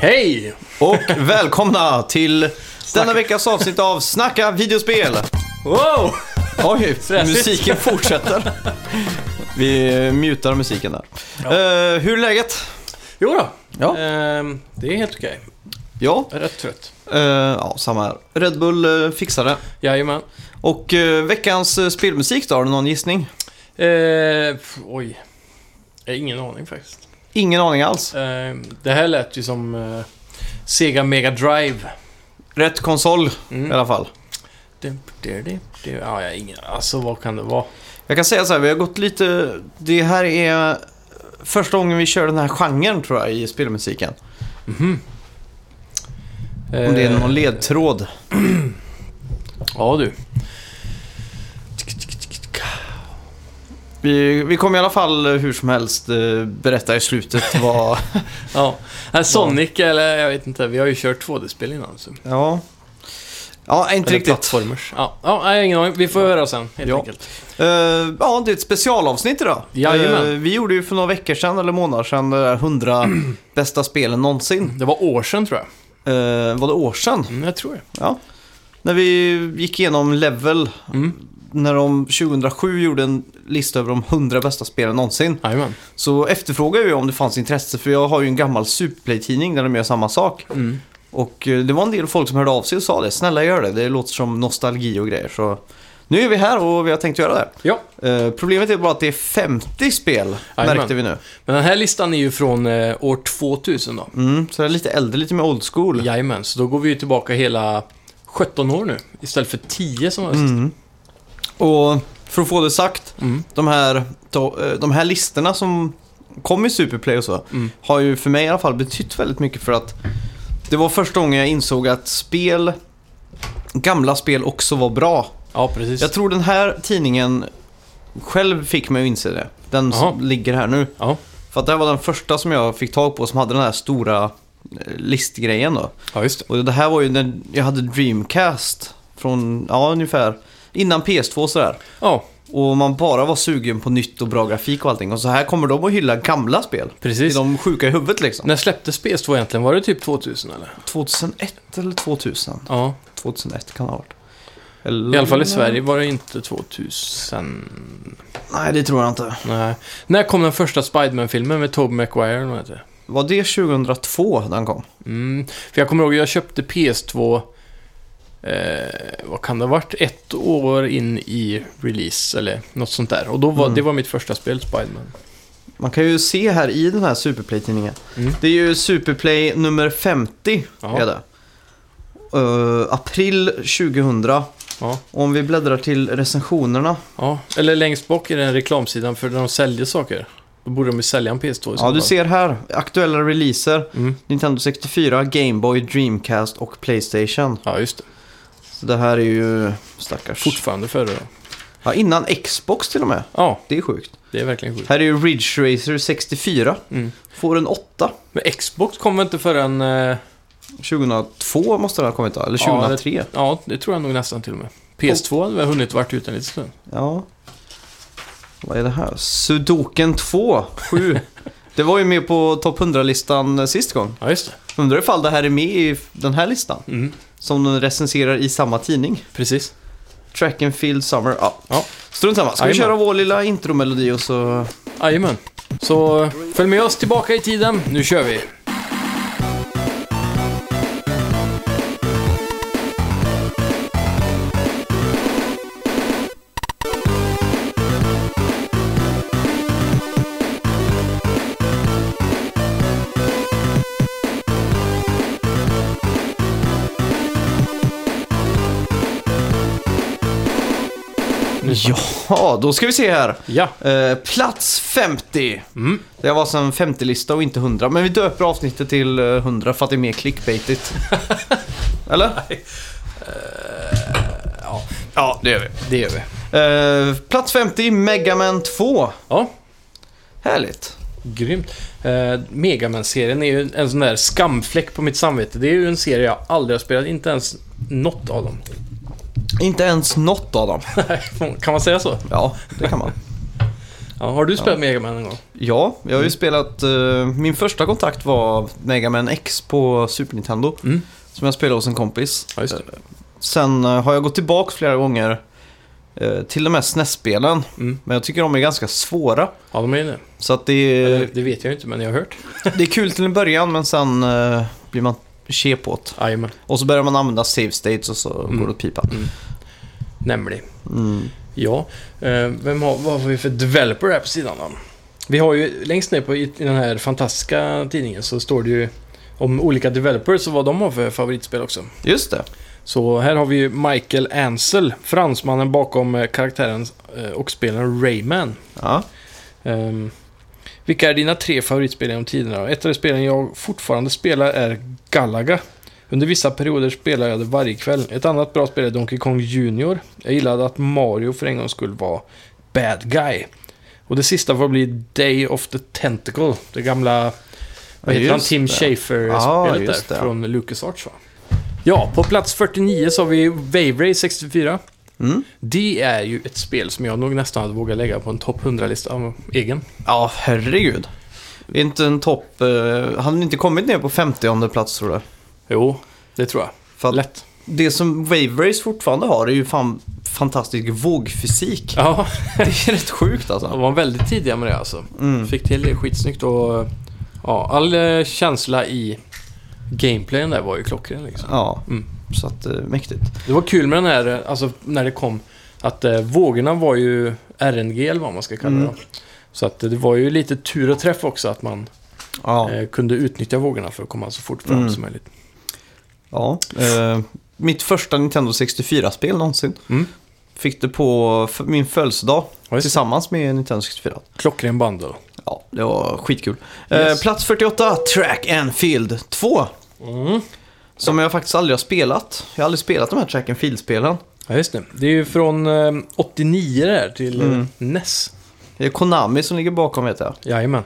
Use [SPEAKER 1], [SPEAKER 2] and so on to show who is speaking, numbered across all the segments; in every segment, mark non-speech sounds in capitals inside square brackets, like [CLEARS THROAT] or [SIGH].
[SPEAKER 1] Hej!
[SPEAKER 2] Och välkomna till denna veckas avsnitt av Snacka videospel!
[SPEAKER 1] Wow!
[SPEAKER 2] Oj,
[SPEAKER 1] Stressigt.
[SPEAKER 2] musiken fortsätter. Vi eh, mutar musiken där. Eh, hur är läget?
[SPEAKER 1] Jo då.
[SPEAKER 2] Ja.
[SPEAKER 1] Ehm, det är helt okej.
[SPEAKER 2] Ja,
[SPEAKER 1] Jag är rätt trött.
[SPEAKER 2] eh, ja samma här. Red Bull eh, fixar det.
[SPEAKER 1] Jajamän.
[SPEAKER 2] Och eh, veckans eh, spelmusik då, har du någon gissning?
[SPEAKER 1] Ehm, f- oj. Jag har ingen aning faktiskt.
[SPEAKER 2] Ingen aning alls.
[SPEAKER 1] Ehm, det här lät ju som eh, Sega Mega Drive.
[SPEAKER 2] Rätt konsol i
[SPEAKER 1] Mm.
[SPEAKER 2] alla fall.
[SPEAKER 1] Det, det, det, det. Ja, jag har ingen... Alltså, vad kan det vara?
[SPEAKER 2] Jag kan säga så här, vi har gått lite... Det här är första gången vi kör den här genren tror jag i spelmusiken. Om det är
[SPEAKER 1] Eh.
[SPEAKER 2] någon ledtråd.
[SPEAKER 1] Ehm, Ja, du.
[SPEAKER 2] Vi, vi kommer i alla fall eh, hur som helst eh, berätta i [LAUGHS] slutet vad...
[SPEAKER 1] Ja. Äh, Sonic eller jag vet inte. Vi har ju kört 2D-spel innan. Så.
[SPEAKER 2] ja. Ja, inte
[SPEAKER 1] Eller
[SPEAKER 2] riktigt.
[SPEAKER 1] Plattformers. Ja, ja, jag har ingen aning. Vi får höra sen helt
[SPEAKER 2] Ja.
[SPEAKER 1] enkelt.
[SPEAKER 2] Eh, ja, det är ett specialavsnitt idag.
[SPEAKER 1] Jajamän.
[SPEAKER 2] Eh, vi gjorde ju för några veckor sedan, eller månader sedan, det där [CLEARS THROAT] 100 bästa spelen någonsin.
[SPEAKER 1] Det var år sedan tror jag.
[SPEAKER 2] Eh, var det år sedan?
[SPEAKER 1] Mm, jag tror det.
[SPEAKER 2] Ja. När vi gick igenom Level,
[SPEAKER 1] Mm.
[SPEAKER 2] när de 2007 gjorde en lista över de 100 bästa spelen någonsin,
[SPEAKER 1] Jajamän.
[SPEAKER 2] så efterfrågade jag om det fanns intresse, för jag har ju en gammal Superplay-tidning där de gör samma sak.
[SPEAKER 1] Mm.
[SPEAKER 2] Och eh, det var en del folk som hörde av sig och sa det. Snälla gör det, det låter som nostalgi och grejer. Så nu är vi här och vi har tänkt göra det.
[SPEAKER 1] Ja,
[SPEAKER 2] Eh, problemet är bara att det är 50 spel,
[SPEAKER 1] Jajamän.
[SPEAKER 2] märkte vi nu.
[SPEAKER 1] men den här listan är ju från eh, år 2000 då.
[SPEAKER 2] Mm, så det är lite äldre, lite mer old school.
[SPEAKER 1] Jajamän, så då går vi ju tillbaka hela 17 år nu istället för 10 som var sist.
[SPEAKER 2] Mm. Och för att få det sagt,
[SPEAKER 1] Mm.
[SPEAKER 2] de här, to- eh, de här listorna som kom i Superplay och så,
[SPEAKER 1] Mm.
[SPEAKER 2] har ju för mig i alla fall betytt väldigt mycket för att det var första gången jag insåg att spel, gamla spel också var bra.
[SPEAKER 1] Ja, precis.
[SPEAKER 2] Jag tror den här tidningen själv fick mig att inse det. Den
[SPEAKER 1] Jaha.
[SPEAKER 2] som ligger här nu.
[SPEAKER 1] Ja,
[SPEAKER 2] För att det här var den första som jag fick tag på som hade den här stora eh, listgrejen då.
[SPEAKER 1] ja just det.
[SPEAKER 2] Och det här var ju när jag hade Dreamcast från, ja ungefär, innan PS2 sådär.
[SPEAKER 1] Ja,
[SPEAKER 2] Och man bara var sugen på nytt och bra grafik och allting. Och så här kommer de att hylla gamla spel.
[SPEAKER 1] precis.
[SPEAKER 2] Är de sjuka i huvudet liksom?
[SPEAKER 1] När släpptes PS2 egentligen? Var det typ 2000 eller?
[SPEAKER 2] 2001 eller 2000?
[SPEAKER 1] Ja,
[SPEAKER 2] 2001 kan det ha varit. Eller...
[SPEAKER 1] i alla fall i Sverige var det inte 2000.
[SPEAKER 2] Nej, det tror jag inte.
[SPEAKER 1] Nej. När kom den första Spiderman-filmen med Tobey Maguire? eller vad heter det?
[SPEAKER 2] Var det 2002 den kom?
[SPEAKER 1] Mm. För jag kommer ihåg, jag köpte PS2, eh, vad kan det ha varit, ett år in i release eller något sånt där. Och då var,
[SPEAKER 2] Mm.
[SPEAKER 1] det var mitt första spel, Spiderman.
[SPEAKER 2] Man kan ju se här i den här Superplay-tidningen.
[SPEAKER 1] Mm.
[SPEAKER 2] Det är ju Superplay nummer 50.
[SPEAKER 1] Ja.
[SPEAKER 2] Är det. Eh, april 2000.
[SPEAKER 1] Ja,
[SPEAKER 2] Om vi bläddrar till recensionerna.
[SPEAKER 1] ja. Eller längst bak i den reklamsidan för när de säljer saker. Då borde de ju sälja en PS2 i så
[SPEAKER 2] Ja, du
[SPEAKER 1] fall.
[SPEAKER 2] ser här. Aktuella releaser.
[SPEAKER 1] Mm.
[SPEAKER 2] Nintendo 64, Gameboy, Dreamcast och Playstation.
[SPEAKER 1] Ja, just det.
[SPEAKER 2] Så det här är ju... Stackars.
[SPEAKER 1] Fortfarande före då.
[SPEAKER 2] Ja, innan Xbox till och med.
[SPEAKER 1] Ja,
[SPEAKER 2] Det är sjukt.
[SPEAKER 1] det är verkligen sjukt.
[SPEAKER 2] Här är ju Ridge Racer 64.
[SPEAKER 1] Mm.
[SPEAKER 2] Får en 8.
[SPEAKER 1] Men Xbox kom väl inte förrän... Eh,
[SPEAKER 2] 2002 måste den ha kommit då, eller
[SPEAKER 1] Ja, det-
[SPEAKER 2] 2003.
[SPEAKER 1] ja, det tror jag nog nästan till och med. PS2 hade väl hunnit varit ute en liten stund.
[SPEAKER 2] Ja. Vad är det här? Sudoken 2, 7. det var ju med på topp 100-listan sist gång.
[SPEAKER 1] Ja, just
[SPEAKER 2] Undrar ifall det här är med i den här listan.
[SPEAKER 1] det. Mm.
[SPEAKER 2] Som de recenserar i samma tidning.
[SPEAKER 1] Precis.
[SPEAKER 2] Track and Field Summer. Ja.
[SPEAKER 1] Ja.
[SPEAKER 2] Strunt samma. Ska vi
[SPEAKER 1] Jajamän.
[SPEAKER 2] köra vår lilla intromelodi och så...
[SPEAKER 1] Jajamän. Så följ med oss tillbaka i tiden. Nu kör vi.
[SPEAKER 2] Ja, då ska vi se här.
[SPEAKER 1] Ja.
[SPEAKER 2] Eh, plats 50.
[SPEAKER 1] Mm.
[SPEAKER 2] Det var alltså en 50-lista och inte 100. Men vi döper avsnittet till eh, 100 för att det är mer clickbaitigt. Eller?
[SPEAKER 1] Ja,
[SPEAKER 2] Ja, det gör vi.
[SPEAKER 1] det gör vi.
[SPEAKER 2] Eh, plats 50, Mega Man 2.
[SPEAKER 1] Ja,
[SPEAKER 2] Härligt.
[SPEAKER 1] grymt. Eh, Megaman-serien är ju en sån där skamfläck på mitt samvete. Det är ju en serie jag aldrig har spelat, inte ens något av dem. [LAUGHS]
[SPEAKER 2] Inte ens något av dem.
[SPEAKER 1] kan man säga så?
[SPEAKER 2] Ja, det kan man.
[SPEAKER 1] Ja, har du spelat Mega Man en gång?
[SPEAKER 2] Ja, jag har ju
[SPEAKER 1] Mm.
[SPEAKER 2] spelat... eh, min första kontakt var Mega Man X på Super Nintendo.
[SPEAKER 1] Mm.
[SPEAKER 2] Som jag spelade hos en kompis.
[SPEAKER 1] Ja, just det.
[SPEAKER 2] Eh, Sen eh, har jag gått tillbaka flera gånger eh, till de här SNES-spelen.
[SPEAKER 1] Mm.
[SPEAKER 2] Men jag tycker de är ganska svåra.
[SPEAKER 1] Ja, de är det.
[SPEAKER 2] Så att det är,
[SPEAKER 1] Eller, det vet jag ju inte, men jag har hört.
[SPEAKER 2] [LAUGHS] det är kul till en början men sen eh, blir man tje på det.
[SPEAKER 1] Jajamän,
[SPEAKER 2] Och så börjar man använda save states och så
[SPEAKER 1] Mm.
[SPEAKER 2] går det åt pipan.
[SPEAKER 1] nämligen.
[SPEAKER 2] Mm.
[SPEAKER 1] Ja, eh, vem har, vad har vi för developer här på sidan då? Vi har ju längst ner på i i den här fantastiska tidningen så står det ju om olika developers och vad de har för favoritspel också.
[SPEAKER 2] Just det.
[SPEAKER 1] Så här har vi ju Michael Ansel, fransmannen bakom eh, karaktären eh, och spelen Rayman.
[SPEAKER 2] Ja.
[SPEAKER 1] Ehm, vilka är dina tre favoritspel genom tiderna? Ett av de spelen jag fortfarande spelar är Galaga. Under vissa perioder spelar jag det varje kväll. Ett annat bra spel är Donkey Kong Junior. Jag gillade att Mario för en gång skulle vara bad guy. Och det sista får bli Day of the Tentacle. Det gamla, vad heter han,
[SPEAKER 2] just
[SPEAKER 1] Tim
[SPEAKER 2] det. Ah,
[SPEAKER 1] Schafer-spelet
[SPEAKER 2] just
[SPEAKER 1] där.
[SPEAKER 2] det.
[SPEAKER 1] Från LucasArts va? Ja, på plats 49 så har vi Wave Race 64.
[SPEAKER 2] Mm.
[SPEAKER 1] Det är ju ett spel som jag nog nästan hade vågat lägga på en topp 100-lista av egen.
[SPEAKER 2] Ja, herregud. Det är inte en topp... Uh, han inte kommit ner på 50 plats tror jag.
[SPEAKER 1] Jo, det tror jag.
[SPEAKER 2] För att
[SPEAKER 1] Lätt.
[SPEAKER 2] det som Wave Race fortfarande har är ju fan fantastisk vågfysik. [LAUGHS]
[SPEAKER 1] Ja, [LAUGHS]
[SPEAKER 2] Det är rätt sjukt alltså.
[SPEAKER 1] de var väldigt tidiga med det alltså.
[SPEAKER 2] Mm.
[SPEAKER 1] Fick till det skitsnyggt och ja, all eh, känsla i gameplayen där var ju klockren liksom.
[SPEAKER 2] Ja,
[SPEAKER 1] Mm.
[SPEAKER 2] så att eh, mäktigt.
[SPEAKER 1] Det var kul med den här, eh, alltså när det kom, att eh, vågorna var ju RNG eller vad man ska kalla det.
[SPEAKER 2] Mm.
[SPEAKER 1] då. Så att eh, det var ju lite tur och träff också att man
[SPEAKER 2] Ja.
[SPEAKER 1] eh, kunde utnyttja vågorna för att komma så fort fram
[SPEAKER 2] Mm.
[SPEAKER 1] som möjligt.
[SPEAKER 2] ja. Eh, mitt första Nintendo 64-spel någonsin.
[SPEAKER 1] Mm.
[SPEAKER 2] Fick det på f- min födelsedag
[SPEAKER 1] Ja, just det.
[SPEAKER 2] tillsammans med Nintendo 64.
[SPEAKER 1] Klockren bundle.
[SPEAKER 2] Ja, det var skitkul.
[SPEAKER 1] Yes.
[SPEAKER 2] Eh, plats 48, Track and Field 2.
[SPEAKER 1] Mm.
[SPEAKER 2] Som jag faktiskt aldrig har spelat. Jag har aldrig spelat de här Track and Field-spelen.
[SPEAKER 1] Ja, just det. Det är ju från eh, 89 där till eh,
[SPEAKER 2] Mm.
[SPEAKER 1] NES.
[SPEAKER 2] Det är Konami som ligger bakom vet jag.
[SPEAKER 1] Jajamän.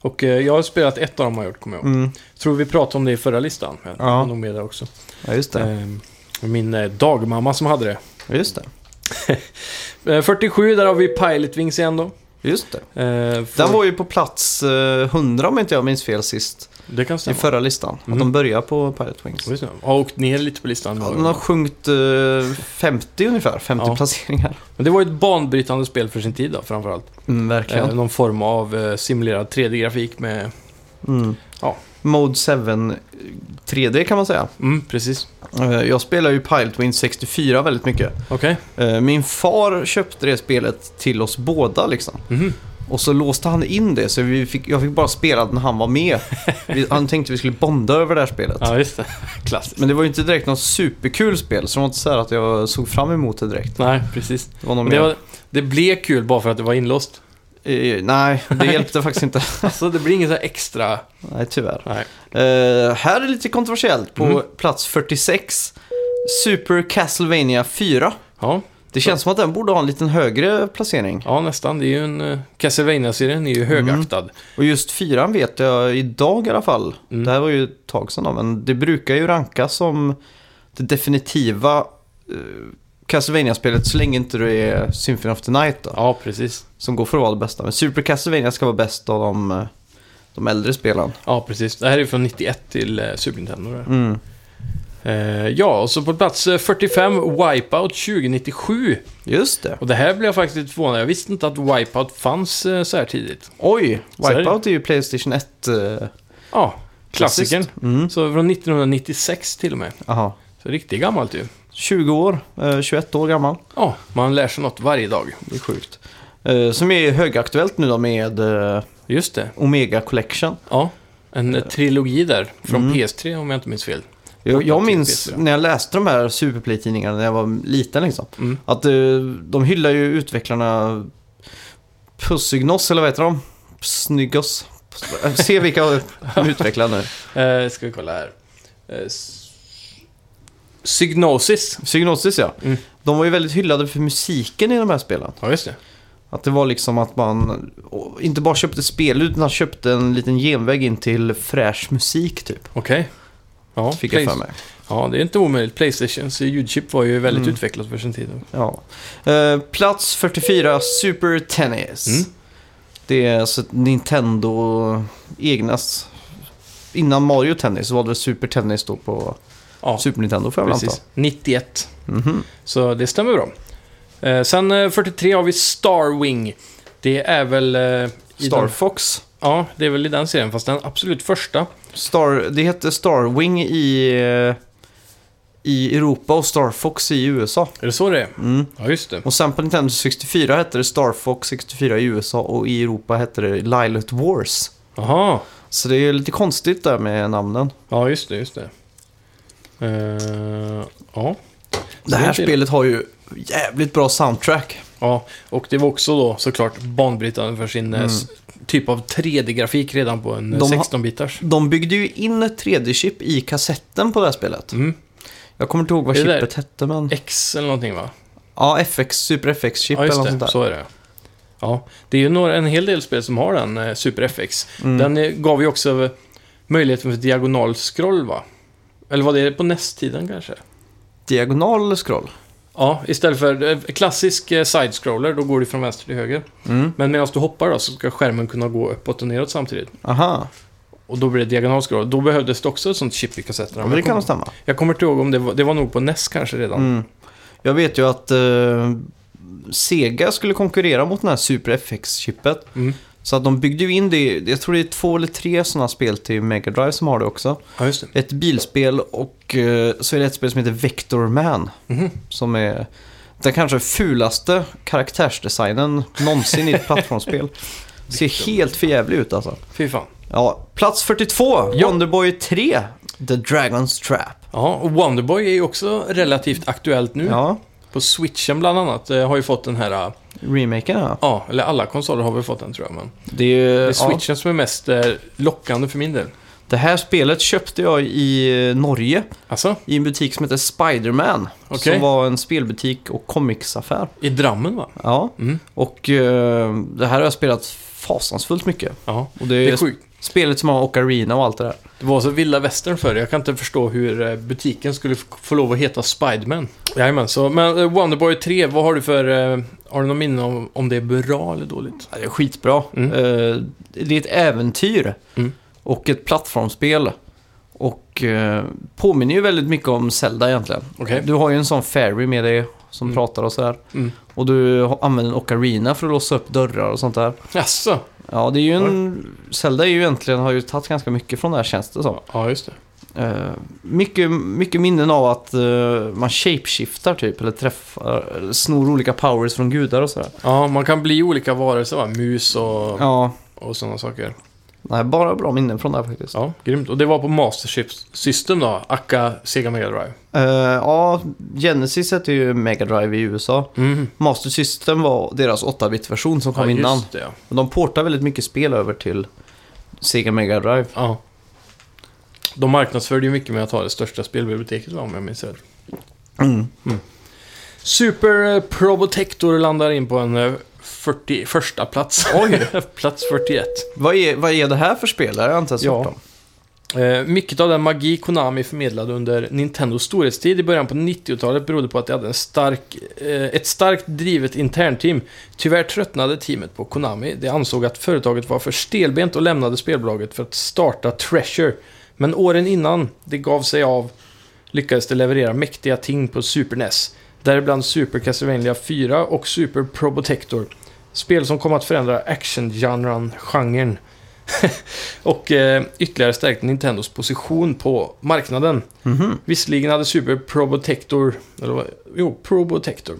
[SPEAKER 1] Och eh, jag har spelat ett av dem har jag gjort, kommer jag ihåg.
[SPEAKER 2] Mm.
[SPEAKER 1] Tror vi pratade om det i förra listan. Jag
[SPEAKER 2] Ja.
[SPEAKER 1] var nog med där också.
[SPEAKER 2] Ja, just det.
[SPEAKER 1] Ehm, Min eh, dagmamma som hade det.
[SPEAKER 2] Ja, Just det.
[SPEAKER 1] Eh, 47, där har vi Pilot Wings igen då. Eh,
[SPEAKER 2] Just det.
[SPEAKER 1] Ehm, för-
[SPEAKER 2] Den var ju på plats eh, 100 om inte jag minns fel sist.
[SPEAKER 1] Det kan
[SPEAKER 2] I
[SPEAKER 1] stämma.
[SPEAKER 2] förra listan.
[SPEAKER 1] Mm.
[SPEAKER 2] Att de börjar på Pirate Wings.
[SPEAKER 1] Just det. Har åkt ner lite på listan.
[SPEAKER 2] Ja, den har sjunkit eh, 50 ungefär. 50
[SPEAKER 1] Ja.
[SPEAKER 2] placeringar.
[SPEAKER 1] Men det var ju ett banbrytande spel för sin tid då, framförallt.
[SPEAKER 2] Mm, verkligen.
[SPEAKER 1] Eh, Någon form av eh, simulerad 3D-grafik med...
[SPEAKER 2] Mm.
[SPEAKER 1] Ja.
[SPEAKER 2] Mode 7 eh, 3D kan man säga.
[SPEAKER 1] Mm, precis.
[SPEAKER 2] Eh, Jag spelar ju Pilot Wings 64 väldigt mycket.
[SPEAKER 1] Okej.
[SPEAKER 2] Eh, Min far köpte det spelet till oss båda liksom.
[SPEAKER 1] Mhm.
[SPEAKER 2] Och så låste han in det så vi fick, jag fick bara spela när han var med. Vi, han tänkte vi skulle bonda över det här spelet.
[SPEAKER 1] Ja, just det. [LAUGHS] Klassiskt.
[SPEAKER 2] Men det var ju inte direkt något superkul spel så det var inte så här att jag såg fram emot det direkt.
[SPEAKER 1] Nej, precis.
[SPEAKER 2] Det var någon
[SPEAKER 1] Men det,
[SPEAKER 2] mer.
[SPEAKER 1] var, det blev kul bara för att det var inlåst.
[SPEAKER 2] Eh, nej, det hjälpte faktiskt inte.
[SPEAKER 1] Alltså, det blir inget så här extra...
[SPEAKER 2] Nej, tyvärr.
[SPEAKER 1] Nej.
[SPEAKER 2] Eh, här är det lite kontroversiellt. På
[SPEAKER 1] Mm.
[SPEAKER 2] plats 46, Super Castlevania 4.
[SPEAKER 1] Ja,
[SPEAKER 2] Det känns som att den borde ha en liten högre placering.
[SPEAKER 1] ja nästan. Det är ju en... eh, Castlevania-serien är ju högaktad.
[SPEAKER 2] Och just fyran vet jag idag i alla fall.
[SPEAKER 1] Mm.
[SPEAKER 2] Det här var ju ett tag sedan då, men det brukar ju rankas som det definitiva eh, Castlevania-spelet så länge inte det är Symphony of the Night då,
[SPEAKER 1] Ja, precis.
[SPEAKER 2] som går för att vara det bästa. Men Super Castlevania ska vara bäst av de, eh, de äldre spelen.
[SPEAKER 1] Ja, precis. Det här är från 91 till eh, Super Nintendo. det.
[SPEAKER 2] Mm.
[SPEAKER 1] Eh, ja, och så på plats eh, 45, Wipeout 2097.
[SPEAKER 2] Just det.
[SPEAKER 1] Och det här blev jag faktiskt lite förvånad. Jag visste inte att Wipeout fanns eh, så här tidigt.
[SPEAKER 2] Oj,
[SPEAKER 1] Så är det.
[SPEAKER 2] Wipeout är ju Playstation 1. Eh,
[SPEAKER 1] Ja, klassikern.
[SPEAKER 2] mm.
[SPEAKER 1] Så från 1996 till och med.
[SPEAKER 2] Aha.
[SPEAKER 1] Så riktigt gammalt ju.
[SPEAKER 2] 20 år, eh, 21 år gammal.
[SPEAKER 1] Ja, man lär sig något varje dag.
[SPEAKER 2] Det är sjukt. Eh, som är högaktuellt nu då med eh,
[SPEAKER 1] Just det.
[SPEAKER 2] Omega Collection.
[SPEAKER 1] Ja, en eh, trilogi där. Från
[SPEAKER 2] Mm.
[SPEAKER 1] PS3 om jag inte minns fel.
[SPEAKER 2] Jag, jag minns
[SPEAKER 1] Till PS4.
[SPEAKER 2] när jag läste de här Superplay-tidningarna när jag var liten liksom.
[SPEAKER 1] Mm.
[SPEAKER 2] Att eh, de hyllar ju utvecklarna Pussignos, eller vad heter de? Snyggos. Se vilka de utvecklar nu.
[SPEAKER 1] Eh, ska vi kolla här. Eh, s- Psygnosis.
[SPEAKER 2] Psygnosis ja.
[SPEAKER 1] Mm.
[SPEAKER 2] De var ju väldigt hyllade för musiken i de här spelen.
[SPEAKER 1] Ja, just det.
[SPEAKER 2] Att det var liksom att man och inte bara köpte spel utan köpte en liten genväg in till fräsch musik typ.
[SPEAKER 1] Okej. Ja,
[SPEAKER 2] Fick jag
[SPEAKER 1] Play-
[SPEAKER 2] för mig.
[SPEAKER 1] Ja, det är inte omöjligt. Playstations ljudchip var ju väldigt
[SPEAKER 2] Mm.
[SPEAKER 1] utvecklat för sin tid.
[SPEAKER 2] Ja. Eh, plats 44, Super Tennis.
[SPEAKER 1] Mm.
[SPEAKER 2] Det är alltså ett Nintendo egna... s- Innan Mario Tennis så var det väl Super Tennis då på
[SPEAKER 1] Ja,
[SPEAKER 2] Super Nintendo får jag väl anta.
[SPEAKER 1] precis. 91.
[SPEAKER 2] Mhm.
[SPEAKER 1] Så det stämmer bra. Eh, sen eh, 43 har vi Starwing. Det är väl... Eh, i
[SPEAKER 2] Star
[SPEAKER 1] Den,
[SPEAKER 2] Fox.
[SPEAKER 1] ja, det är väl i den serien, fast den absolut första.
[SPEAKER 2] Star, det hette Starwing i, eh, i Europa och Star Fox i USA.
[SPEAKER 1] Är det så det är?
[SPEAKER 2] Mm.
[SPEAKER 1] Ja, just det.
[SPEAKER 2] Och sen på Nintendo 64 hette det Star Fox 64 i USA och i Europa hette det Lilith Wars.
[SPEAKER 1] Jaha.
[SPEAKER 2] Så det är lite konstigt där med namnen.
[SPEAKER 1] Ja, just det, just det. Eh, ja.
[SPEAKER 2] Det
[SPEAKER 1] Det är
[SPEAKER 2] här
[SPEAKER 1] det.
[SPEAKER 2] spelet har ju jävligt bra soundtrack.
[SPEAKER 1] ja, och det var också då såklart banbrytande för sin eh, s- typ av 3D-grafik redan på en eh,
[SPEAKER 2] Mm. De har-
[SPEAKER 1] 16-bitars.
[SPEAKER 2] De byggde ju in ett 3D-chip i kassetten på det här spelet.
[SPEAKER 1] Mm.
[SPEAKER 2] Jag kommer inte ihåg vad
[SPEAKER 1] Det där-
[SPEAKER 2] chippet hette men...
[SPEAKER 1] X eller någonting va?
[SPEAKER 2] Ja, FX, Super FX-chip
[SPEAKER 1] ja,
[SPEAKER 2] eller
[SPEAKER 1] just
[SPEAKER 2] något
[SPEAKER 1] det.
[SPEAKER 2] sånt där.
[SPEAKER 1] Så är det. Ja, det är ju några, en hel del spel som har den, eh, Super FX.
[SPEAKER 2] Mm.
[SPEAKER 1] Den eh, gav ju också eh, möjligheten för diagonal scroll, va? Eller var det på nästtiden kanske?
[SPEAKER 2] Diagonal scroll.
[SPEAKER 1] Ja, istället för eh, klassisk eh, side-scroller, då går du från vänster till höger.
[SPEAKER 2] Mm.
[SPEAKER 1] Men medan du hoppar då, så ska skärmen kunna gå uppåt och neråt samtidigt.
[SPEAKER 2] Aha,
[SPEAKER 1] Och då blir det diagonal scroll. Då behövdes det också ett sånt chip i kassetterna.
[SPEAKER 2] ja, men det
[SPEAKER 1] jag,
[SPEAKER 2] kan nog
[SPEAKER 1] kommer,
[SPEAKER 2] stämma.
[SPEAKER 1] jag kommer inte ihåg om det var, det var nog på NES kanske redan.
[SPEAKER 2] Mm. Jag vet ju att eh, Sega skulle konkurrera mot den här Super FX-chippet.
[SPEAKER 1] Mm.
[SPEAKER 2] Så att de byggde ju in det, jag tror det är två eller tre sådana spel till Mega Drive som har det också.
[SPEAKER 1] Ja, just det.
[SPEAKER 2] Ett bilspel och eh, så är det ett spel som heter Vector Man.
[SPEAKER 1] Mhm.
[SPEAKER 2] Som är den kanske fulaste karaktärsdesignen någonsin
[SPEAKER 1] [LAUGHS]
[SPEAKER 2] i ett plattformsspel. Ser helt för jävligt ut alltså.
[SPEAKER 1] Fy fan.
[SPEAKER 2] Ja, plats 42,
[SPEAKER 1] Ja.
[SPEAKER 2] Wonderboy 3, The Dragon's Trap.
[SPEAKER 1] Ja, och Wonderboy är ju också relativt aktuellt nu.
[SPEAKER 2] Ja,
[SPEAKER 1] På switchen bland annat eh, har ju fått den här,
[SPEAKER 2] remaken ja.
[SPEAKER 1] ja, eller alla konsoler har väl fått den tror jag, men
[SPEAKER 2] Det är ju...
[SPEAKER 1] det är
[SPEAKER 2] ja.
[SPEAKER 1] switchen som är mest eh, lockande för min del.
[SPEAKER 2] Det här spelet köpte jag i eh, Norge
[SPEAKER 1] Alltså,
[SPEAKER 2] i en butik som heter Spiderman.
[SPEAKER 1] Okej.
[SPEAKER 2] Som var en spelbutik och comicsaffär.
[SPEAKER 1] i Drammen va?
[SPEAKER 2] Ja,
[SPEAKER 1] Mm.
[SPEAKER 2] och eh, det här har jag spelat fasansfullt mycket.
[SPEAKER 1] Ja,
[SPEAKER 2] Och det
[SPEAKER 1] det
[SPEAKER 2] är,
[SPEAKER 1] är sjukt.
[SPEAKER 2] spelet som har Ocarina och allt det där.
[SPEAKER 1] Det var så vilda västern förr. Jag kan inte förstå hur eh, butiken skulle f- få lov att heta Spiderman. Jajamän, så, men eh, Wonderboy 3, vad har du för... eh, Har du någon minne om, om det är bra eller dåligt?
[SPEAKER 2] Ja, Det är skitbra.
[SPEAKER 1] Mm.
[SPEAKER 2] Eh, det är ett äventyr
[SPEAKER 1] Mm.
[SPEAKER 2] och ett plattformsspel. Och eh, påminner ju väldigt mycket om Zelda egentligen.
[SPEAKER 1] Okej.
[SPEAKER 2] Du har ju en sån fairy med dig som
[SPEAKER 1] Mm.
[SPEAKER 2] pratar och sådär.
[SPEAKER 1] Mm.
[SPEAKER 2] Och du har- använder en Ocarina för att låsa upp dörrar och sånt där.
[SPEAKER 1] Jaså?
[SPEAKER 2] Ja, det är ju en... Zelda är ju egentligen, har ju tagit ganska mycket från det här känns det som.
[SPEAKER 1] Ja, just det.
[SPEAKER 2] Eh, mycket, mycket minnen av att eh, man shapeshiftar typ, eller träffar, eller snor olika powers från gudar och sådär.
[SPEAKER 1] Ja, man kan bli olika varelser va? Mus och,
[SPEAKER 2] Ja,
[SPEAKER 1] och sådana saker.
[SPEAKER 2] nej, bara bra minnen från det här faktiskt. Ja,
[SPEAKER 1] Ja, grymt. Och det var på Master Chief System då, Akka Sega Mega Drive.
[SPEAKER 2] Eh, ja Genesis hette ju Mega Drive i USA.
[SPEAKER 1] Mm.
[SPEAKER 2] Master System var deras 8-bit-version som kom
[SPEAKER 1] Ja,
[SPEAKER 2] innan.
[SPEAKER 1] just det. ja.
[SPEAKER 2] De portar väldigt mycket spel över till Sega Mega Drive.
[SPEAKER 1] Ja. De marknadsförde ju mycket med att ha det största spelbiblioteket va, om jag minns rätt. Mm. Super eh, Probotector landar in på en eh, 40, första plats. Oj! [LAUGHS] plats 41.
[SPEAKER 2] Vad är, vad är det här för spel? Det har jag inte ens
[SPEAKER 1] Ja.
[SPEAKER 2] hört om.
[SPEAKER 1] Eh, mycket av den magi Konami förmedlade under Nintendos storhetstid i början på 90-talet berodde på att de hade en stark, eh, ett starkt drivet internteam. Tyvärr tröttnade teamet på Konami. De ansåg att företaget var för stelbent och lämnade spelbolaget för att starta Treasure. Men åren innan det gav sig av lyckades de leverera mäktiga ting på Super NES. Däribland Super Castlevania 4 och Super Probotector. Spel som kom att förändra action-genren. Och eh, ytterligare stärkte Nintendos position på marknaden.
[SPEAKER 2] Mhm.
[SPEAKER 1] Visserligen hade Super Probotector, eller vad, jo, Probotector,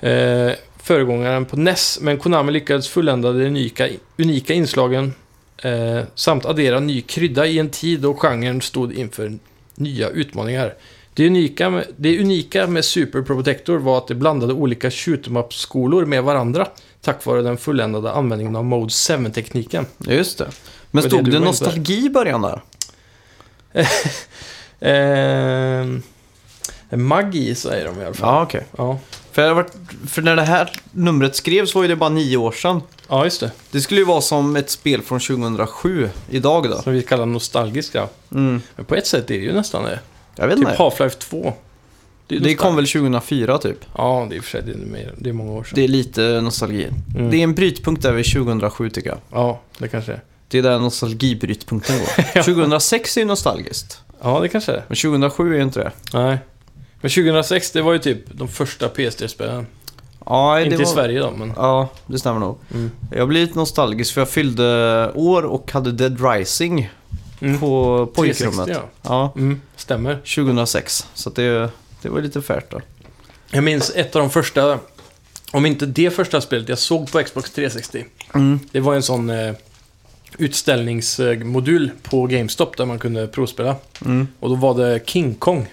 [SPEAKER 1] eh, föregångaren på NES, men Konami lyckades fullända de unika, unika inslagen eh, samt addera ny krydda i en tid då genren stod inför nya utmaningar. Det unika, med, det unika med Super Probotector var att det blandade olika shoot up skolor med varandra tack vare den fulländade användningen av Mode 7-tekniken.
[SPEAKER 2] Just det. Men
[SPEAKER 1] det
[SPEAKER 2] stod
[SPEAKER 1] du
[SPEAKER 2] det,
[SPEAKER 1] var inne på där.
[SPEAKER 2] nostalgi i början där?
[SPEAKER 1] Ehm, magi säger de i alla fall.
[SPEAKER 2] Ja, okej.
[SPEAKER 1] Ja.
[SPEAKER 2] För, jag har varit- för när det här numret skrevs var ju det bara nio år sedan.
[SPEAKER 1] ja, just det.
[SPEAKER 2] Det skulle ju vara som ett spel från 2007 idag då.
[SPEAKER 1] Som vi kallar nostalgiska.
[SPEAKER 2] Mm.
[SPEAKER 1] Men på ett sätt är det ju nästan det.
[SPEAKER 2] Jag vet
[SPEAKER 1] Typ
[SPEAKER 2] inte.
[SPEAKER 1] Half-Life 2. Det, är
[SPEAKER 2] Det kom
[SPEAKER 1] nostal-
[SPEAKER 2] väl 2004 typ.
[SPEAKER 1] Ja, det är i och för sig det är, mer, det är många år sedan.
[SPEAKER 2] Det är lite nostalgi.
[SPEAKER 1] Mm.
[SPEAKER 2] Det är en brytpunkt där vid 2007 tycker jag.
[SPEAKER 1] Ja, det kanske är.
[SPEAKER 2] Det är där nostalgibrytpunkten
[SPEAKER 1] [LAUGHS]
[SPEAKER 2] går. 2006 är ju nostalgiskt.
[SPEAKER 1] Ja, det kanske är.
[SPEAKER 2] Men 2007 är inte det.
[SPEAKER 1] Nej. Men 2006, det var ju typ de första PS3-spelen.
[SPEAKER 2] Ja, det
[SPEAKER 1] Inte i
[SPEAKER 2] var-
[SPEAKER 1] Sverige då, men...
[SPEAKER 2] Ja, det stämmer nog.
[SPEAKER 1] Mm.
[SPEAKER 2] Jag blev lite nostalgisk för jag fyllde år och hade Dead Rising
[SPEAKER 1] Mm.
[SPEAKER 2] på pojkrummet.
[SPEAKER 1] 360, ja.
[SPEAKER 2] Ja,
[SPEAKER 1] Mm, stämmer.
[SPEAKER 2] 2006. Så att det, det var lite färt då.
[SPEAKER 1] Jag minns ett av de första, om inte det första spelet jag såg på Xbox 360.
[SPEAKER 2] Mm.
[SPEAKER 1] Det var en sån eh, utställningsmodul på GameStop där man kunde provspela.
[SPEAKER 2] Mm.
[SPEAKER 1] Och då var det King Kong.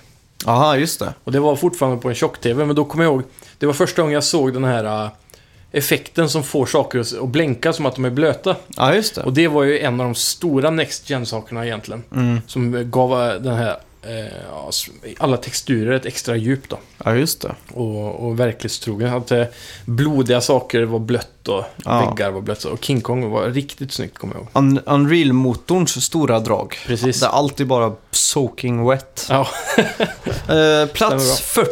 [SPEAKER 2] Aha, just det.
[SPEAKER 1] Och det var fortfarande på en tjock-TV, men då kommer jag ihåg, det var första gången jag såg den här eh, effekten som får saker att att blänka som att de är blöta.
[SPEAKER 2] Ja, just det.
[SPEAKER 1] Och det var ju en av de stora Next Gen-sakerna egentligen.
[SPEAKER 2] Mm.
[SPEAKER 1] Som eh, gav eh, den här, eh, ja, s- alla texturer ett extra djup då.
[SPEAKER 2] Ja, just det.
[SPEAKER 1] Och, och verklighetstrogen. Att eh, blodiga saker var blött och
[SPEAKER 2] Ja.
[SPEAKER 1] väggar var blött. Och King Kong var riktigt snyggt kommer jag ihåg.
[SPEAKER 2] Un- Unreal-motorns stora drag.
[SPEAKER 1] Precis.
[SPEAKER 2] Där allt är bara soaking wet.
[SPEAKER 1] Ja. [LAUGHS]
[SPEAKER 2] Eh,
[SPEAKER 1] bra.
[SPEAKER 2] plats 40.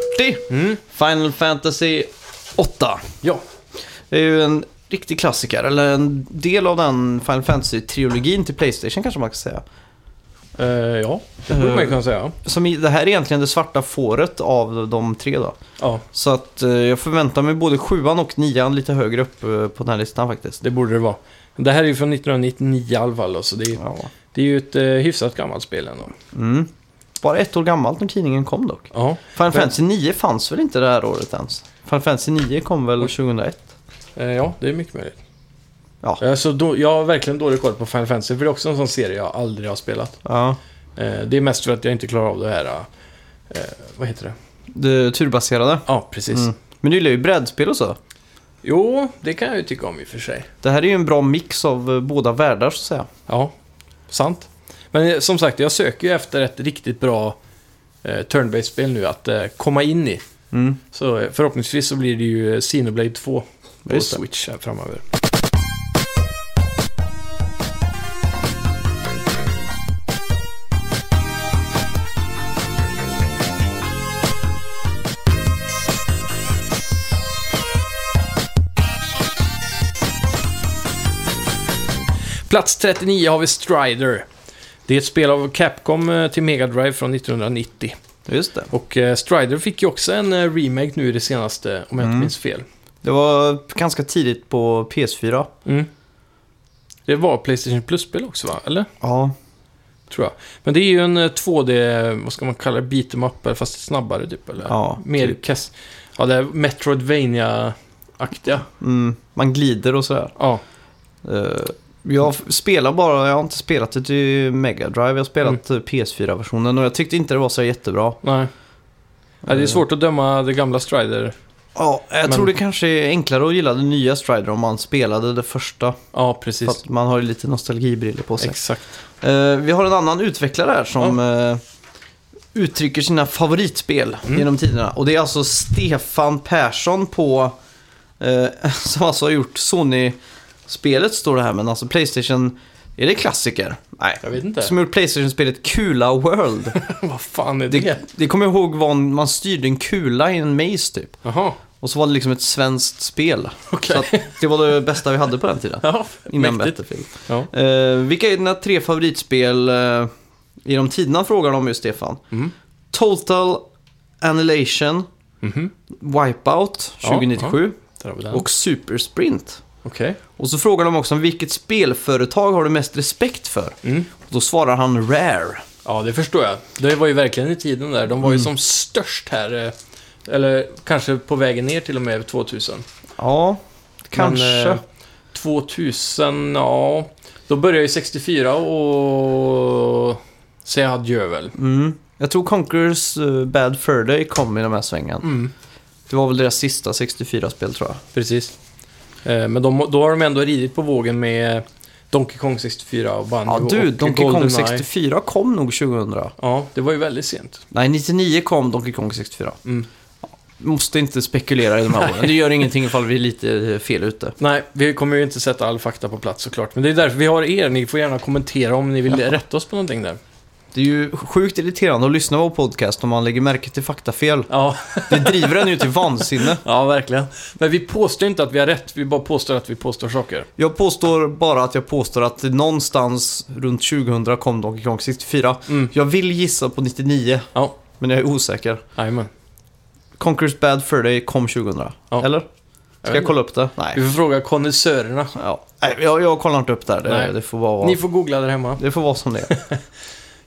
[SPEAKER 1] Mm.
[SPEAKER 2] Final Fantasy 8.
[SPEAKER 1] Ja.
[SPEAKER 2] Det är ju en riktig klassiker, eller en del av den Final Fantasy-trilogin till Playstation kanske man kan säga.
[SPEAKER 1] Eh, ja, det borde man ju
[SPEAKER 2] Eh.
[SPEAKER 1] kunna säga.
[SPEAKER 2] Som i, det här är egentligen det svarta fåret av de tre då.
[SPEAKER 1] Ja,
[SPEAKER 2] Så att eh, jag förväntar mig både sjuan och nian lite högre upp eh, på den här listan faktiskt.
[SPEAKER 1] det borde det vara. Det här är ju från 1999 i alla fall, då, så det är,
[SPEAKER 2] Ja.
[SPEAKER 1] det är ju ett eh, hyfsat gammalt spel ändå.
[SPEAKER 2] Mm. Bara ett år gammalt när tidningen kom dock.
[SPEAKER 1] Ja.
[SPEAKER 2] Final Fantasy 9 fanns väl inte det här året ens? Final Fantasy 9 kom väl 2001?
[SPEAKER 1] Eh, ja, det är mycket möjligt.
[SPEAKER 2] Ja.
[SPEAKER 1] Eh, så då, jag har verkligen dålig koll på Final Fantasy, för det är också en sån serie jag aldrig har spelat.
[SPEAKER 2] Ja.
[SPEAKER 1] Eh, det är mest för att jag inte klarar av det här... Eh, vad heter det?
[SPEAKER 2] Det turbaserade.
[SPEAKER 1] Ja, precis.
[SPEAKER 2] Mm. Men du gillar ju brädspel och så.
[SPEAKER 1] Jo, det kan jag ju tycka om i och för sig.
[SPEAKER 2] Det här är ju en bra mix av eh, båda världar så att säga.
[SPEAKER 1] Ja, sant. Men eh, som sagt, jag söker ju efter ett riktigt bra eh, turn-based-spel nu att eh, komma in i.
[SPEAKER 2] Mm.
[SPEAKER 1] Så eh, förhoppningsvis så blir det ju eh, Xenoblade 2 på
[SPEAKER 2] Just det.
[SPEAKER 1] Switch här framöver. Plats 39 har vi Strider. Det är ett spel av Capcom eh, till Mega Drive från 1990.
[SPEAKER 2] Just det.
[SPEAKER 1] Och eh, Strider fick ju också en eh, remake nu i det senaste, om jag inte
[SPEAKER 2] Mm.
[SPEAKER 1] minns fel.
[SPEAKER 2] Det var ganska tidigt på PS4.
[SPEAKER 1] Mm. Det var Playstation Plus-spel också, va? Eller?
[SPEAKER 2] Ja.
[SPEAKER 1] Tror jag. Men det är ju en eh, 2D, vad ska man kalla det, beat em up, eller fast snabbare typ, eller?
[SPEAKER 2] Ja,
[SPEAKER 1] Mer
[SPEAKER 2] typ.
[SPEAKER 1] kast... Ja, det är Metroidvania-aktiga.
[SPEAKER 2] Mm. Man glider och sådär.
[SPEAKER 1] Ja,
[SPEAKER 2] Eh, Jag f- spelar bara, jag har inte spelat det till Mega Drive, jag har spelat eh, PS4-versionen och jag tyckte inte det var så jättebra.
[SPEAKER 1] nej. Ja, det är svårt att döma det gamla Strider.
[SPEAKER 2] Ja, jag
[SPEAKER 1] Men-
[SPEAKER 2] tror det kanske är enklare att gilla det nya Strider om man spelade det första.
[SPEAKER 1] Ja,
[SPEAKER 2] För
[SPEAKER 1] precis.
[SPEAKER 2] att man har ju lite nostalgibriller på sig.
[SPEAKER 1] Exakt.
[SPEAKER 2] Eh, vi har en annan utvecklare här som eh, uttrycker sina favoritspel
[SPEAKER 1] Mm.
[SPEAKER 2] genom tiderna. Och det är alltså Stefan Persson på... eh, [LAUGHS] som alltså har gjort Sony-spelet står det här, men alltså Playstation... Är det klassiker? Nej.
[SPEAKER 1] Jag vet inte.
[SPEAKER 2] Som har gjort Playstation-spelet Kula World.
[SPEAKER 1] [LAUGHS] vad fan [LAUGHS] är
[SPEAKER 2] det,
[SPEAKER 1] det?
[SPEAKER 2] det kommer jag ihåg var en- man styrde en kula i en maze typ.
[SPEAKER 1] Jaha,
[SPEAKER 2] Och så var det liksom ett svenskt spel.
[SPEAKER 1] okej.
[SPEAKER 2] Så att det var det bästa vi hade på den tiden.
[SPEAKER 1] [LAUGHS] Ja,
[SPEAKER 2] Innan
[SPEAKER 1] mäktigt.
[SPEAKER 2] Battlefield.
[SPEAKER 1] Ja.
[SPEAKER 2] Eh, vilka är dina tre favoritspel eh, genom tiderna frågar de ju Stefan.
[SPEAKER 1] Mm.
[SPEAKER 2] Total Annihilation,
[SPEAKER 1] Mhm.
[SPEAKER 2] Wipeout
[SPEAKER 1] Ja,
[SPEAKER 2] 2097
[SPEAKER 1] Där har vi den.
[SPEAKER 2] och Super Sprint.
[SPEAKER 1] Okej.
[SPEAKER 2] Och så frågar de också om vilket spelföretag har du mest respekt för?
[SPEAKER 1] Mm.
[SPEAKER 2] Och då svarar han Rare.
[SPEAKER 1] Ja, det förstår jag. Det var ju verkligen i tiden där. De var
[SPEAKER 2] Mm.
[SPEAKER 1] ju som störst här. eh, Eller kanske på vägen ner till och med 2000.
[SPEAKER 2] Ja, kanske.
[SPEAKER 1] Men, eh, 2000, ja. Då började ju 64 och säga adjö väl.
[SPEAKER 2] mm. Jag tror Conquerors eh, Bad Fur Day kom i den här svängen.
[SPEAKER 1] Mm,
[SPEAKER 2] Det var väl deras sista 64-spel tror jag.
[SPEAKER 1] precis. Eh, Men de, då har de ändå ridit på vågen med Donkey Kong 64 och Banjo
[SPEAKER 2] Ja du,
[SPEAKER 1] och
[SPEAKER 2] Donkey Kong
[SPEAKER 1] GoldenEye.
[SPEAKER 2] 64 kom nog 2000.
[SPEAKER 1] Ja, det var ju väldigt sent.
[SPEAKER 2] Nej, 99 kom Donkey Kong 64.
[SPEAKER 1] Mm.
[SPEAKER 2] Måste inte spekulera i de här åren. Det gör ingenting ifall vi är lite eh, fel ute.
[SPEAKER 1] Nej, vi kommer ju inte sätta all fakta på plats såklart. Men det är därför vi har er. Ni får gärna kommentera om ni vill rätta oss på någonting där.
[SPEAKER 2] Det är ju sjukt irriterande att lyssna på podcast om man lägger märke till faktafel.
[SPEAKER 1] Ja,
[SPEAKER 2] Det driver en ju till vansinne.
[SPEAKER 1] ja, verkligen. Men vi påstår inte att vi har rätt, vi bara påstår att vi påstår saker.
[SPEAKER 2] Jag påstår bara att jag påstår att någonstans runt 2000 kom Donkey Kong 64.
[SPEAKER 1] Mm.
[SPEAKER 2] Jag vill gissa på 99,
[SPEAKER 1] Ja,
[SPEAKER 2] men jag är osäker.
[SPEAKER 1] jajamän.
[SPEAKER 2] Conquer's Bad Fur kom 2000,
[SPEAKER 1] Ja.
[SPEAKER 2] eller? Ska jag kolla upp det? Nej.
[SPEAKER 1] Vi får fråga konnässörerna.
[SPEAKER 2] Ja. Nej, jag, jag kollar inte upp där. Det,
[SPEAKER 1] Nej.
[SPEAKER 2] det får vara...
[SPEAKER 1] Ni får googla där hemma.
[SPEAKER 2] Det får vara som det är.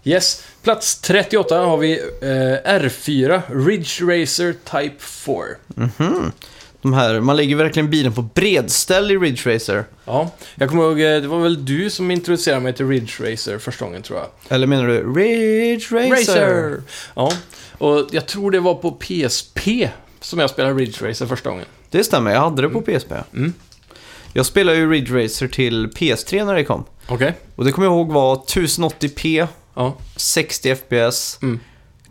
[SPEAKER 1] Yes. Plats 38 har vi eh, R4, Ridge Racer Type 4.
[SPEAKER 2] Mm. De här, man lägger verkligen bilen på bredställ i Ridge Racer.
[SPEAKER 1] Ja, jag kommer ihåg, eh, det var väl du som introducerade mig till Ridge Racer första gången tror jag.
[SPEAKER 2] Eller menar du Ridge Racer?
[SPEAKER 1] Ja, och jag tror det var på PSP som jag spelade Ridge Racer första gången.
[SPEAKER 2] Det stämmer, jag hade det på PSP.
[SPEAKER 1] Mm.
[SPEAKER 2] Jag spelade ju Ridge Racer till PS3 när det kom.
[SPEAKER 1] Okej.
[SPEAKER 2] Och det kommer jag ihåg var 1080p,
[SPEAKER 1] Ja.
[SPEAKER 2] 60 FPS.
[SPEAKER 1] Mm.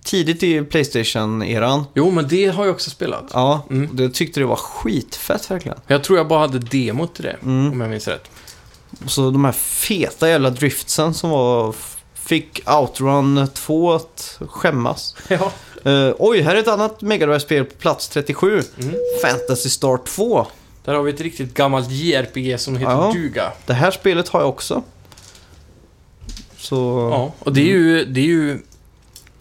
[SPEAKER 2] Tidigt i Playstation-eran.
[SPEAKER 1] Jo, men det har jag också spelat.
[SPEAKER 2] Ja,
[SPEAKER 1] Mm.
[SPEAKER 2] och det tyckte det var skitfett verkligen.
[SPEAKER 1] Jag tror jag bara hade demot till det, om jag minns rätt.
[SPEAKER 2] Och så de här feta jävla driftsen som var... Fick Outrun 2 att skämmas.
[SPEAKER 1] [LAUGHS] Ja.
[SPEAKER 2] Eh, oj, här är ett annat Mega Drive-spel på plats 37.
[SPEAKER 1] Mm.
[SPEAKER 2] Fantasy Star 2.
[SPEAKER 1] Där har vi ett riktigt gammalt JRPG som heter
[SPEAKER 2] Ja.
[SPEAKER 1] Duga.
[SPEAKER 2] Det här spelet har jag också. Så...
[SPEAKER 1] Ja, och det är ju, det är ju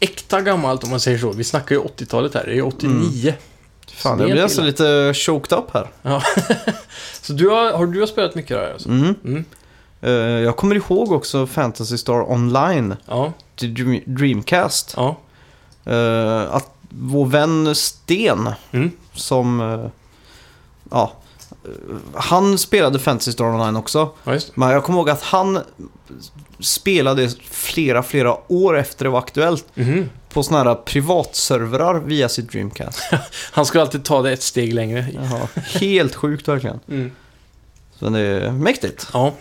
[SPEAKER 1] äkta gammalt om man säger så. Vi snackar ju 80-talet här, det är ju 89.
[SPEAKER 2] Mm. Fan,
[SPEAKER 1] Så
[SPEAKER 2] jag
[SPEAKER 1] det är
[SPEAKER 2] blir alltså
[SPEAKER 1] inte
[SPEAKER 2] nästan
[SPEAKER 1] illa.
[SPEAKER 2] lite choked up här.
[SPEAKER 1] Ja. så du har, har du har spelat mycket där alltså?
[SPEAKER 2] Mm.
[SPEAKER 1] Mm.
[SPEAKER 2] Eh, jag kommer ihåg också Fantasy Star Online
[SPEAKER 1] Ja,
[SPEAKER 2] till Dream- Dreamcast.
[SPEAKER 1] ja.
[SPEAKER 2] Eh, att vår vän Sten,
[SPEAKER 1] Mm.
[SPEAKER 2] som... eh, ja. eh, han spelade Fantasy Star Online också.
[SPEAKER 1] ja just det.
[SPEAKER 2] Men jag kommer ihåg att han spelade flera, flera år efter det var aktuellt.
[SPEAKER 1] Mhm.
[SPEAKER 2] på såna här privatservrar via
[SPEAKER 1] [LAUGHS]
[SPEAKER 2] sitt Dreamcast.
[SPEAKER 1] Han skulle alltid ta det ett steg längre.
[SPEAKER 2] Jaha. Helt sjukt verkligen.
[SPEAKER 1] Mm.
[SPEAKER 2] Så det är mäktigt.
[SPEAKER 1] Ja.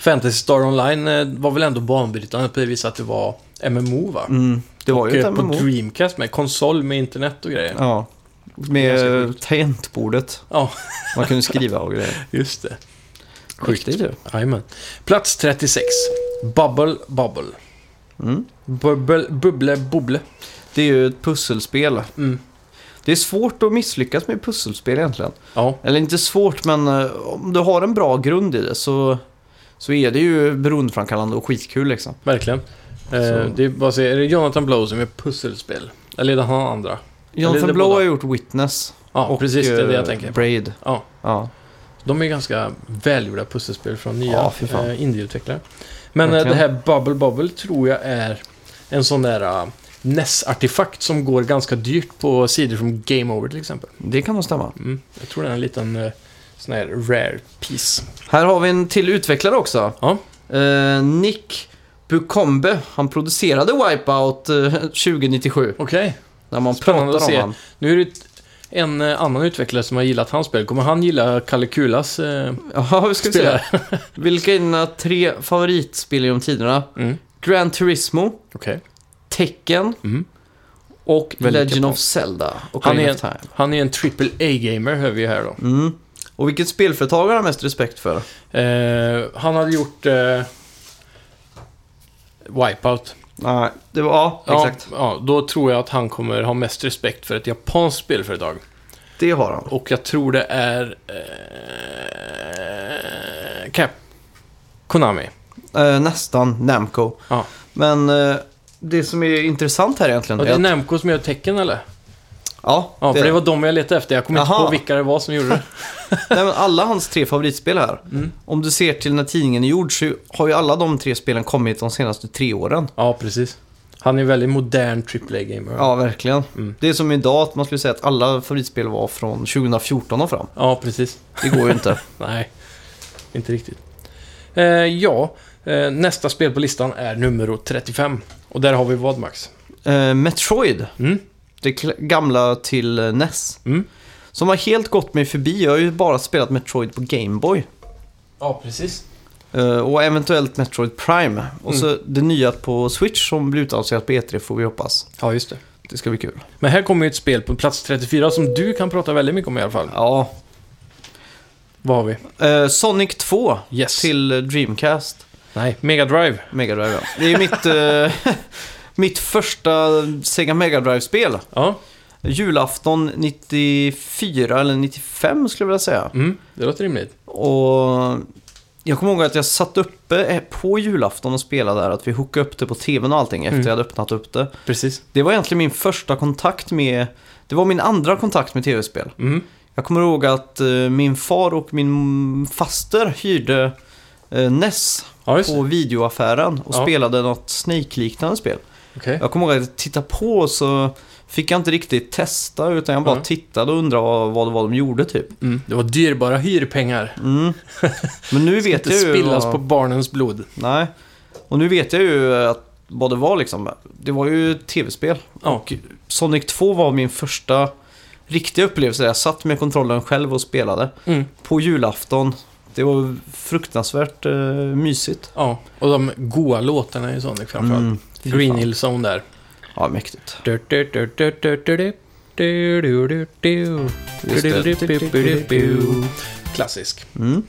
[SPEAKER 1] Fantasy Star Online eh, var väl ändå banbrytande på det viset att det var MMO va?
[SPEAKER 2] Mm, det var ju
[SPEAKER 1] Och,
[SPEAKER 2] ett
[SPEAKER 1] eh, på
[SPEAKER 2] MMO.
[SPEAKER 1] Dreamcast med konsol med internet och grejer.
[SPEAKER 2] Ja.
[SPEAKER 1] Ganska
[SPEAKER 2] Med tangentbordet.
[SPEAKER 1] Ja.
[SPEAKER 2] Man kunde skriva och
[SPEAKER 1] [LAUGHS]
[SPEAKER 2] grejer.
[SPEAKER 1] Just det.
[SPEAKER 2] Sjukt. Det är det.
[SPEAKER 1] Jajamän. Plats 36. Bubble Bubble.
[SPEAKER 2] Mm.
[SPEAKER 1] Bubble, bubble, bubble.
[SPEAKER 2] det är ju ett pusselspel.
[SPEAKER 1] Mm.
[SPEAKER 2] Det är svårt att misslyckas med pusselspel egentligen.
[SPEAKER 1] Ja,
[SPEAKER 2] Eller inte svårt, men eh, om du har en bra grund i det så, så är det ju beroendeframkallande och skitkul liksom.
[SPEAKER 1] verkligen. Eh, det är bara att se, är det Jonathan Blow som gör pusselspel? Eller är det han andra?
[SPEAKER 2] Jonathan
[SPEAKER 1] det
[SPEAKER 2] Blow
[SPEAKER 1] båda?
[SPEAKER 2] har gjort Witness.
[SPEAKER 1] Ja, precis. Det är det jag
[SPEAKER 2] eh,
[SPEAKER 1] tänker.
[SPEAKER 2] Braid.
[SPEAKER 1] Ja.
[SPEAKER 2] Ja.
[SPEAKER 1] De är ganska välgjorda pusselspel från nya
[SPEAKER 2] Ja, fy fan.
[SPEAKER 1] eh, indieutvecklare. Men eh, det
[SPEAKER 2] Verkligen.
[SPEAKER 1] här Bubble Bubble tror jag är en sån där eh, NES-artefakt som går ganska dyrt på sidor som Game Over till exempel.
[SPEAKER 2] Det kan nog stämma.
[SPEAKER 1] Mm. Jag tror det är en liten eh, sån här rare piece.
[SPEAKER 2] Här har vi en till utvecklare också.
[SPEAKER 1] Ja.
[SPEAKER 2] Eh, Nick Bukombe. Han producerade Wipeout eh, 2097.
[SPEAKER 1] Okej.
[SPEAKER 2] När man
[SPEAKER 1] Spännande
[SPEAKER 2] pratar
[SPEAKER 1] att
[SPEAKER 2] om
[SPEAKER 1] se.
[SPEAKER 2] han.
[SPEAKER 1] Nu är det ett- en eh, annan utvecklare som har gillat hans spel. Kommer han gilla Kalle Kulas eh,
[SPEAKER 2] Ja, vi ska se.
[SPEAKER 1] spel?
[SPEAKER 2] Vilka är dina tre favoritspel genom tiderna?
[SPEAKER 1] Mm.
[SPEAKER 2] Gran Turismo,
[SPEAKER 1] Okej. Tecken.
[SPEAKER 2] Tekken
[SPEAKER 1] Mm.
[SPEAKER 2] och
[SPEAKER 1] Väldigt
[SPEAKER 2] Legend
[SPEAKER 1] bra.
[SPEAKER 2] of Zelda. Och
[SPEAKER 1] Han
[SPEAKER 2] han
[SPEAKER 1] är-
[SPEAKER 2] är... Time.
[SPEAKER 1] Han är en triple A-gamer, hör vi här då.
[SPEAKER 2] Mm. Och vilket spelföretag har han mest respekt för?
[SPEAKER 1] Eh, han hade gjort eh, Wipeout.
[SPEAKER 2] Nej, det var... Ja,
[SPEAKER 1] Ja,
[SPEAKER 2] exakt.
[SPEAKER 1] ja, då tror jag att han kommer ha mest respekt för ett japanskt spelföretag.
[SPEAKER 2] Det har han.
[SPEAKER 1] Och jag tror det är... Eh, Cap... Konami.
[SPEAKER 2] Eh, nästan Namco.
[SPEAKER 1] Ja.
[SPEAKER 2] Men eh, det som är intressant här egentligen
[SPEAKER 1] Och det
[SPEAKER 2] är
[SPEAKER 1] är
[SPEAKER 2] att...
[SPEAKER 1] Namco som gör tecken eller?
[SPEAKER 2] Ja,
[SPEAKER 1] Ja, för det
[SPEAKER 2] är-
[SPEAKER 1] var de jag letade efter. Jag kommer inte
[SPEAKER 2] Aha.
[SPEAKER 1] på vilka det var som gjorde det.
[SPEAKER 2] Nej, men alla hans tre favoritspel här. Om du ser till när tidningen är gjord så har ju alla de tre spelen kommit de senaste tre åren.
[SPEAKER 1] Ja, precis. Han är en väldigt modern AAA-gamer.
[SPEAKER 2] Ja, verkligen.
[SPEAKER 1] Mm.
[SPEAKER 2] Det är som idag att man skulle säga att alla favoritspel var från 2014 och fram.
[SPEAKER 1] ja, precis.
[SPEAKER 2] Det går ju inte.
[SPEAKER 1] Nej, inte riktigt. Eh, ja, eh, nästa spel på listan är nummer 35. Och där har vi vad, Max?
[SPEAKER 2] Eh, Metroid,
[SPEAKER 1] Mm.
[SPEAKER 2] det kla- gamla till eh, NES.
[SPEAKER 1] Mm.
[SPEAKER 2] Som har helt gått mig förbi. Jag har ju bara spelat Metroid på Gameboy.
[SPEAKER 1] Ja, precis.
[SPEAKER 2] Eh, och eventuellt Metroid Prime. Och så det nya på Switch som blir utannonserat på E3 får vi hoppas.
[SPEAKER 1] Ja, just det.
[SPEAKER 2] Det ska bli kul.
[SPEAKER 1] Men här kommer ju ett spel på plats 34 som du kan prata väldigt mycket om i alla fall.
[SPEAKER 2] Ja.
[SPEAKER 1] Vad har vi?
[SPEAKER 2] Eh, Sonic 2
[SPEAKER 1] Yes.
[SPEAKER 2] till eh, Dreamcast.
[SPEAKER 1] Nej, Mega Drive.
[SPEAKER 2] Mega Drive, ja. Det är mitt, eh, mitt första Sega Mega Drive-spel.
[SPEAKER 1] Ja,
[SPEAKER 2] Julafton 94 eller 95 skulle jag vilja säga.
[SPEAKER 1] mm, det låter rimligt.
[SPEAKER 2] Och jag kommer ihåg att jag satt uppe eh, på julafton och spelade där. Att vi hookade upp det på tvn och allting efter
[SPEAKER 1] Mm.
[SPEAKER 2] jag hade öppnat upp det.
[SPEAKER 1] Precis.
[SPEAKER 2] Det var egentligen min första kontakt med... Det var min andra kontakt med tv-spel.
[SPEAKER 1] Mm.
[SPEAKER 2] Jag kommer ihåg att eh, min far och min faster hyrde eh, NES
[SPEAKER 1] Ja, just det.
[SPEAKER 2] på videoaffären och
[SPEAKER 1] Ja.
[SPEAKER 2] spelade något Snake-liknande spel.
[SPEAKER 1] Okej.
[SPEAKER 2] Jag kommer ihåg att jag tittade på så fick jag inte riktigt testa utan jag bara
[SPEAKER 1] Nej.
[SPEAKER 2] tittade och undrade vad, vad det var de gjorde typ.
[SPEAKER 1] Mm. Det var dyrbara hyrpengar.
[SPEAKER 2] Mm.
[SPEAKER 1] [LAUGHS]
[SPEAKER 2] Men nu vet
[SPEAKER 1] Det
[SPEAKER 2] jag ju...
[SPEAKER 1] spillas
[SPEAKER 2] vad-
[SPEAKER 1] på barnens blod.
[SPEAKER 2] Nej. Och nu vet jag ju att vad det var liksom. Det var ju tv-spel.
[SPEAKER 1] Ja.
[SPEAKER 2] Och Sonic 2 var min första riktiga upplevelse. där Jag satt med kontrollen själv och spelade
[SPEAKER 1] Mm.
[SPEAKER 2] på julafton. Det var fruktansvärt eh, mysigt.
[SPEAKER 1] Ja, och de goa låtarna i Sonic liksom, framförallt.
[SPEAKER 2] Mm, fy fan.
[SPEAKER 1] Green Hill Zone där.
[SPEAKER 2] Ja, mäktigt.
[SPEAKER 1] Du, du, du, du, du, du, du. Du, du, du, du.
[SPEAKER 2] Just
[SPEAKER 1] Du, du, du, du, du, du.
[SPEAKER 2] det.
[SPEAKER 1] Klassisk.
[SPEAKER 2] Mm.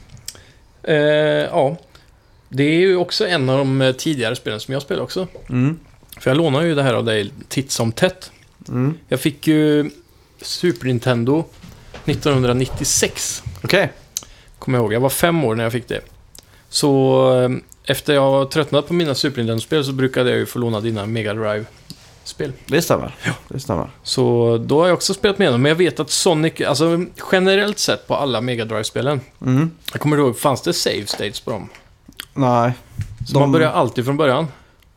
[SPEAKER 1] Eh, ja, det är ju också en av de eh, tidigare spelen som jag spelade också.
[SPEAKER 2] Mm.
[SPEAKER 1] För jag lånar ju det här av dig titt som tätt.
[SPEAKER 2] Mm.
[SPEAKER 1] Jag fick ju Super Nintendo 1996.
[SPEAKER 2] Okej.
[SPEAKER 1] Kommer jag ihåg. Jag var fem år när jag fick det. Så eh, efter jag har tröttnat på mina Super Nintendo-spel så brukade jag ju få låna dina Mega Drive-spel.
[SPEAKER 2] Det stämmer. Det stämmer.
[SPEAKER 1] Så då har jag också spelat med dem. Men jag vet att Sonic, alltså generellt sett på alla Mega Drive-spelen.
[SPEAKER 2] Mm.
[SPEAKER 1] Jag kommer ihåg, fanns det save states på dem?
[SPEAKER 2] Nej.
[SPEAKER 1] Så
[SPEAKER 2] De-
[SPEAKER 1] man börjar alltid från början.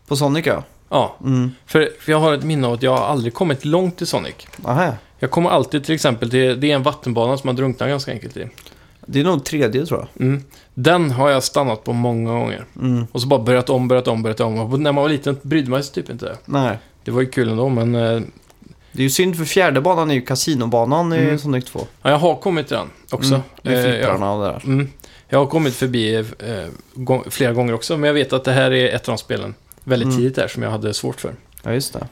[SPEAKER 2] På Sonic ja.
[SPEAKER 1] Ja,
[SPEAKER 2] Mm.
[SPEAKER 1] för, för jag har ett minne av att jag har aldrig kommit långt i Sonic.
[SPEAKER 2] Aha.
[SPEAKER 1] Jag kommer alltid till exempel till, det är en vattenbana som man drunknar ganska enkelt i.
[SPEAKER 2] Det är nog tredje tror jag.
[SPEAKER 1] Mm. Den har jag stannat på många gånger.
[SPEAKER 2] Mm.
[SPEAKER 1] Och så bara börjat om, börjat om, börjat om. Och när man var liten brydde man sig typ inte.
[SPEAKER 2] Nej.
[SPEAKER 1] Det var ju kul ändå, men eh,
[SPEAKER 2] Det är ju synd för fjärde banan är ju kasinobanan i
[SPEAKER 1] Mm.
[SPEAKER 2] Sonic 2.
[SPEAKER 1] ja, jag har kommit till den också.
[SPEAKER 2] Mm, med
[SPEAKER 1] Eh, jag,
[SPEAKER 2] flipprarna och det där.
[SPEAKER 1] mm, jag har kommit förbi eh, gång, flera gånger också, men jag vet att det här är ett av de spelen väldigt
[SPEAKER 2] Mm.
[SPEAKER 1] tidigt där som jag hade svårt för.
[SPEAKER 2] Ja, just det.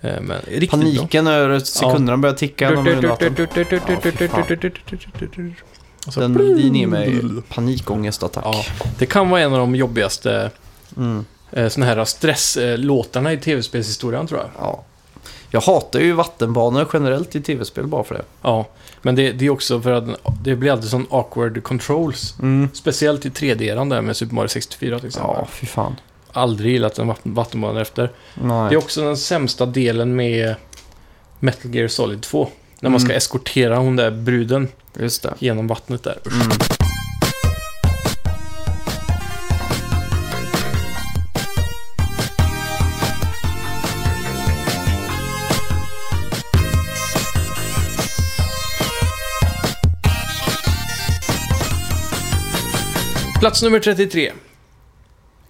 [SPEAKER 1] Eh, men riktigt bra.
[SPEAKER 2] Paniken över att sekunderna börjar ticka när man är under vatten.
[SPEAKER 1] Och så-
[SPEAKER 2] Den din ger mig panikångestattack.
[SPEAKER 1] Ja, Alltså, det kan vara en av de jobbigaste
[SPEAKER 2] Mm,
[SPEAKER 1] eh, såna här stresslåtarna i tv-spelshistorien tror jag.
[SPEAKER 2] ja. Jag hatar ju vattenbanor generellt i tv-spel bara för det.
[SPEAKER 1] Ja, men det, det är också för att det blir alltid sån awkward controls.
[SPEAKER 2] Mm.
[SPEAKER 1] Speciellt i 3D-eran där med Super Mario 64 till exempel.
[SPEAKER 2] Ja, fy fan.
[SPEAKER 1] Aldrig gillat en vatten- vattenbana efter. Det är
[SPEAKER 2] Nej.
[SPEAKER 1] också den sämsta delen med Metal Gear Solid 2. När man
[SPEAKER 2] Mm.
[SPEAKER 1] ska eskortera hon där bruden
[SPEAKER 2] Just det.
[SPEAKER 1] genom vattnet där. Usch.
[SPEAKER 2] Mm.
[SPEAKER 1] Plats nummer 33.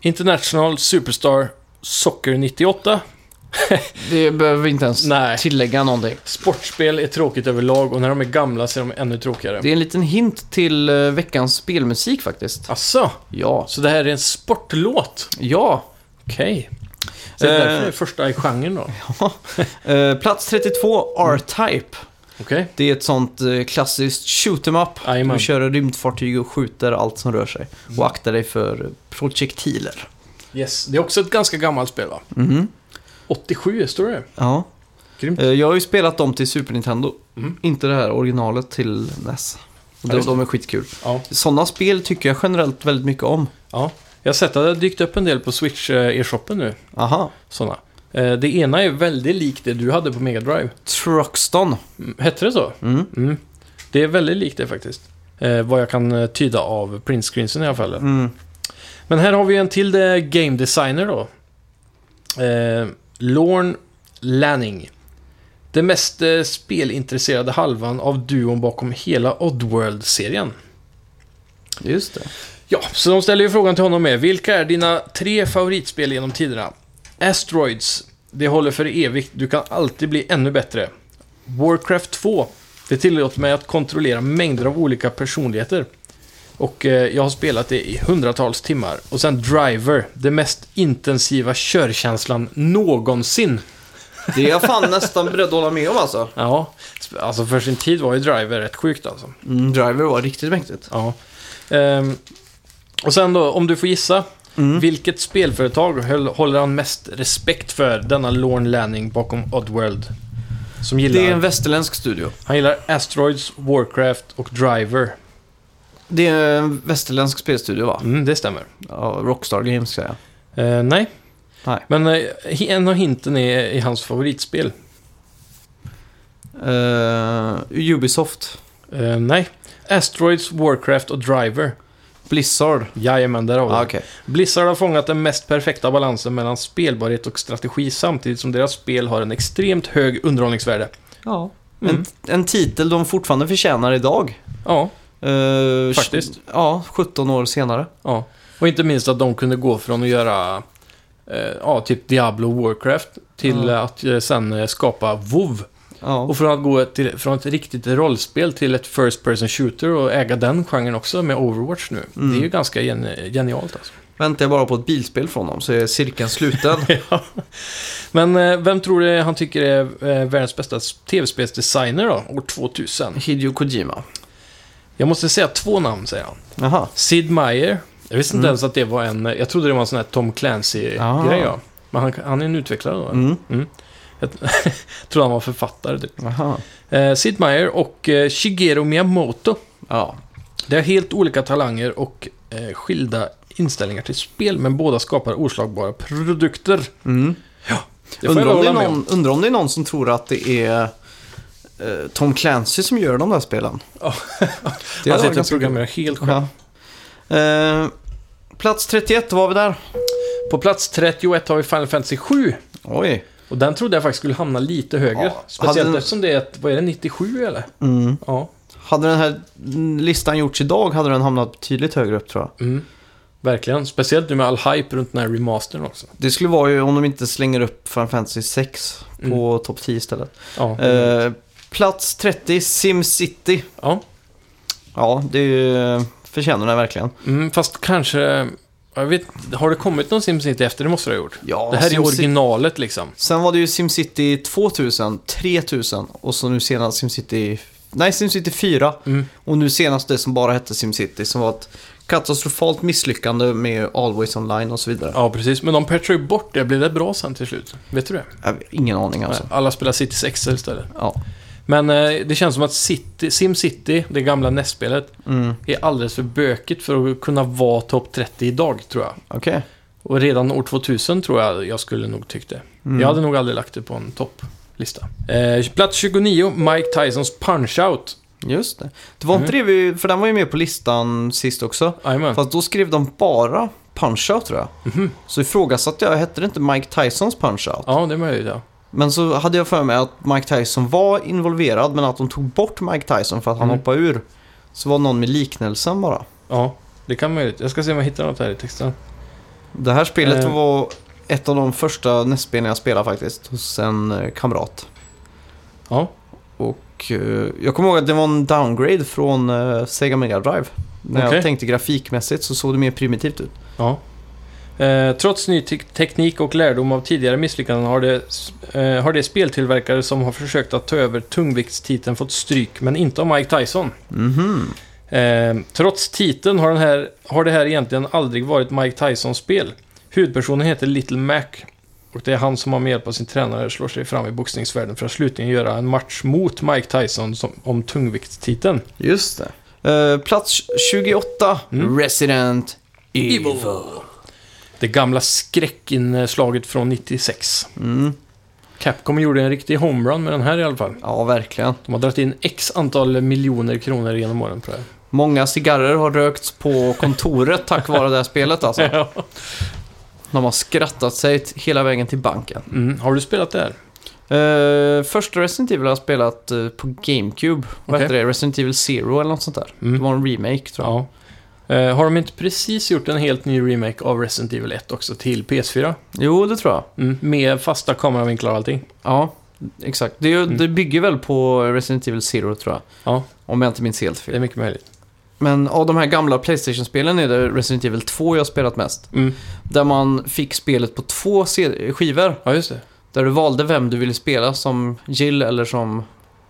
[SPEAKER 1] International Superstar Soccer 98.
[SPEAKER 2] Det behöver vi inte ens
[SPEAKER 1] Nej.
[SPEAKER 2] tillägga någonting.
[SPEAKER 1] Sportspel är tråkigt överlag och när de är gamla så är de ännu tråkigare.
[SPEAKER 2] Det är en liten hint till eh, veckans spelmusik faktiskt.
[SPEAKER 1] Asså,
[SPEAKER 2] Ja.
[SPEAKER 1] så det här är en sportlåt?
[SPEAKER 2] Ja.
[SPEAKER 1] Okej. Så det är
[SPEAKER 2] Eh.
[SPEAKER 1] därför det är första i genren då?
[SPEAKER 2] Eh, plats 32, R-Type.
[SPEAKER 1] Okej.
[SPEAKER 2] Det är ett sånt eh, klassiskt shoot 'em up.
[SPEAKER 1] Jajamän. Mm.
[SPEAKER 2] Du kör en rymdfartyg och skjuter allt som rör sig. Och aktar dig för projektiler.
[SPEAKER 1] Yes. Det är också ett ganska gammalt spel va?
[SPEAKER 2] Mhm.
[SPEAKER 1] 87 står det.
[SPEAKER 2] Ja.
[SPEAKER 1] Grymt.
[SPEAKER 2] Eh, Jag har ju spelat dem till Super Nintendo.
[SPEAKER 1] Mm.
[SPEAKER 2] Inte det här originalet till NES. Och
[SPEAKER 1] Ja,
[SPEAKER 2] de,
[SPEAKER 1] just
[SPEAKER 2] de är skitkul.
[SPEAKER 1] Ja.
[SPEAKER 2] Sådana spel tycker jag generellt väldigt mycket om.
[SPEAKER 1] ja. Jag har sett att det har dykt upp en del på Switch eh, e-shoppen nu.
[SPEAKER 2] Aha.
[SPEAKER 1] Såna. Eh, Det ena är väldigt likt det du hade på Mega Drive.
[SPEAKER 2] Truxton.
[SPEAKER 1] Mm, Hette det så?
[SPEAKER 2] Mm.
[SPEAKER 1] Mm. Det är väldigt likt det faktiskt. Eh, vad jag kan eh, tyda av printscreensen i alla fall.
[SPEAKER 2] Mm.
[SPEAKER 1] Men här har vi en till eh, game designer då. Eh, Lorne Lanning. Den mest eh, spelintresserade halvan av duon bakom hela Oddworld-serien.
[SPEAKER 2] Just det.
[SPEAKER 1] Ja, så de ställer ju frågan till honom med. Vilka är dina tre favoritspel genom tiderna? Asteroids. Det håller för evigt. Du kan alltid bli ännu bättre. Warcraft 2. Det tillåter mig att kontrollera mängder av olika personligheter. Och eh, jag har spelat det i hundratals timmar. Och sen Driver. Det mest intensiva körkänslan någonsin.
[SPEAKER 2] Det är jag fan nästan beredd att hålla med om alltså.
[SPEAKER 1] Ja, alltså för sin tid var ju Driver rätt sjukt alltså.
[SPEAKER 2] Mm, Driver var riktigt mäktigt.
[SPEAKER 1] Ja. Ehm, och sen då, om du får gissa.
[SPEAKER 2] Mm.
[SPEAKER 1] Vilket spelföretag höll, håller han mest respekt för, denna Lorne Lanning bakom Oddworld? Som gillar,
[SPEAKER 2] Det är en västerländsk studio.
[SPEAKER 1] Han gillar Asteroids, Warcraft och Driver.
[SPEAKER 2] Det är en västerländsk spelstudio va?
[SPEAKER 1] Mm, det stämmer.
[SPEAKER 2] Ja, Rockstar Games säger jag.
[SPEAKER 1] Eh, nej.
[SPEAKER 2] Nej.
[SPEAKER 1] Men eh, hi- en av hinten är i hans favoritspel.
[SPEAKER 2] Eh, Ubisoft.
[SPEAKER 1] Eh, nej. Asteroids, Warcraft och Driver.
[SPEAKER 2] Blizzard.
[SPEAKER 1] Jajamän, där har vi
[SPEAKER 2] Ah,
[SPEAKER 1] det.
[SPEAKER 2] okej.
[SPEAKER 1] Blizzard har fångat den mest perfekta balansen mellan spelbarhet och strategi samtidigt som deras spel har en extremt hög underhållningsvärde.
[SPEAKER 2] Ja.
[SPEAKER 1] Mm.
[SPEAKER 2] En, en titel de fortfarande förtjänar idag.
[SPEAKER 1] Ja,
[SPEAKER 2] Eh,
[SPEAKER 1] Faktiskt.
[SPEAKER 2] Ja, 17 år senare.
[SPEAKER 1] ja. Och inte minst att de kunde gå från att göra eh, ja, typ Diablo och Warcraft till
[SPEAKER 2] Ja.
[SPEAKER 1] eh, att eh, sen eh, skapa WoW.
[SPEAKER 2] Ja.
[SPEAKER 1] Och från att gå till, från ett riktigt rollspel till ett First Person Shooter och äga den genren också med Overwatch nu.
[SPEAKER 2] Mm.
[SPEAKER 1] Det är ju ganska gen- genialt
[SPEAKER 2] [LAUGHS]
[SPEAKER 1] alltså.
[SPEAKER 2] Väntar jag bara på ett bilspel från dem så är cirkeln [LAUGHS] sluten.
[SPEAKER 1] Ja. Men eh, vem tror du han tycker är eh, världens bästa tv-spelsdesigner då, år 2000?
[SPEAKER 2] Hideo Kojima.
[SPEAKER 1] Jag måste säga två namn, säger han.
[SPEAKER 2] Jaha.
[SPEAKER 1] Sid Meier. Jag visste inte
[SPEAKER 2] Mm.
[SPEAKER 1] ens att det var en... Jag trodde det var en sån här Tom
[SPEAKER 2] Ah.
[SPEAKER 1] Clancy-grej, ja. Men han, han är en utvecklare då.
[SPEAKER 2] Mm.
[SPEAKER 1] Jag trodde han var författare, typ.
[SPEAKER 2] Jaha.
[SPEAKER 1] Eh, Sid Meier och eh, Shigeru Miyamoto.
[SPEAKER 2] Ja.
[SPEAKER 1] Det är helt olika talanger och eh, skilda inställningar till spel, men båda skapar oslagbara produkter.
[SPEAKER 2] Mm.
[SPEAKER 1] Det får jag
[SPEAKER 2] Undrar,
[SPEAKER 1] lov
[SPEAKER 2] om
[SPEAKER 1] att
[SPEAKER 2] det är
[SPEAKER 1] hålla med om.
[SPEAKER 2] någon, undrar om det är någon som tror att det är eh, Tom Clancy som gör de där spelen.
[SPEAKER 1] Ja.
[SPEAKER 2] det
[SPEAKER 1] Han
[SPEAKER 2] hade varit
[SPEAKER 1] sitter och
[SPEAKER 2] ganska kul.
[SPEAKER 1] programmerar helt själv.
[SPEAKER 2] Ja. Eh, plats 31, var vi där?
[SPEAKER 1] På plats 31 har vi Final Fantasy 7.
[SPEAKER 2] Oj.
[SPEAKER 1] Och den trodde jag faktiskt skulle hamna lite högre.
[SPEAKER 2] Ja,
[SPEAKER 1] Speciellt
[SPEAKER 2] hade den-
[SPEAKER 1] eftersom det är, ett, vad är det, 97 eller?
[SPEAKER 2] Mm.
[SPEAKER 1] Ja.
[SPEAKER 2] Hade den här mm, listan gjorts idag hade den hamnat betydligt högre upp tror jag.
[SPEAKER 1] Mm. Verkligen. Speciellt nu med all hype runt den här remastern också.
[SPEAKER 2] Det skulle vara ju om de inte slänger upp Final Fantasy 6 på
[SPEAKER 1] Mm.
[SPEAKER 2] topp 10 istället.
[SPEAKER 1] Ja.
[SPEAKER 2] Eh, plats 30, SimCity.
[SPEAKER 1] ja.
[SPEAKER 2] Ja, det är ju, förtjänar den verkligen.
[SPEAKER 1] Mm, fast kanske... Jag vet, har det kommit någon SimCity efter? Det måste det ha gjort.
[SPEAKER 2] Ja,
[SPEAKER 1] det här är
[SPEAKER 2] SimCity-
[SPEAKER 1] originalet liksom.
[SPEAKER 2] Sen var det ju SimCity 2000, 3000 och så nu senast SimCity... Nej, SimCity 4.
[SPEAKER 1] Mm.
[SPEAKER 2] Och nu senast det som bara hette SimCity som var ett katastrofalt misslyckande med Always Online och så vidare.
[SPEAKER 1] Ja, precis. Men de patchade ju bort det. Blev det bra sen till slut? Vet du det?
[SPEAKER 2] Jag har ingen aning alltså.
[SPEAKER 1] Alla spelar City 6 istället.
[SPEAKER 2] Ja.
[SPEAKER 1] Men eh, det känns som att City, SimCity, det gamla NES-spelet,
[SPEAKER 2] Mm.
[SPEAKER 1] är alldeles för bökigt för att kunna vara topp 30 idag, tror jag.
[SPEAKER 2] Okej.
[SPEAKER 1] Och redan år 2000 tror jag jag skulle nog tyckt det.
[SPEAKER 2] Mm.
[SPEAKER 1] Jag hade nog aldrig lagt det på en topplista. Eh, plats 29, Mike Tysons Punch-Out.
[SPEAKER 2] Just det. Det var inte det vi... För den var ju med på listan sist också.
[SPEAKER 1] Jajamän.
[SPEAKER 2] Fast då skrev de bara Punch-Out tror jag. Så ifrågasatte jag, hette det inte Mike Tysons Punch-Out?
[SPEAKER 1] Ja, det är möjligt ja.
[SPEAKER 2] Men så hade jag för mig att Mike Tyson var involverad men att de tog bort Mike Tyson för att han
[SPEAKER 1] Mm.
[SPEAKER 2] hoppade ur. Så var det någon med liknelsen bara.
[SPEAKER 1] Ja, det kan vara möjligt. Jag ska se om jag hittar något här i texten.
[SPEAKER 2] Det här spelet
[SPEAKER 1] Eh.
[SPEAKER 2] var ett av de första nästspelen jag spelade faktiskt hos en eh, kamrat.
[SPEAKER 1] Ja,
[SPEAKER 2] Och eh, jag kommer ihåg att det var en downgrade från eh, Sega Mega Drive. När
[SPEAKER 1] Okej.
[SPEAKER 2] jag tänkte grafikmässigt så såg det mer primitivt ut.
[SPEAKER 1] ja. Eh, trots ny te- teknik och lärdom av tidigare misslyckanden har, det, s- eh, har de speltillverkare som har försökt att ta över tungviktstiteln fått stryk, men inte av Mike Tyson.
[SPEAKER 2] Mhm.
[SPEAKER 1] Eh, trots titeln har, den här, har det här egentligen aldrig varit Mike Tysons spel. Huvudpersonen heter Little Mac och det är han som har med hjälp av sin tränare slår sig fram i boxningsvärlden för att slutligen göra en match mot Mike Tyson som, om tungviktstiteln.
[SPEAKER 2] Just det. Eh, plats 28,
[SPEAKER 1] Mm.
[SPEAKER 2] Resident Evil.
[SPEAKER 1] Det gamla skräckinslaget från 96.
[SPEAKER 2] Mm.
[SPEAKER 1] Capcom gjorde en riktig homerun med den här i alla fall.
[SPEAKER 2] Ja, verkligen.
[SPEAKER 1] De har dragit in x antal miljoner kronor genom åren tror jag.
[SPEAKER 2] Många cigarrer har rökts på kontoret tack vare det här spelet alltså. De har skrattat sig t- hela vägen till banken.
[SPEAKER 1] Mm. Har du spelat det här?
[SPEAKER 2] Eh, första Resident Evil har jag spelat eh, på GameCube. Vad
[SPEAKER 1] Okej.
[SPEAKER 2] hette det? Resident Evil Zero eller något sånt där.
[SPEAKER 1] Mm.
[SPEAKER 2] Det var en remake tror jag.
[SPEAKER 1] Ja. Eh, har de inte precis gjort en helt ny remake av Resident Evil 1 också till PS4?
[SPEAKER 2] Jo, det tror jag.
[SPEAKER 1] Mm. Med fasta kameravinklar och allting?
[SPEAKER 2] Ja, exakt. Det, är ju- det bygger väl på Resident Evil Zero tror jag.
[SPEAKER 1] Mm. Ja,
[SPEAKER 2] Om jag inte minns helt
[SPEAKER 1] det är
[SPEAKER 2] fel.
[SPEAKER 1] mycket möjligt.
[SPEAKER 2] Men av de här gamla Playstation-spelen är det Resident Evil 2 jag har spelat mest.
[SPEAKER 1] Mm.
[SPEAKER 2] Där man fick spelet på två CD skivor.
[SPEAKER 1] Ja, just det.
[SPEAKER 2] Där du valde vem du ville spela som Jill eller som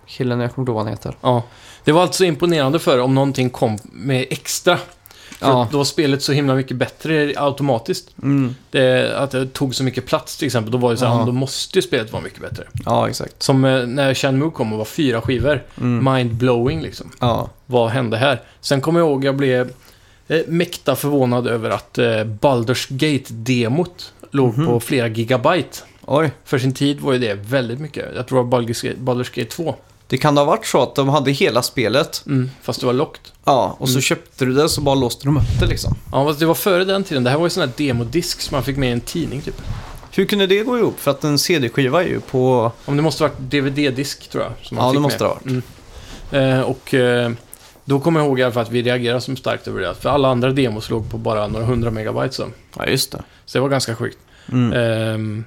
[SPEAKER 2] killen jag kommer inte ihåg vad han heter.
[SPEAKER 1] Ja. Det var alltså imponerande för om någonting kom med extra. För
[SPEAKER 2] Ja.
[SPEAKER 1] Då var spelet så himla mycket bättre automatiskt.
[SPEAKER 2] Mm.
[SPEAKER 1] Det, att det tog så mycket plats till exempel. Då var det så här,
[SPEAKER 2] Ja.
[SPEAKER 1] ja. då måste ju spelet vara mycket bättre.
[SPEAKER 2] Ja, exakt.
[SPEAKER 1] Som eh, när Shenmue kom och var fyra skivor.
[SPEAKER 2] Mm.
[SPEAKER 1] Mind-blowing liksom.
[SPEAKER 2] Ja.
[SPEAKER 1] Vad hände här? Sen kommer jag ihåg jag blev eh, mäkta förvånad över att eh, Baldur's Gate-demot låg
[SPEAKER 2] Mhm.
[SPEAKER 1] på flera gigabyte.
[SPEAKER 2] Oj.
[SPEAKER 1] För sin tid var ju det väldigt mycket. Jag tror det var Baldur's Gate- Baldur's Gate 2.
[SPEAKER 2] Det kan ha varit så att de hade hela spelet.
[SPEAKER 1] Fast det var lockt.
[SPEAKER 2] Ja, och så köpte du det så bara låste de upp det liksom.
[SPEAKER 1] Ja, fast det var före den tiden. Det här var ju sån här demodisk som man fick med i en tidning typ.
[SPEAKER 2] Hur kunde det gå ihop? För att en CD-skiva är ju på...
[SPEAKER 1] Om det måste ha varit DVD-disk tror jag. Som man
[SPEAKER 2] Ja,
[SPEAKER 1] fick
[SPEAKER 2] det måste
[SPEAKER 1] med.
[SPEAKER 2] det ha varit.
[SPEAKER 1] Mm. Eh, och eh, då kommer jag ihåg i alla fall att vi reagerade som starkt över det. För alla andra demos låg på bara några hundra megabyte. Så,
[SPEAKER 2] Ja, just det.
[SPEAKER 1] så det var ganska sjukt.
[SPEAKER 2] Mm.
[SPEAKER 1] Ehm,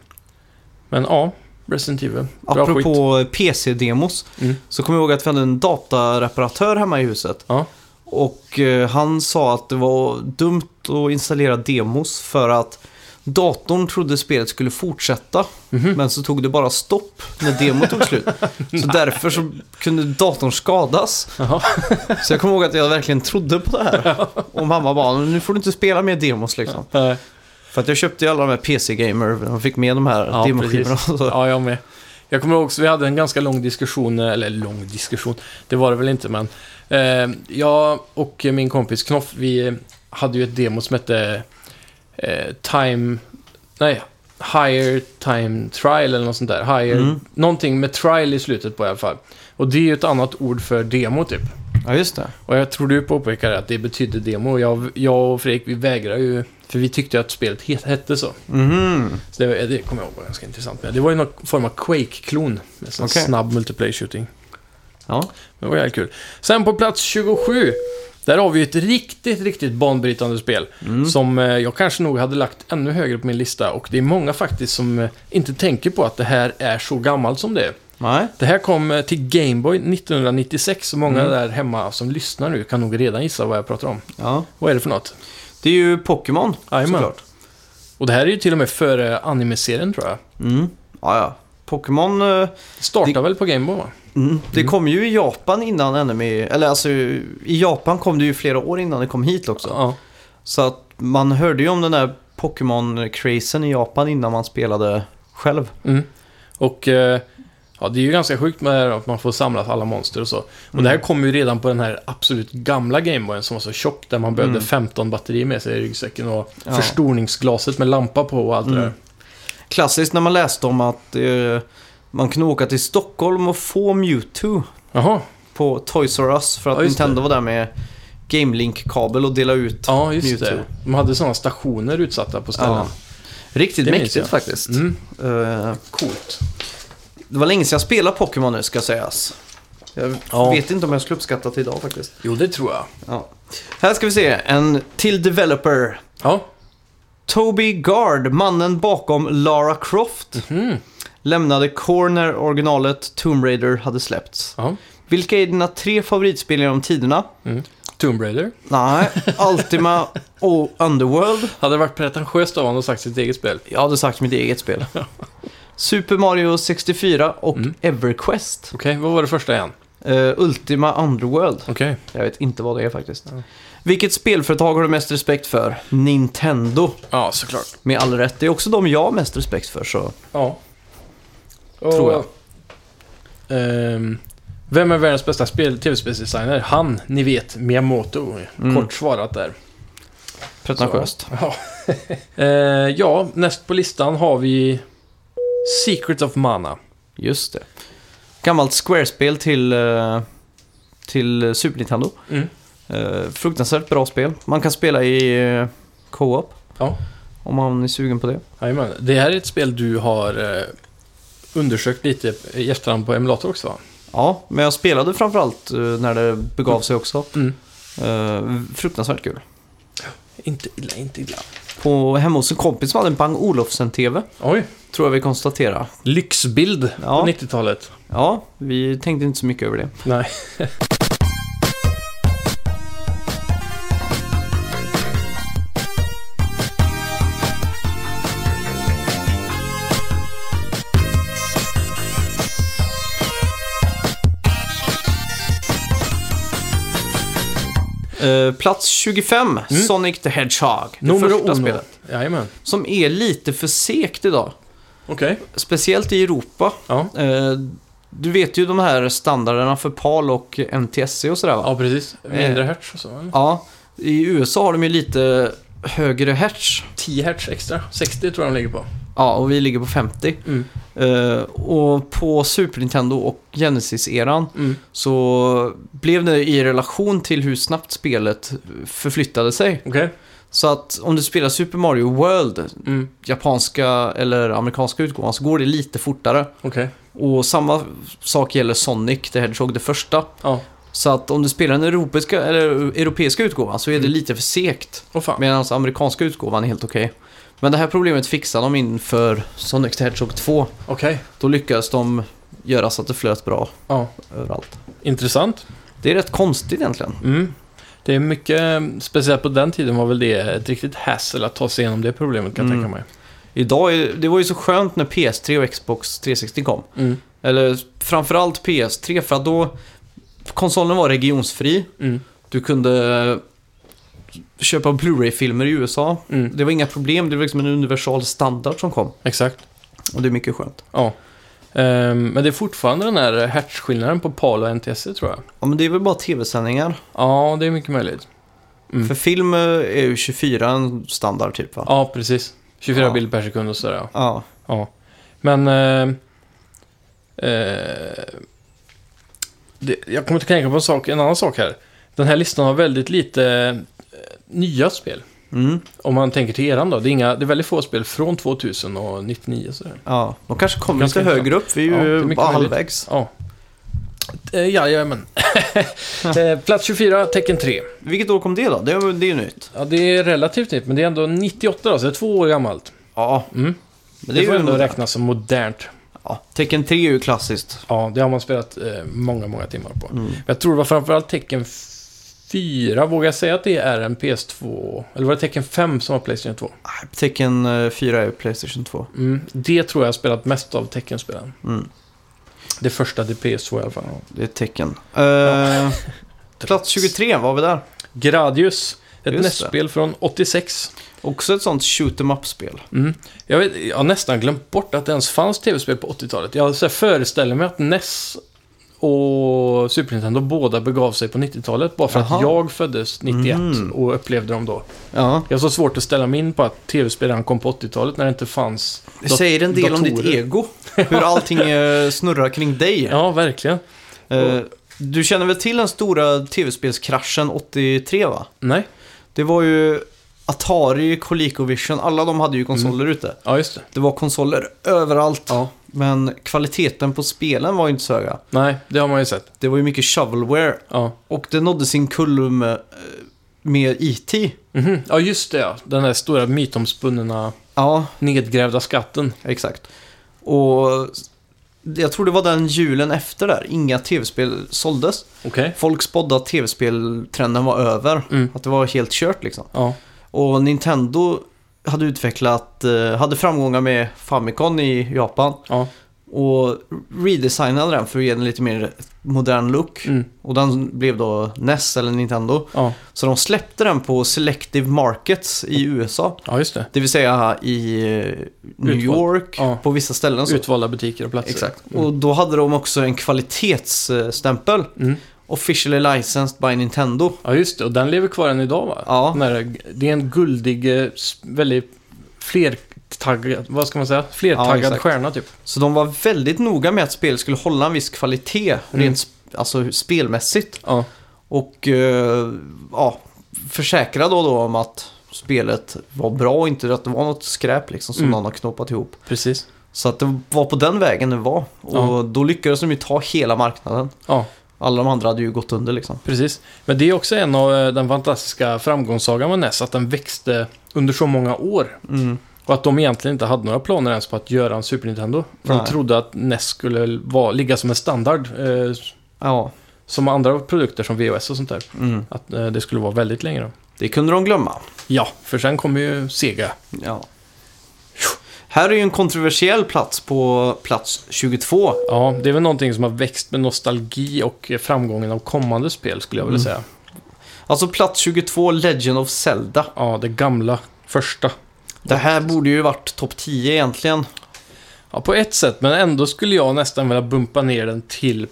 [SPEAKER 1] men ja, Resident Evil. Bra skit.
[SPEAKER 2] Apropå PC-demos
[SPEAKER 1] Mm.
[SPEAKER 2] så kommer jag ihåg att vi hade en datareparatör hemma i huset.
[SPEAKER 1] Ja.
[SPEAKER 2] Och eh, han sa att det var dumt att installera demos för att datorn trodde spelet skulle fortsätta.
[SPEAKER 1] Mhm.
[SPEAKER 2] Men så tog det bara stopp när demot tog
[SPEAKER 1] [LAUGHS]
[SPEAKER 2] slut. så därför så kunde datorn skadas.
[SPEAKER 1] [LAUGHS] Jaha.
[SPEAKER 2] Så jag kommer ihåg att jag verkligen trodde på det
[SPEAKER 1] [LAUGHS]
[SPEAKER 2] här. Och mamma bara, nu får du inte spela mer demos liksom.
[SPEAKER 1] Eh,
[SPEAKER 2] [LAUGHS] För att jag köpte ju alla de här PC-gamer och fick med de här
[SPEAKER 1] Ja,
[SPEAKER 2] demoskivorna. och
[SPEAKER 1] precis.
[SPEAKER 2] så.
[SPEAKER 1] Ja, jag med. Jag kommer ihåg också, vi hade en ganska lång diskussion, eller lång diskussion, det var det väl inte, men eh, jag och min kompis Knoff, vi hade ju ett demo som hette eh, Time, nej, Higher Time Trial eller något sånt där. Higher,
[SPEAKER 2] Mm.
[SPEAKER 1] Någonting med trial i slutet på i alla fall. Och det är ju ett annat ord för demo typ.
[SPEAKER 2] Ja, just det.
[SPEAKER 1] Och jag tror du påpekade att det betydde demo. Jag, jag och Fredrik, vi vägrar ju, för vi tyckte att spelet het- hette så.
[SPEAKER 2] Mhm.
[SPEAKER 1] Så det, det kommer jag ihåg var ganska intressant. Men det var ju någon form av Quake-klon. Med sån
[SPEAKER 2] Okej.
[SPEAKER 1] snabb multiplayer shooting.
[SPEAKER 2] Ja.
[SPEAKER 1] Det var jävligt kul. Sen på plats 27. Där har vi ju ett riktigt, riktigt banbrytande spel. Som eh, jag kanske nog hade lagt ännu högre på min lista. Och det är många faktiskt som eh, inte tänker på att det här är så gammalt som det är.
[SPEAKER 2] Nej.
[SPEAKER 1] Det här kom eh, till Gameboy 1996. Och många där hemma som lyssnar nu kan nog redan gissa vad jag pratar om.
[SPEAKER 2] Ja.
[SPEAKER 1] Vad är det för något?
[SPEAKER 2] Det är ju Pokémon
[SPEAKER 1] Jajamän.
[SPEAKER 2] såklart.
[SPEAKER 1] Och det här är ju till och med före anime-serien tror jag.
[SPEAKER 2] Mm. Ja, ja. Pokémon, eh,
[SPEAKER 1] Det startade
[SPEAKER 2] Det-
[SPEAKER 1] väl på Gameboy va?
[SPEAKER 2] mm. det kom ju i Japan innan anime, eller alltså i Japan kom det ju flera år innan det kom hit också.
[SPEAKER 1] Ja.
[SPEAKER 2] Så att man hörde ju om den där Pokémon-crazen i Japan innan man spelade själv.
[SPEAKER 1] Mm. Och eh, ja, det är ju ganska sjukt med det här att man får samla alla monster och så. Och det här kom ju redan på den här absolut gamla Gameboyen som var så tjock där man behövde
[SPEAKER 2] Mm.
[SPEAKER 1] 15 batterier med sig i ryggsäcken och
[SPEAKER 2] Ja.
[SPEAKER 1] förstoringsglaset med lampa på och allt det
[SPEAKER 2] Mm.
[SPEAKER 1] där.
[SPEAKER 2] Klassiskt när man läste om att eh, man kunde åka till Stockholm och få Mewtwo
[SPEAKER 1] Jaha,
[SPEAKER 2] på Toys R Us för att
[SPEAKER 1] Ja, just
[SPEAKER 2] Nintendo var där med GameLink-kabel och dela ut.
[SPEAKER 1] ja just
[SPEAKER 2] Mewtwo.
[SPEAKER 1] det. De hade sådana stationer utsatta på ställen.
[SPEAKER 2] Riktigt
[SPEAKER 1] Det minns
[SPEAKER 2] mäktigt
[SPEAKER 1] jag.
[SPEAKER 2] faktiskt.
[SPEAKER 1] Mm,
[SPEAKER 2] Eh,
[SPEAKER 1] coolt.
[SPEAKER 2] Det var länge sedan jag spelade Pokémon nu ska sägas. Jag
[SPEAKER 1] Ja.
[SPEAKER 2] vet inte om jag skulle uppskatta det idag faktiskt.
[SPEAKER 1] Jo, det tror jag.
[SPEAKER 2] Ja. Här ska vi se, en till developer.
[SPEAKER 1] Ja,
[SPEAKER 2] Toby Gard, mannen bakom Lara Croft,
[SPEAKER 1] mm.
[SPEAKER 2] lämnade Core när originalet Tomb Raider hade släppts.
[SPEAKER 1] ja.
[SPEAKER 2] Vilka är dina tre favoritspel genom tiderna?
[SPEAKER 1] Tomb Raider. [LAUGHS]
[SPEAKER 2] Nej, Ultima och Underworld.
[SPEAKER 1] Hade det varit pretentiöst av honom och sagt sitt eget spel.
[SPEAKER 2] Jag hade sagt mitt eget spel. Super Mario 64 och
[SPEAKER 1] Mm.
[SPEAKER 2] EverQuest.
[SPEAKER 1] Okej, vad var det första igen?
[SPEAKER 2] Eh, Ultima Underworld.
[SPEAKER 1] Okej.
[SPEAKER 2] Jag vet inte vad det är faktiskt. Vilket spelföretag har du mest respekt för? Nintendo.
[SPEAKER 1] Ja, såklart.
[SPEAKER 2] Med all rätt. Det är också de jag har mest respekt för. Så.
[SPEAKER 1] Ja.
[SPEAKER 2] Tror jag.
[SPEAKER 1] Ehm, vem är världens bästa spel, tv-spelsdesigner? Han, ni vet, Miyamoto.
[SPEAKER 2] Mm.
[SPEAKER 1] Kort svarat där.
[SPEAKER 2] Pretentiöst.
[SPEAKER 1] Ja. [LAUGHS] Eh, ja, näst på listan har vi Secret of Mana.
[SPEAKER 2] Just det. Gammalt Square-spel till, eh, till Super Nintendo.
[SPEAKER 1] Mm.
[SPEAKER 2] Eh, Fruktansvärt bra spel. Man kan spela i eh, co-op.
[SPEAKER 1] Ja.
[SPEAKER 2] Om man är sugen på det.
[SPEAKER 1] Jajamän. Det här är ett spel du har eh, undersökt lite i efterhand på emulator också va?
[SPEAKER 2] Ja, men jag spelade framförallt eh, när det begav sig också.
[SPEAKER 1] Mm.
[SPEAKER 2] Eh, fruktansvärt kul.
[SPEAKER 1] Inte illa, inte illa.
[SPEAKER 2] På, hemma hos en kompis som hade en Bang Olufsen-TV.
[SPEAKER 1] Oj,
[SPEAKER 2] Tror jag vi konstaterar.
[SPEAKER 1] lyxbild
[SPEAKER 2] Ja.
[SPEAKER 1] på 90-talet.
[SPEAKER 2] Ja, vi tänkte inte så mycket över det.
[SPEAKER 1] Nej.
[SPEAKER 2] Eh, plats 25, Sonic the Hedgehog. Det
[SPEAKER 1] Mm. Nummer
[SPEAKER 2] första
[SPEAKER 1] uno.
[SPEAKER 2] spelet.
[SPEAKER 1] Jajamän.
[SPEAKER 2] Som är lite för segt idag.
[SPEAKER 1] Okej.
[SPEAKER 2] Speciellt i Europa.
[SPEAKER 1] Ja.
[SPEAKER 2] Eh, du vet ju de här standarderna för PAL och NTSC och sådär va?
[SPEAKER 1] ja, Eh. precis. Mindre hertz och så. eller?
[SPEAKER 2] Ja, i USA har de ju lite högre hertz.
[SPEAKER 1] 10 hertz extra. 60 tror jag de ligger på.
[SPEAKER 2] Ja, och vi ligger på 50.
[SPEAKER 1] Mm.
[SPEAKER 2] Eh, och på Super Nintendo och Genesis-eran
[SPEAKER 1] Mm.
[SPEAKER 2] så blev det i relation till hur snabbt spelet förflyttade sig.
[SPEAKER 1] Okej.
[SPEAKER 2] Så att om du spelar Super Mario World,
[SPEAKER 1] Mm.
[SPEAKER 2] japanska eller amerikanska utgåvan, så går det lite fortare.
[SPEAKER 1] Okej.
[SPEAKER 2] Och samma sak gäller Sonic, det Hedgehog, det första.
[SPEAKER 1] Ja.
[SPEAKER 2] Så att om du spelar den europeiska, eller europeiska utgåvan så är det lite för segt.
[SPEAKER 1] Åh fan.
[SPEAKER 2] Medan amerikanska utgåvan är helt okej. Men det här problemet fixade de inför Sonic the Hedgehog 2.
[SPEAKER 1] Okej.
[SPEAKER 2] Då lyckades de göra så att det flöt bra
[SPEAKER 1] Ja.
[SPEAKER 2] överallt.
[SPEAKER 1] Intressant.
[SPEAKER 2] Det är rätt konstigt egentligen.
[SPEAKER 1] Mm. Det är mycket, speciellt på den tiden var väl det ett riktigt hassel att ta sig igenom det problemet kan jag
[SPEAKER 2] Mm.
[SPEAKER 1] tänka mig.
[SPEAKER 2] Idag, är, det var ju så skönt när PS3 och Xbox 360 kom.
[SPEAKER 1] Mm.
[SPEAKER 2] Eller framförallt PS3 för att då konsolen var regionsfri.
[SPEAKER 1] Mm.
[SPEAKER 2] Du kunde eh, köpa Blu-ray-filmer i USA.
[SPEAKER 1] Mm.
[SPEAKER 2] Det var inga problem, det var liksom en universal standard som kom.
[SPEAKER 1] Exakt.
[SPEAKER 2] Och det är mycket skönt.
[SPEAKER 1] Ja. Ehm, men det är fortfarande den här hertzskillnaden på PAL och NTSC tror jag.
[SPEAKER 2] Ja men det är väl bara tv-sändningar.
[SPEAKER 1] Ja, det är mycket möjligt. Mm.
[SPEAKER 2] För film eh, är ju 24 en standard typ va?
[SPEAKER 1] Ja, precis. 24
[SPEAKER 2] Ja.
[SPEAKER 1] bilder per sekund och sådär ja.
[SPEAKER 2] Ja.
[SPEAKER 1] ja. Men... ehm, eh, det, jag kommer att tänka på en, sak, en annan sak här. Den här listan har väldigt lite eh, nya spel.
[SPEAKER 2] Mm.
[SPEAKER 1] Om man tänker till eran då. Det är, inga, det är väldigt få spel från 2000 och 99 sådär.
[SPEAKER 2] ja. De kanske kommer
[SPEAKER 1] Ganska
[SPEAKER 2] lite högre upp. Vi
[SPEAKER 1] Ja,
[SPEAKER 2] är
[SPEAKER 1] det är
[SPEAKER 2] ju
[SPEAKER 1] mycket
[SPEAKER 2] bara
[SPEAKER 1] möjligt.
[SPEAKER 2] halvvägs.
[SPEAKER 1] Ja. Eh, Jajamän. [LAUGHS] Eh, Plats 24, tecken 3.
[SPEAKER 2] Vilket år kom det då? Det är det är ju nytt.
[SPEAKER 1] Ja, det är relativt nytt, men det är ändå 98 då, så det är två år gammalt.
[SPEAKER 2] Ja.
[SPEAKER 1] Mm.
[SPEAKER 2] Men
[SPEAKER 1] det,
[SPEAKER 2] det, är
[SPEAKER 1] får
[SPEAKER 2] ju
[SPEAKER 1] ändå
[SPEAKER 2] ändå
[SPEAKER 1] räknas som modernt.
[SPEAKER 2] Ja. Tecken 3 är ju klassiskt.
[SPEAKER 1] Ja, det har man spelat eh, många, många timmar på.
[SPEAKER 2] Mm.
[SPEAKER 1] Men jag tror det var framförallt tecken 4, vågar jag säga att det är en PS2? Eller var det tecken 5 som var Playstation 2?
[SPEAKER 2] Nej, Tecken eh, 4 är ju Playstation 2.
[SPEAKER 1] Mm. Det tror jag har spelat mest av teckenspelen.
[SPEAKER 2] Mm.
[SPEAKER 1] Det första till PS2 i alla fall.
[SPEAKER 2] Det är ett tecken. Eh, Plats 23, var vi där?
[SPEAKER 1] Gradius, ett
[SPEAKER 2] Just det.
[SPEAKER 1] NES-spel från 86.
[SPEAKER 2] Också ett sånt shoot em up-spel.
[SPEAKER 1] Mm. Jag, vet, jag har nästan glömt bort att det ens fanns tv-spel på 80-talet. Jag så här, föreställer mig att NES och Super Nintendo båda begav sig på 90-talet. Bara för att
[SPEAKER 2] Jaha.
[SPEAKER 1] jag föddes 91
[SPEAKER 2] Mm.
[SPEAKER 1] och upplevde dem då.
[SPEAKER 2] Ja.
[SPEAKER 1] Jag har så svårt att ställa mig in på att tv-spel redan kom på 80-talet när det inte fanns...
[SPEAKER 2] Det
[SPEAKER 1] dat-
[SPEAKER 2] säger en del om ditt
[SPEAKER 1] datorer.
[SPEAKER 2] ego. [LAUGHS] Hur allting [LAUGHS] eh, snurrar kring dig.
[SPEAKER 1] Ja, verkligen.
[SPEAKER 2] Eh, du känner väl till den stora tv-spelskraschen 83 va?
[SPEAKER 1] Nej.
[SPEAKER 2] Det var ju Atari, ColecoVision, alla de hade ju konsoler ute.
[SPEAKER 1] Ja, just det.
[SPEAKER 2] Det var konsoler överallt.
[SPEAKER 1] Ja.
[SPEAKER 2] Men kvaliteten på spelen var ju inte så höga.
[SPEAKER 1] Nej, det har man ju sett.
[SPEAKER 2] Det var ju mycket shovelware.
[SPEAKER 1] Ja,
[SPEAKER 2] Och det nådde sin kulm eh, med E IT.
[SPEAKER 1] Mhm. ja just det ja. Den där stora mytomspunna
[SPEAKER 2] Ja,
[SPEAKER 1] nedgrävda skatten.
[SPEAKER 2] exakt. Och jag tror det var den julen efter där. Inga tv-spel såldes.
[SPEAKER 1] Okej.
[SPEAKER 2] Folk spådde att tv-speltrenden var över.
[SPEAKER 1] Mm.
[SPEAKER 2] Att det var helt kört liksom.
[SPEAKER 1] Ja.
[SPEAKER 2] Och Nintendo hade utvecklat, eh, hade framgångar med Famicom i Japan
[SPEAKER 1] Ja.
[SPEAKER 2] och redesignade den för att ge den lite mer modern look.
[SPEAKER 1] Mm.
[SPEAKER 2] Och den blev då NES eller Nintendo.
[SPEAKER 1] Ja.
[SPEAKER 2] Så de släppte den på Selective Markets i USA.
[SPEAKER 1] ja, just det.
[SPEAKER 2] Det vill säga i eh, New
[SPEAKER 1] Utvald.
[SPEAKER 2] York,
[SPEAKER 1] Ja.
[SPEAKER 2] på vissa ställen. Så.
[SPEAKER 1] Utvalda butiker och platser.
[SPEAKER 2] Alltså. Exakt.
[SPEAKER 1] Mm.
[SPEAKER 2] Och då hade de också en kvalitetsstämpel.
[SPEAKER 1] Mm.
[SPEAKER 2] Officially licensed by Nintendo.
[SPEAKER 1] Ja, just det. Och den lever kvar än idag, va?
[SPEAKER 2] Ja.
[SPEAKER 1] Den här, det är en guldig, eh, s- väldigt flertaggad, vad ska man säga? Flertaggad
[SPEAKER 2] exakt.
[SPEAKER 1] stjärna, typ.
[SPEAKER 2] Så de var väldigt noga med att spelet skulle hålla en viss kvalitet
[SPEAKER 1] Mm.
[SPEAKER 2] rent sp- alltså, spelmässigt.
[SPEAKER 1] Ja.
[SPEAKER 2] Och eh, ja, försäkra då, då om att spelet var bra och inte att det var något skräp liksom, som
[SPEAKER 1] Mm.
[SPEAKER 2] någon har knoppat ihop.
[SPEAKER 1] Precis.
[SPEAKER 2] Så att det var på den vägen det var. Och
[SPEAKER 1] Ja.
[SPEAKER 2] då lyckades de ju ta hela marknaden.
[SPEAKER 1] Ja,
[SPEAKER 2] Alla de andra hade ju gått under liksom.
[SPEAKER 1] precis. Men det är också en av eh, den fantastiska framgångssagan med NES, att den växte under så många år.
[SPEAKER 2] Mm.
[SPEAKER 1] Och att de egentligen inte hade några planer ens på att göra en Super Nintendo. För de
[SPEAKER 2] Nej.
[SPEAKER 1] trodde att NES skulle vara, ligga som en standard, eh,
[SPEAKER 2] Ja,
[SPEAKER 1] som andra produkter som VHS och sånt där.
[SPEAKER 2] mm.
[SPEAKER 1] Att eh, det skulle vara väldigt länge då.
[SPEAKER 2] det kunde de glömma.
[SPEAKER 1] Ja, för sen kom ju Sega.
[SPEAKER 2] Ja. Här är ju en kontroversiell plats på plats 22.
[SPEAKER 1] Ja, det är väl någonting som har växt med nostalgi och framgången av kommande spel skulle jag vilja säga.
[SPEAKER 2] Alltså plats 22, Legend of Zelda.
[SPEAKER 1] Ja, det gamla. Första.
[SPEAKER 2] Det här borde ju varit topp 10 egentligen.
[SPEAKER 1] Ja, på ett sätt, men ändå skulle jag nästan vilja bumpa ner den till eh,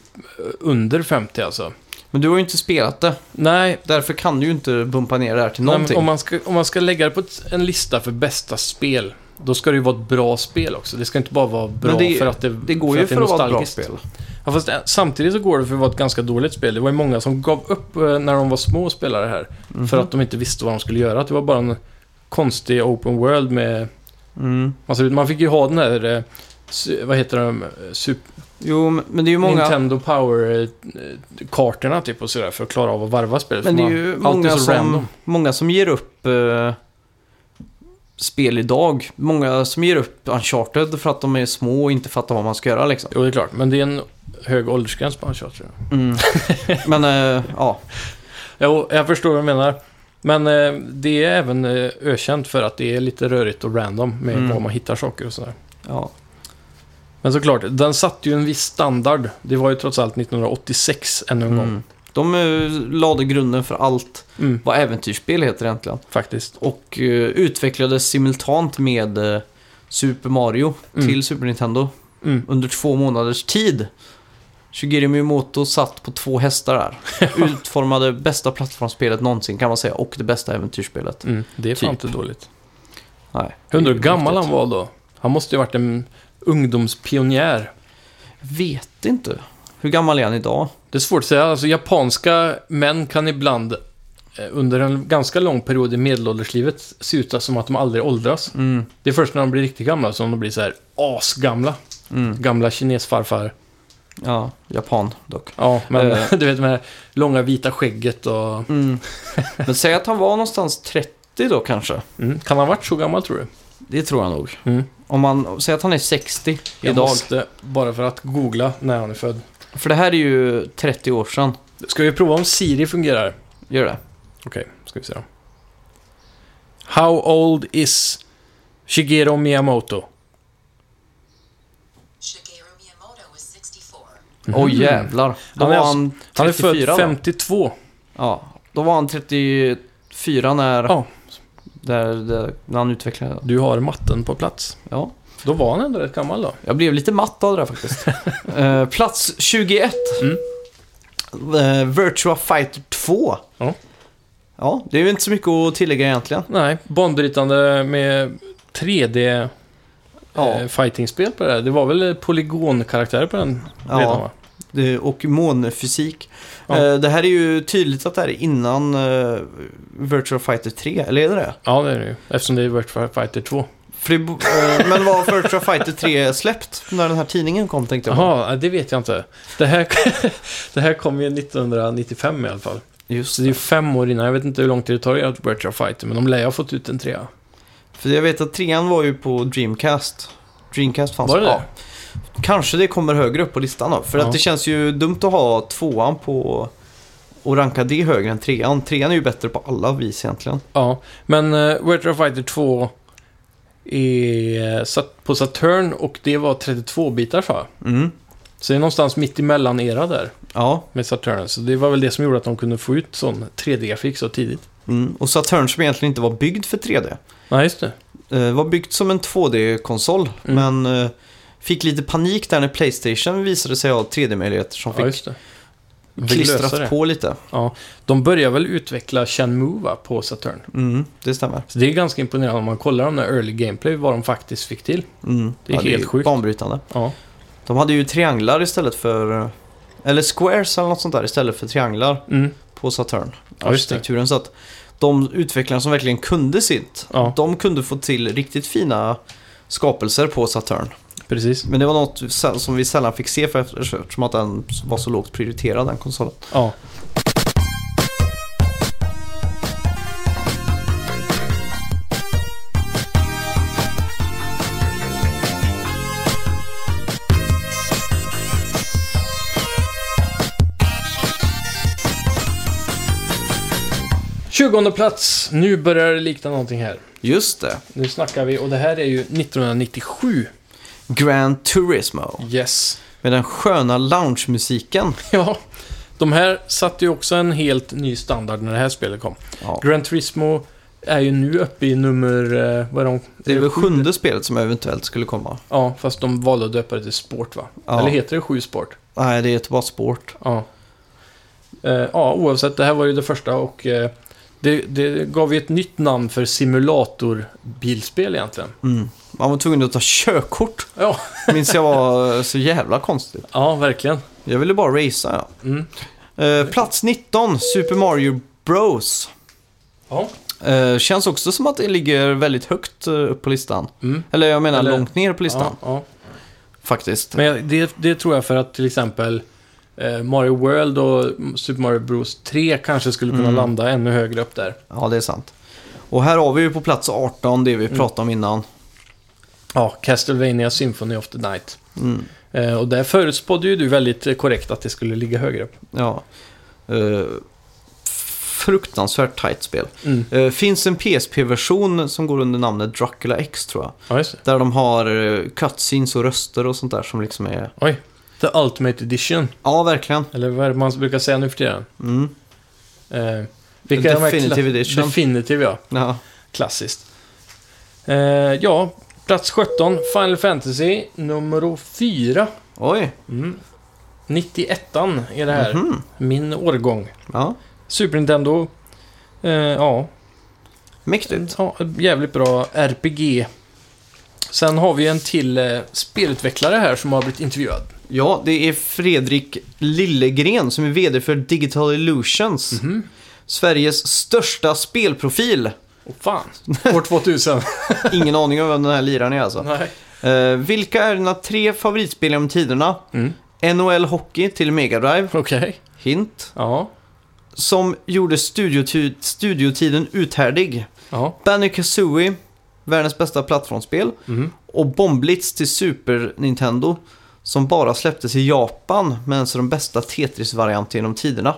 [SPEAKER 1] under 50 alltså.
[SPEAKER 2] Men du har ju inte spelat det.
[SPEAKER 1] Nej,
[SPEAKER 2] Därför kan du ju inte bumpa ner det här till
[SPEAKER 1] nej, men
[SPEAKER 2] någonting.
[SPEAKER 1] om, man ska, om man ska lägga det på ett, en lista för bästa spel, då ska det ju vara ett bra spel också. Det ska inte bara vara bra
[SPEAKER 2] det-
[SPEAKER 1] för att det,
[SPEAKER 2] Det går
[SPEAKER 1] för
[SPEAKER 2] ju
[SPEAKER 1] att det
[SPEAKER 2] för
[SPEAKER 1] är
[SPEAKER 2] att vara ett bra
[SPEAKER 1] nostalgiskt.
[SPEAKER 2] spel.
[SPEAKER 1] Ja, fast eh, samtidigt så går det för att vara ett ganska dåligt spel. Det var ju många som gav upp eh, när de var små och spelade det här.
[SPEAKER 2] Mhm.
[SPEAKER 1] För att de inte visste vad de skulle göra. Att det var bara en konstig open world med...
[SPEAKER 2] Mm.
[SPEAKER 1] Alltså, man fick ju ha den här... eh, su- Vad heter de? Eh, Super,
[SPEAKER 2] Jo, men- men det är ju många...
[SPEAKER 1] Nintendo Power-kartorna typ och sådär för att klara av att varva spelet.
[SPEAKER 2] Men det
[SPEAKER 1] För
[SPEAKER 2] är
[SPEAKER 1] man-
[SPEAKER 2] ju
[SPEAKER 1] allt är
[SPEAKER 2] många
[SPEAKER 1] så
[SPEAKER 2] som,
[SPEAKER 1] random.
[SPEAKER 2] många som ger upp eh, spel idag. Många som ger upp Uncharted för att de är små och inte fattar vad man ska göra liksom.
[SPEAKER 1] Jo, det är klart. Men det är en hög åldersgräns på Uncharted. [LAUGHS]
[SPEAKER 2] Mm. Men eh, ja,
[SPEAKER 1] Jo, jag förstår vad du menar. Men eh, det är även eh, ökänt för att det är lite rörigt och random med
[SPEAKER 2] Mm.
[SPEAKER 1] var man hittar saker och sådär.
[SPEAKER 2] ja.
[SPEAKER 1] Men såklart, den satte ju en viss standard. Det var ju trots allt 1986 ännu en gång.
[SPEAKER 2] Mm. De eh, lade grunden för allt
[SPEAKER 1] Mm,
[SPEAKER 2] vad äventyrsspel heter egentligen.
[SPEAKER 1] faktiskt.
[SPEAKER 2] Och eh, utvecklades simultant med eh, Super Mario
[SPEAKER 1] Mm.
[SPEAKER 2] till Super Nintendo
[SPEAKER 1] Mm.
[SPEAKER 2] under två månaders tid. Shigeru Miyamoto satt på två hästar
[SPEAKER 1] [LAUGHS]
[SPEAKER 2] där. Utformade bästa plattformsspelet någonsin kan man säga och det bästa äventyrsspelet.
[SPEAKER 1] Mm. Det är fan
[SPEAKER 2] Typ.
[SPEAKER 1] inte dåligt.
[SPEAKER 2] Nej.
[SPEAKER 1] Jag undrar hur
[SPEAKER 2] det är
[SPEAKER 1] gammal
[SPEAKER 2] riktigt.
[SPEAKER 1] han var då? Han måste ju ha varit en ungdomspionjär.
[SPEAKER 2] Vet inte. Hur gammal är han idag?
[SPEAKER 1] Det är svårt att säga. Alltså, japanska män kan ibland eh, under en ganska lång period i medelålderslivet se ut som att de aldrig åldras.
[SPEAKER 2] Mm.
[SPEAKER 1] Det är först när de blir riktigt gamla som de blir så här asgamla.
[SPEAKER 2] Mm.
[SPEAKER 1] Gamla kinesfarfar.
[SPEAKER 2] Ja, japan dock.
[SPEAKER 1] Ja, men
[SPEAKER 2] Eh.
[SPEAKER 1] [LAUGHS] du vet med det här långa vita skägget och...
[SPEAKER 2] Mm. Men säg att han var någonstans 30 då kanske.
[SPEAKER 1] Mm. Kan han ha varit så gammal tror du?
[SPEAKER 2] Det tror jag nog.
[SPEAKER 1] Mm.
[SPEAKER 2] Om man säger att han är 60
[SPEAKER 1] Jag
[SPEAKER 2] idag.
[SPEAKER 1] måste, bara för att googla när han är född.
[SPEAKER 2] För det här är ju 30 år sedan.
[SPEAKER 1] Ska vi prova om Siri fungerar?
[SPEAKER 2] Gör det.
[SPEAKER 1] Okej, ska vi se då. How old is Shigeru Miyamoto?
[SPEAKER 3] Shigeru Miyamoto was 64.
[SPEAKER 2] Åh jävlar. Då
[SPEAKER 1] Mm. Han är
[SPEAKER 2] var
[SPEAKER 1] alltså-
[SPEAKER 2] han 34
[SPEAKER 1] Han är född
[SPEAKER 2] va?
[SPEAKER 1] 52.
[SPEAKER 2] Ja, då var han 34 när,
[SPEAKER 1] Ja.
[SPEAKER 2] där, där, när han utvecklade det.
[SPEAKER 1] Du har matten på plats.
[SPEAKER 2] Ja.
[SPEAKER 1] Då var han ändå rätt gammal då.
[SPEAKER 2] Jag blev lite matt av det där
[SPEAKER 1] [LAUGHS]
[SPEAKER 2] faktiskt. Eh, plats 21.
[SPEAKER 1] Mm.
[SPEAKER 2] Eh, Virtua Fighter 2.
[SPEAKER 1] Ja.
[SPEAKER 2] Ja, det är ju inte så mycket att tillägga egentligen.
[SPEAKER 1] Nej, banbrytande med 3D
[SPEAKER 2] Ja.
[SPEAKER 1] eh, fightingspel på det här. Det var väl polygonkaraktärer på den
[SPEAKER 2] Ja.
[SPEAKER 1] redan va?
[SPEAKER 2] Det- Eh, Och månfysik.
[SPEAKER 1] Ja.
[SPEAKER 2] Eh, Det här är ju tydligt att det här är innan eh, Virtua Fighter 3, eller är det det?
[SPEAKER 1] Ja, det är det ju. Eftersom det är Virtua Fighter 2.
[SPEAKER 2] För det,
[SPEAKER 1] [LAUGHS]
[SPEAKER 2] bo- eh, men var Virtua Fighter 3 släppt när den här tidningen kom tänkte jag. på.
[SPEAKER 1] Jaha, nej, det vet jag inte. Det här, [LAUGHS] det här kom ju 1995 i alla fall.
[SPEAKER 2] Just
[SPEAKER 1] Så det är ju
[SPEAKER 2] det.
[SPEAKER 1] fem år innan. Jag vet inte hur lång tid det tar att göra ett Virtua Fighter, men de lär ju ha fått ut en trea.
[SPEAKER 2] För jag vet att trean var ju på Dreamcast. Dreamcast fanns
[SPEAKER 1] Var det
[SPEAKER 2] ja. Kanske det kommer högre upp på listan då. För
[SPEAKER 1] Ja.
[SPEAKER 2] att det känns ju dumt att ha tvåan på och ranka det högre än trean. Trean är ju bättre på alla vis egentligen.
[SPEAKER 1] Ja, men uh, Virtua Fighter 2 är sat- på Saturn och det var 32-bitar va?
[SPEAKER 2] Mm.
[SPEAKER 1] Så det är någonstans mitt emellan era där
[SPEAKER 2] Ja.
[SPEAKER 1] med Saturn. Så det var väl det som gjorde att de kunde få ut sån 3D-grafik så tidigt.
[SPEAKER 2] Mm. Och Saturn som egentligen inte var byggd för 3D.
[SPEAKER 1] Nej, just det.
[SPEAKER 2] Eh, var byggt som en 2D-konsol.
[SPEAKER 1] Mm.
[SPEAKER 2] Men eh, fick lite panik där när Playstation visade sig ha 3D-möjligheter som
[SPEAKER 1] Ja,
[SPEAKER 2] fick
[SPEAKER 1] just det. De fick lösa
[SPEAKER 2] klistrat
[SPEAKER 1] det.
[SPEAKER 2] på lite.
[SPEAKER 1] De börjar väl utveckla Shenmue va, på Saturn.
[SPEAKER 2] Mm, det stämmer.
[SPEAKER 1] Så det är ganska imponerande om man kollar de där early gameplay, vad de faktiskt fick till.
[SPEAKER 2] Mm.
[SPEAKER 1] Det är helt
[SPEAKER 2] ju
[SPEAKER 1] sjukt.
[SPEAKER 2] Banbrytande.
[SPEAKER 1] Ja.
[SPEAKER 2] De hade ju trianglar istället för... eh, Eller squares eller något sånt där istället för trianglar
[SPEAKER 1] Mm.
[SPEAKER 2] på Saturn.
[SPEAKER 1] Ja, just det.
[SPEAKER 2] arkitekturen. Så att de utvecklarna som verkligen kunde sitt,
[SPEAKER 1] Ja.
[SPEAKER 2] de kunde få till riktigt fina skapelser på Saturn.
[SPEAKER 1] Precis.
[SPEAKER 2] Men det var något säll- som vi sällan fick se för eftersom att den var så lågt prioriterad, den konsolen.
[SPEAKER 1] Ja. Tjugonde plats. Nu börjar det likna någonting här.
[SPEAKER 2] Just det.
[SPEAKER 1] Nu snackar vi och det här är ju 1997.
[SPEAKER 2] Grand Turismo.
[SPEAKER 1] Yes.
[SPEAKER 2] Med den sköna loungemusiken.
[SPEAKER 1] [LAUGHS] Ja, De här satte ju också en helt ny standard när det här spelet kom.
[SPEAKER 2] Ja.
[SPEAKER 1] Gran Turismo är ju nu uppe i nummer... eh, Vad är de?
[SPEAKER 2] Det är väl sjunde spelet som eventuellt skulle komma.
[SPEAKER 1] Ja, fast de valde att döpa det till Sport va?
[SPEAKER 2] Ja.
[SPEAKER 1] Eller heter det 7 Sport?
[SPEAKER 2] Nej, det heter bara Sport.
[SPEAKER 1] Ja. Eh, ja, oavsett. Det här var ju det första och eh, det, det gav ju ett nytt namn för simulatorbilspel egentligen.
[SPEAKER 2] Mm. Man var tvungen att ta körkort.
[SPEAKER 1] Ja,
[SPEAKER 2] Minns jag var eh, så jävla konstigt.
[SPEAKER 1] ja verkligen.
[SPEAKER 2] Jag ville bara racea,
[SPEAKER 1] Mm.
[SPEAKER 2] ja. Eh, plats 19, Super Mario Bros.
[SPEAKER 1] Ja.
[SPEAKER 2] Eh, känns också som att det ligger väldigt högt eh, upp på listan.
[SPEAKER 1] Mm.
[SPEAKER 2] Eller jag menar
[SPEAKER 1] Eller-
[SPEAKER 2] långt ner på listan,
[SPEAKER 1] Ja, ja.
[SPEAKER 2] faktiskt.
[SPEAKER 1] Men jag- det, det tror jag för att till exempel eh, Mario World och Super Mario Bros 3 kanske skulle kunna
[SPEAKER 2] Mm.
[SPEAKER 1] landa ännu högre upp där.
[SPEAKER 2] Ja, det är sant. Och här har vi ju på plats 18 det vi
[SPEAKER 1] Mm.
[SPEAKER 2] pratade om innan.
[SPEAKER 1] Ja, Castlevania Symphony of the Night.
[SPEAKER 2] Mm.
[SPEAKER 1] Eh, och där förutspådde ju du väldigt eh, korrekt att det skulle ligga högre upp.
[SPEAKER 2] Ja. Eh, fruktansvärt tajt spel.
[SPEAKER 1] Mm.
[SPEAKER 2] Eh, finns en PSP-version som går under namnet Dracula X tror jag.
[SPEAKER 1] Ja, just det.
[SPEAKER 2] Där de har eh, cutscenes och röster och sånt där som liksom är...
[SPEAKER 1] Oj. The Ultimate Edition,
[SPEAKER 2] Ja, verkligen.
[SPEAKER 1] eller vad är det man brukar säga nu för tiden?
[SPEAKER 2] Mm.
[SPEAKER 1] Eh,
[SPEAKER 2] The
[SPEAKER 1] är de här
[SPEAKER 2] Definitive
[SPEAKER 1] kla-
[SPEAKER 2] Edition.
[SPEAKER 1] Definitive, ja.
[SPEAKER 2] Ja.
[SPEAKER 1] Klassiskt. Eh, ja, plats 17, Final Fantasy, nummer 4.
[SPEAKER 2] Oj.
[SPEAKER 1] 91an Mm. är det här.
[SPEAKER 2] Mhm.
[SPEAKER 1] Min årgång.
[SPEAKER 2] Ja.
[SPEAKER 1] Super Nintendo. Eh, ja,
[SPEAKER 2] Mäktigt.
[SPEAKER 1] ja, jävligt bra RPG. Sen har vi en till eh, spelutvecklare här som har blivit intervjuad.
[SPEAKER 2] Ja, det är Fredrik Lillegren som är VD för Digital Illusions. Sveriges största spelprofil.
[SPEAKER 1] Åh [LAUGHS] fan, år 2000.
[SPEAKER 2] Ingen [LAUGHS] aning om vem den här liraren är alltså.
[SPEAKER 1] Nej.
[SPEAKER 2] Eh, vilka är dina tre favoritspel genom tiderna?
[SPEAKER 1] Mm.
[SPEAKER 2] NHL Hockey till Mega Drive.
[SPEAKER 1] Okej,
[SPEAKER 2] Hint.
[SPEAKER 1] ja.
[SPEAKER 2] Som gjorde studioti- studiotiden uthärdig.
[SPEAKER 1] ja.
[SPEAKER 2] Banjo Kazooie, världens bästa plattformsspel.
[SPEAKER 1] Mm.
[SPEAKER 2] Och Bomblitz till Super Nintendo. Som bara släpptes i Japan, men så de bästa Tetris-varianten genom tiderna.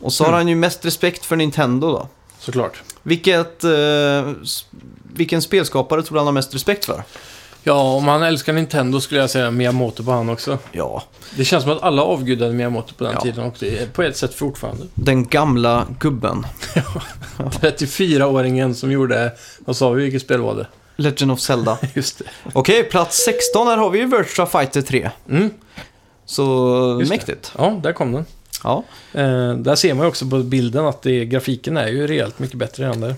[SPEAKER 2] Och så har han ju mest respekt för Nintendo då.
[SPEAKER 1] Såklart.
[SPEAKER 2] Vilket, eh, s- vilken spelskapare tror du han har mest respekt för?
[SPEAKER 1] Ja, om han älskar Nintendo skulle jag säga Miyamoto på han också.
[SPEAKER 2] Ja,
[SPEAKER 1] Det känns som att alla avgudade Miyamoto på den
[SPEAKER 2] Ja.
[SPEAKER 1] tiden och det är på ett sätt fortfarande.
[SPEAKER 2] den gamla gubben.
[SPEAKER 1] [LAUGHS] 34-åringen som gjorde, vad sa vi, vilket spel var det?
[SPEAKER 2] Legend of Zelda.
[SPEAKER 1] Just det.
[SPEAKER 2] [LAUGHS] Okej, plats 16 här har vi ju Virtua Fighter 3.
[SPEAKER 1] Mm.
[SPEAKER 2] Så
[SPEAKER 1] Just det.
[SPEAKER 2] mäktigt.
[SPEAKER 1] Ja, där kom den.
[SPEAKER 2] Ja.
[SPEAKER 1] Eh, där ser man ju också på bilden att det, grafiken är ju rejält mycket bättre än det.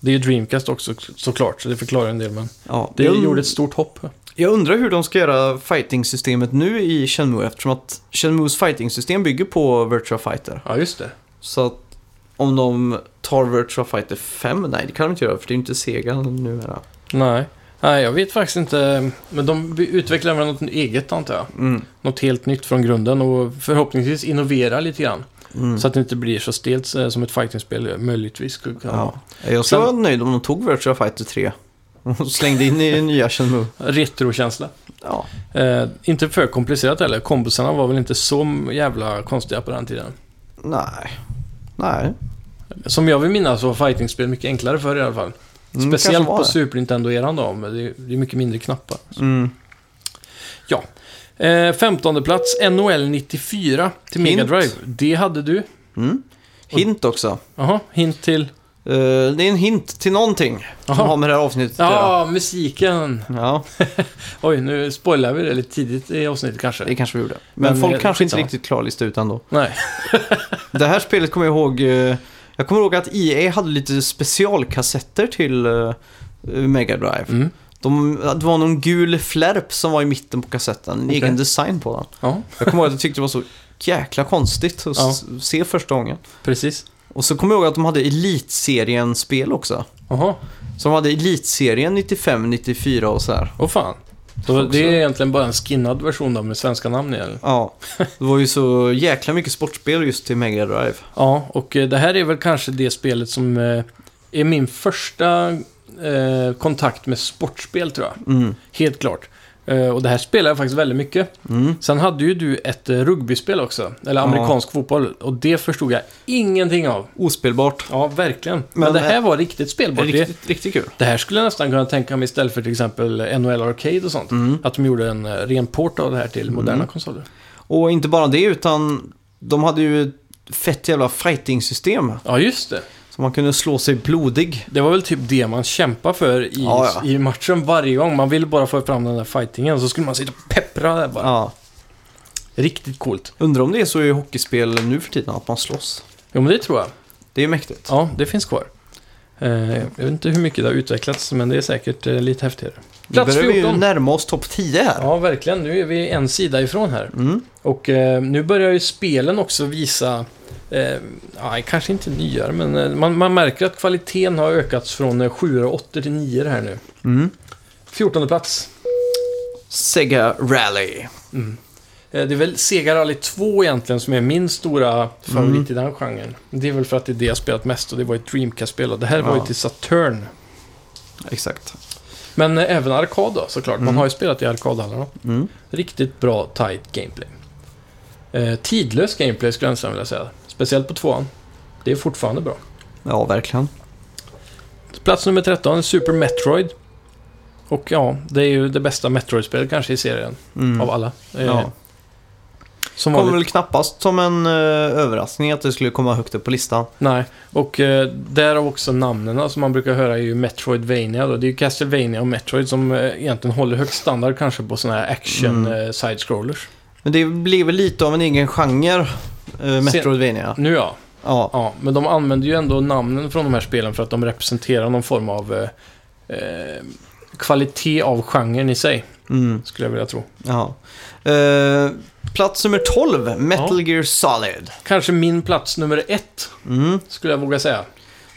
[SPEAKER 1] Det är ju Dreamcast också såklart, så det förklarar en del. Men
[SPEAKER 2] Ja.
[SPEAKER 1] det
[SPEAKER 2] Jag und-
[SPEAKER 1] gjorde ett stort hopp.
[SPEAKER 2] Jag undrar hur de ska göra fighting-systemet nu i Shenmue eftersom att Shenmues fighting-system bygger på Virtua Fighter.
[SPEAKER 1] Ja, just det.
[SPEAKER 2] Så att om de tar Virtua Fighter 5, nej det kan de inte göra för det är ju inte Sega numera.
[SPEAKER 1] Nej. Nej, jag vet faktiskt inte. Men de utvecklar väl något eget antar jag.
[SPEAKER 2] Mm.
[SPEAKER 1] Något helt nytt från grunden och förhoppningsvis innovera lite grann.
[SPEAKER 2] Mm.
[SPEAKER 1] Så att det inte blir så stelt eh, som ett fightingspel möjligtvis skulle kunna vara.
[SPEAKER 2] ja. Jag skulle vara nöjd om de tog Virtua Fighter 3 och [LAUGHS] slängde in i nya Shenmue.
[SPEAKER 1] Retrokänsla.
[SPEAKER 2] Ja.
[SPEAKER 1] Eh, inte för komplicerat heller. Kombosarna var väl inte så jävla konstiga på den tiden.
[SPEAKER 2] Nej. Nej. Mm,
[SPEAKER 1] Som jag vill minnas var fightingspel mycket enklare förr i alla fall.
[SPEAKER 2] Mm, kanske
[SPEAKER 1] Speciellt
[SPEAKER 2] var
[SPEAKER 1] på
[SPEAKER 2] det.
[SPEAKER 1] Super Nintendo-eran då, men det är, det är mycket mindre knappar.
[SPEAKER 2] Mm.
[SPEAKER 1] Ja. Eh, 15 plats, NHL 94 till Mega
[SPEAKER 2] Hint.
[SPEAKER 1] Drive. Det hade du.
[SPEAKER 2] Mm. Hint också.
[SPEAKER 1] Jaha, hint till...
[SPEAKER 2] Eh, det är en hint till någonting som
[SPEAKER 1] Jaha.
[SPEAKER 2] har med det här avsnittet att göra.
[SPEAKER 1] Ja, musiken!
[SPEAKER 2] Ja,
[SPEAKER 1] Oj, nu spoilar vi det lite tidigt i avsnittet
[SPEAKER 2] det
[SPEAKER 1] kanske.
[SPEAKER 2] kanske vi gjorde. Men,
[SPEAKER 1] Men, eh,
[SPEAKER 2] folk kanske inte
[SPEAKER 1] skitsamma.
[SPEAKER 2] riktigt klarar lista ut ändå.
[SPEAKER 1] Nej.
[SPEAKER 2] Det här spelet kommer jag ihåg. eh, Jag kommer ihåg att EA hade lite specialkassetter till eh, Mega Drive.
[SPEAKER 1] Mm.
[SPEAKER 2] De, det var någon gul flärp som var i mitten på kassetten. En
[SPEAKER 1] Okej.
[SPEAKER 2] egen design på den.
[SPEAKER 1] Ja,
[SPEAKER 2] Jag kommer ihåg att jag tyckte det var så jäkla konstigt att
[SPEAKER 1] Ja.
[SPEAKER 2] s- se första gången.
[SPEAKER 1] precis.
[SPEAKER 2] Och så kommer jag ihåg att de hade Elitserien-spel också.
[SPEAKER 1] Jaha,
[SPEAKER 2] Så de hade Elitserien 95, 94 och så här.
[SPEAKER 1] åh fan. Så det är egentligen bara en skinnad version då med svenska namn i eller?
[SPEAKER 2] Ja, det var ju så jäkla mycket sportspel just till Mega Drive.
[SPEAKER 1] Ja, och eh, det här är väl kanske det spelet som eh, är min första eh, kontakt med sportspel tror jag.
[SPEAKER 2] Mm.
[SPEAKER 1] Helt klart. Eh, Och det här spelar jag faktiskt väldigt mycket.
[SPEAKER 2] Mm.
[SPEAKER 1] Sen hade ju du ett eh, rugbyspel också, eller amerikansk fotboll, och det förstod jag ingenting av.
[SPEAKER 2] Ospelbart.
[SPEAKER 1] Ja, verkligen. Men,
[SPEAKER 2] Men, eh,
[SPEAKER 1] det här var riktigt spelbart. Det,
[SPEAKER 2] Riktigt, riktigt kul.
[SPEAKER 1] det här skulle jag nästan kunna tänka mig istället för till exempel NHL Arcade och
[SPEAKER 2] Mm.
[SPEAKER 1] sånt. Att de gjorde en eh, ren port av det här till moderna konsoler.
[SPEAKER 2] Och inte bara det, utan De hade ju ett fett jävla fighting-system.
[SPEAKER 1] Ja, just det.
[SPEAKER 2] Så man kunde slå sig blodig.
[SPEAKER 1] Det var väl typ det man kämpade för i,
[SPEAKER 2] Ja, ja.
[SPEAKER 1] i matchen varje gång. Man ville bara få fram den där fightingen, så skulle man sitta och peppra där bara.
[SPEAKER 2] Ja.
[SPEAKER 1] Riktigt coolt.
[SPEAKER 2] Undrar om det är så i hockeyspel nu för tiden, att man slåss.
[SPEAKER 1] Jo, men det tror jag.
[SPEAKER 2] Det är mäktigt.
[SPEAKER 1] Ja, det finns kvar. Eh, jag vet inte hur mycket det har utvecklats, men det är säkert eh, lite häftigare.
[SPEAKER 2] Nu
[SPEAKER 1] Plats
[SPEAKER 2] börjar vi ju
[SPEAKER 1] 14.
[SPEAKER 2] närma oss topp 10 här.
[SPEAKER 1] Ja, verkligen. Nu är vi en sida ifrån här.
[SPEAKER 2] Mm.
[SPEAKER 1] Och eh, nu börjar ju spelen också visa, eh, nej, kanske inte nyare, men eh, man, man märker att kvaliteten har ökats från eh, 7 och 8 till 9 här nu.
[SPEAKER 2] Mm.
[SPEAKER 1] 14 plats.
[SPEAKER 2] Sega Rally.
[SPEAKER 1] Eh, det är väl Sega Rally 2 egentligen som är min stora favorit
[SPEAKER 2] Mm.
[SPEAKER 1] i den genren. Det är väl för att det är det jag spelat mest och det var ett Dreamcast-spel och det här var ju
[SPEAKER 2] Ja.
[SPEAKER 1] till Saturn.
[SPEAKER 2] Exakt.
[SPEAKER 1] Men eh, även arkad då, såklart. Man har ju spelat i arkadhallarna.
[SPEAKER 2] Mm.
[SPEAKER 1] Riktigt bra, tight gameplay. Eh, tidlös gameplay skulle jag nästan vilja säga. Speciellt på tvåan. Det är fortfarande bra.
[SPEAKER 2] Ja, verkligen.
[SPEAKER 1] Plats nummer 13, Super Metroid. Och ja, det är ju det bästa Metroid-spelet kanske i serien,
[SPEAKER 2] Mm.
[SPEAKER 1] av alla. Eh,
[SPEAKER 2] Ja.
[SPEAKER 1] Som
[SPEAKER 2] Kommer
[SPEAKER 1] vanligt.
[SPEAKER 2] väl knappast som en eh, överraskning att det skulle komma högt upp på listan.
[SPEAKER 1] Nej, och eh, därav också namnen som man brukar höra är ju Metroidvania då. Det är ju Castlevania och Metroid som eh, egentligen håller hög standard kanske på sådana här eh, action-side-scrollers.
[SPEAKER 2] Men det blev väl lite av en egen genre, eh, Metroidvania.
[SPEAKER 1] Nu ja,
[SPEAKER 2] Ja,
[SPEAKER 1] Ja, men de använder ju ändå namnen från de här spelen för att de representerar någon form av eh, eh, kvalitet av genren i sig,
[SPEAKER 2] mm,
[SPEAKER 1] skulle jag vilja tro.
[SPEAKER 2] ja. Eh, plats nummer 12, Metal Gear Solid.
[SPEAKER 1] Kanske min plats nummer ett,
[SPEAKER 2] Mm.
[SPEAKER 1] skulle jag våga säga.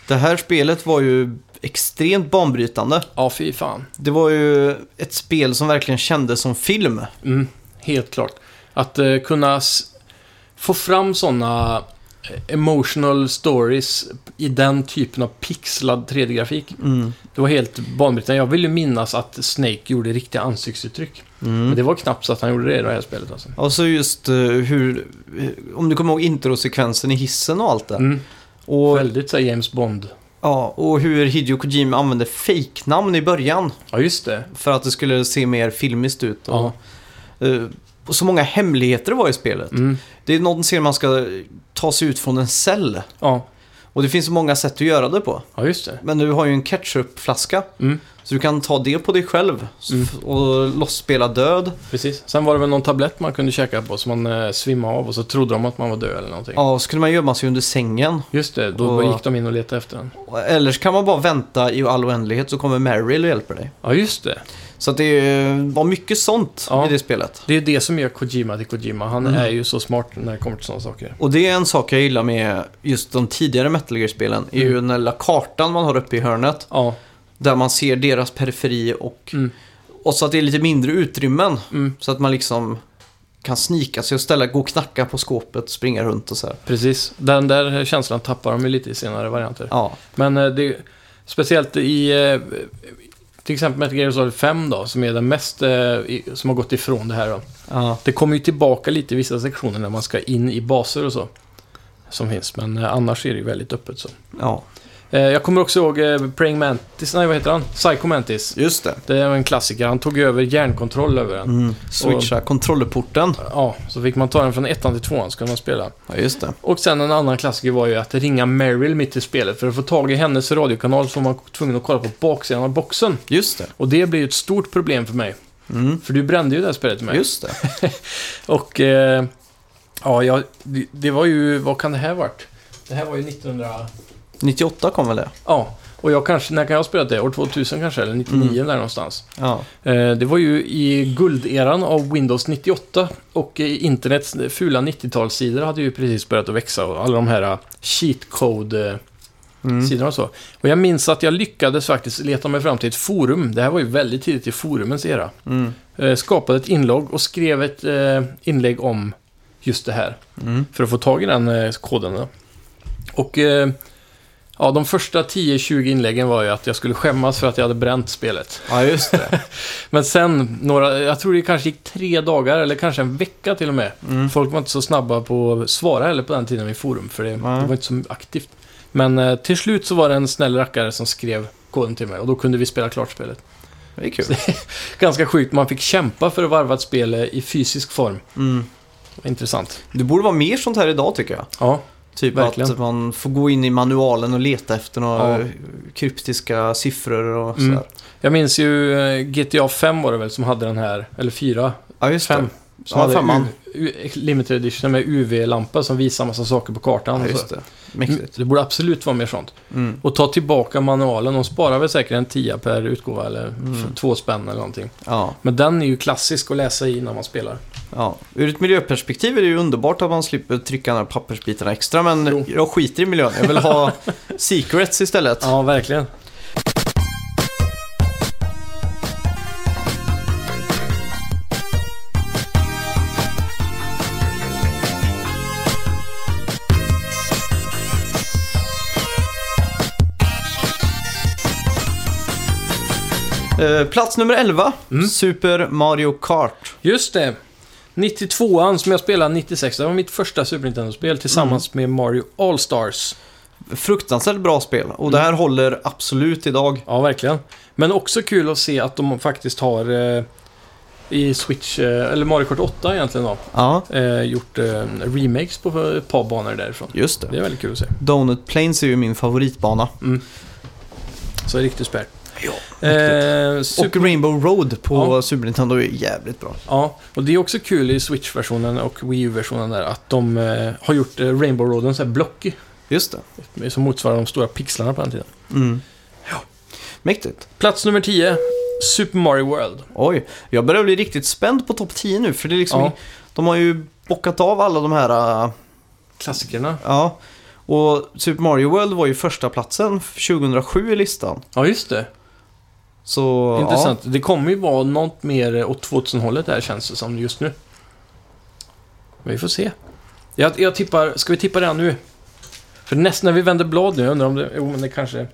[SPEAKER 2] Det här spelet var ju extremt banbrytande.
[SPEAKER 1] Ja, fy fan.
[SPEAKER 2] Det var ju ett spel som verkligen kändes som film.
[SPEAKER 1] Mm, helt klart. Att eh, kunna s- få fram sådana emotional stories i den typen av pixlad 3D-grafik.
[SPEAKER 2] Mm.
[SPEAKER 1] Det var helt banbrytande. Jag vill ju minnas att Snake gjorde riktiga ansiktsuttryck. Men det var knappt så att han gjorde det i det här spelet alltså.
[SPEAKER 2] Och så just eh, hur, eh, om du kommer ihåg introsekvensen i hissen och allt det.
[SPEAKER 1] Mm.
[SPEAKER 2] Och,
[SPEAKER 1] Väldigt så här, James Bond.
[SPEAKER 2] ja, och hur Hideo Kojima använde fejknamn i början.
[SPEAKER 1] Ja, just det.
[SPEAKER 2] För att det skulle se mer filmiskt ut. Och,
[SPEAKER 1] Ja.
[SPEAKER 2] eh, och så många hemligheter det var i spelet.
[SPEAKER 1] Mm.
[SPEAKER 2] Det är någon scen man ska ta sig ut från en cell.
[SPEAKER 1] Ja.
[SPEAKER 2] Och det finns så många sätt att göra det på.
[SPEAKER 1] ja, just det.
[SPEAKER 2] Men du har ju en ketchupflaska.
[SPEAKER 1] Mm.
[SPEAKER 2] Så du kan ta det på dig själv så- och losspela död.
[SPEAKER 1] Precis. Sen var det väl någon tablett man kunde käka på som man eh, svimmade av och så trodde de att man var död eller någonting.
[SPEAKER 2] Ja, och så kunde man gömma sig under sängen.
[SPEAKER 1] Just det, då
[SPEAKER 2] Och-
[SPEAKER 1] gick de in och letade efter den.
[SPEAKER 2] Eller så kan man bara vänta i all oändlighet så kommer Meryl och hjälper dig.
[SPEAKER 1] Ja, just det.
[SPEAKER 2] Så att det eh, var mycket sånt
[SPEAKER 1] Ja.
[SPEAKER 2] i det spelet.
[SPEAKER 1] Det är det som gör Kojima till Kojima. Han
[SPEAKER 2] Mm.
[SPEAKER 1] är ju så smart när det kommer till sådana saker.
[SPEAKER 2] Och det är en sak jag gillar med just de tidigare Metal Gear-spelen. är
[SPEAKER 1] Mm.
[SPEAKER 2] ju den lilla kartan man har uppe i hörnet.
[SPEAKER 1] Ja,
[SPEAKER 2] Där man ser deras periferi och,
[SPEAKER 1] Mm.
[SPEAKER 2] och så att det är lite mindre utrymmen.
[SPEAKER 1] Mm.
[SPEAKER 2] Så att man liksom kan snika sig och ställa, gå och knacka på skåpet, springa runt och så här.
[SPEAKER 1] precis. Den där känslan tappar de ju lite i senare varianter.
[SPEAKER 2] Ja,
[SPEAKER 1] Men eh, det, speciellt i eh, till exempel Metal Gear Solid 5 då, som är den mest, eh, i- som har gått ifrån det här då.
[SPEAKER 2] ja.
[SPEAKER 1] Det kommer ju tillbaka lite i vissa sektioner när man ska in i baser och så. Som finns, men eh, annars är det ju väldigt öppet så.
[SPEAKER 2] ja.
[SPEAKER 1] Eh, jag kommer också ihåg eh, Praying Mantis, nej vad heter han? Psycho Mantis.
[SPEAKER 2] just det.
[SPEAKER 1] Det är en klassiker, han tog ju över järnkontroll över den.
[SPEAKER 2] Mm. Switcha kontrollerporten.
[SPEAKER 1] Ja, så fick man ta den från ettan till tvåan så kunde man spela.
[SPEAKER 2] Ja, just det.
[SPEAKER 1] Och sen en annan klassiker var ju att ringa Meryl mitt i spelet. För att få tag i hennes radiokanal så var man tvungen att kolla på baksidan av boxen.
[SPEAKER 2] Just det.
[SPEAKER 1] Och det blev ju ett stort problem för mig.
[SPEAKER 2] Mm.
[SPEAKER 1] För du brände ju det här spelet med.
[SPEAKER 2] Just det.
[SPEAKER 1] Och eh, ja, jag, det, det var ju, vad kan det här varit? Det här var ju 1900...
[SPEAKER 2] 98 kom väl det?
[SPEAKER 1] Ja, och jag kanske, när kan jag ha spelat det? År 2000 kanske, eller 99 där någonstans.
[SPEAKER 2] Ja.
[SPEAKER 1] Eh, det var ju i gulderan av Windows 98 och eh, internets fula 90-talssidor hade ju precis börjat att växa och alla de här eh, cheat code eh,
[SPEAKER 2] Mm.
[SPEAKER 1] sidorna och så. Och jag minns att jag lyckades faktiskt leta mig fram till ett forum. Det här var ju väldigt tidigt i forumens era.
[SPEAKER 2] Mm.
[SPEAKER 1] Eh, skapade ett inlogg och skrev ett eh, inlägg om just det här.
[SPEAKER 2] Mm.
[SPEAKER 1] För att få tag i den eh, koden. Då. Och eh, ja, de första 10-20 inläggen var ju att jag skulle skämmas för att jag hade bränt spelet.
[SPEAKER 2] Ja, just det.
[SPEAKER 1] [LAUGHS] Men sen, några, jag tror det kanske gick tre dagar eller kanske en vecka till och med.
[SPEAKER 2] Mm.
[SPEAKER 1] Folk var inte så snabba på att svara heller på den tiden i forum, för det, det var inte så aktivt. Men eh, till slut så var det en snäll rackare som skrev koden till mig och då kunde vi spela klart spelet.
[SPEAKER 2] Det är kul.
[SPEAKER 1] Ganska sjukt, man fick kämpa för att varva ett spel eh, i fysisk form.
[SPEAKER 2] Mm.
[SPEAKER 1] Intressant.
[SPEAKER 2] Det borde vara mer sånt här idag tycker jag.
[SPEAKER 1] Ja,
[SPEAKER 2] Typ
[SPEAKER 1] Verkligen.
[SPEAKER 2] att man får gå in i manualen och leta efter några
[SPEAKER 1] Ja.
[SPEAKER 2] kryptiska siffror och
[SPEAKER 1] Mm.
[SPEAKER 2] sådär.
[SPEAKER 1] jag minns ju eh, GTA 5 var det väl som hade den här, eller 4,
[SPEAKER 2] Ja, just
[SPEAKER 1] Fem.
[SPEAKER 2] det.
[SPEAKER 1] som
[SPEAKER 2] Ja,
[SPEAKER 1] hade
[SPEAKER 2] femman.
[SPEAKER 1] U, U, limited edition med UV-lampa som visar massa saker på kartan.
[SPEAKER 2] Ja,
[SPEAKER 1] och så.
[SPEAKER 2] just det. Mäktigt.
[SPEAKER 1] det borde absolut vara mer sånt.
[SPEAKER 2] Alltså, Mm.
[SPEAKER 1] Och ta tillbaka manualen, de sparar väl säkert en tia per utgåva eller
[SPEAKER 2] Mm.
[SPEAKER 1] för två spänn eller någonting.
[SPEAKER 2] Ja,
[SPEAKER 1] Men den är ju klassisk att läsa i när man spelar.
[SPEAKER 2] ja. Ur ett miljöperspektiv är det ju underbart att man slipper trycka de här pappersbitarna extra, men
[SPEAKER 1] Jo.
[SPEAKER 2] jag skiter i miljön. Jag vill [LAUGHS] ha secrets istället.
[SPEAKER 1] Ja, verkligen.
[SPEAKER 2] Eh, plats nummer 11, Super Mario Kart.
[SPEAKER 1] Just det. 92an som jag spelade 96, det var mitt första Super Nintendo-spel tillsammans
[SPEAKER 2] Mm.
[SPEAKER 1] med Mario All-Stars.
[SPEAKER 2] Fruktansvärt bra spel och det här håller absolut idag.
[SPEAKER 1] Ja, verkligen. Men också kul att se att de faktiskt har eh, i Switch, eh, eller Mario Kart 8 egentligen då,
[SPEAKER 2] Ja,
[SPEAKER 1] eh, gjort eh, remakes på eh, ett par banor därifrån.
[SPEAKER 2] just det.
[SPEAKER 1] Det är väldigt kul att se.
[SPEAKER 2] Donut Plains är ju min favoritbana.
[SPEAKER 1] Så riktigt spär.
[SPEAKER 2] Ja,
[SPEAKER 1] eh, super...
[SPEAKER 2] Och Rainbow Road på
[SPEAKER 1] Ja.
[SPEAKER 2] Super Nintendo är jävligt bra.
[SPEAKER 1] Ja, och det är också kul i Switch-versionen och Wii U-versionen där att de eh, har gjort eh, Rainbow Roaden så här blockig,
[SPEAKER 2] Just det.
[SPEAKER 1] som motsvarar de stora pixlarna på den tiden.
[SPEAKER 2] Mm.
[SPEAKER 1] Ja.
[SPEAKER 2] Mäktigt.
[SPEAKER 1] Plats nummer 10, Super Mario World.
[SPEAKER 2] Oj, jag börjar bli riktigt spänd på topp 10 nu för det är liksom...
[SPEAKER 1] Ja.
[SPEAKER 2] De har ju bockat av alla de här... äh,
[SPEAKER 1] Klassikerna.
[SPEAKER 2] Ja. Och Super Mario World var ju första platsen 2007 i listan.
[SPEAKER 1] Ja, just det.
[SPEAKER 2] Så...
[SPEAKER 1] Intressant. Det kommer ju vara något mer åt 2000-hållet där känns det som just nu. Men vi får se. Jag, jag tippar, ska vi tippa det här nu? För nästan när vi vänder blad nu, jag undrar om det, jo men det kanske...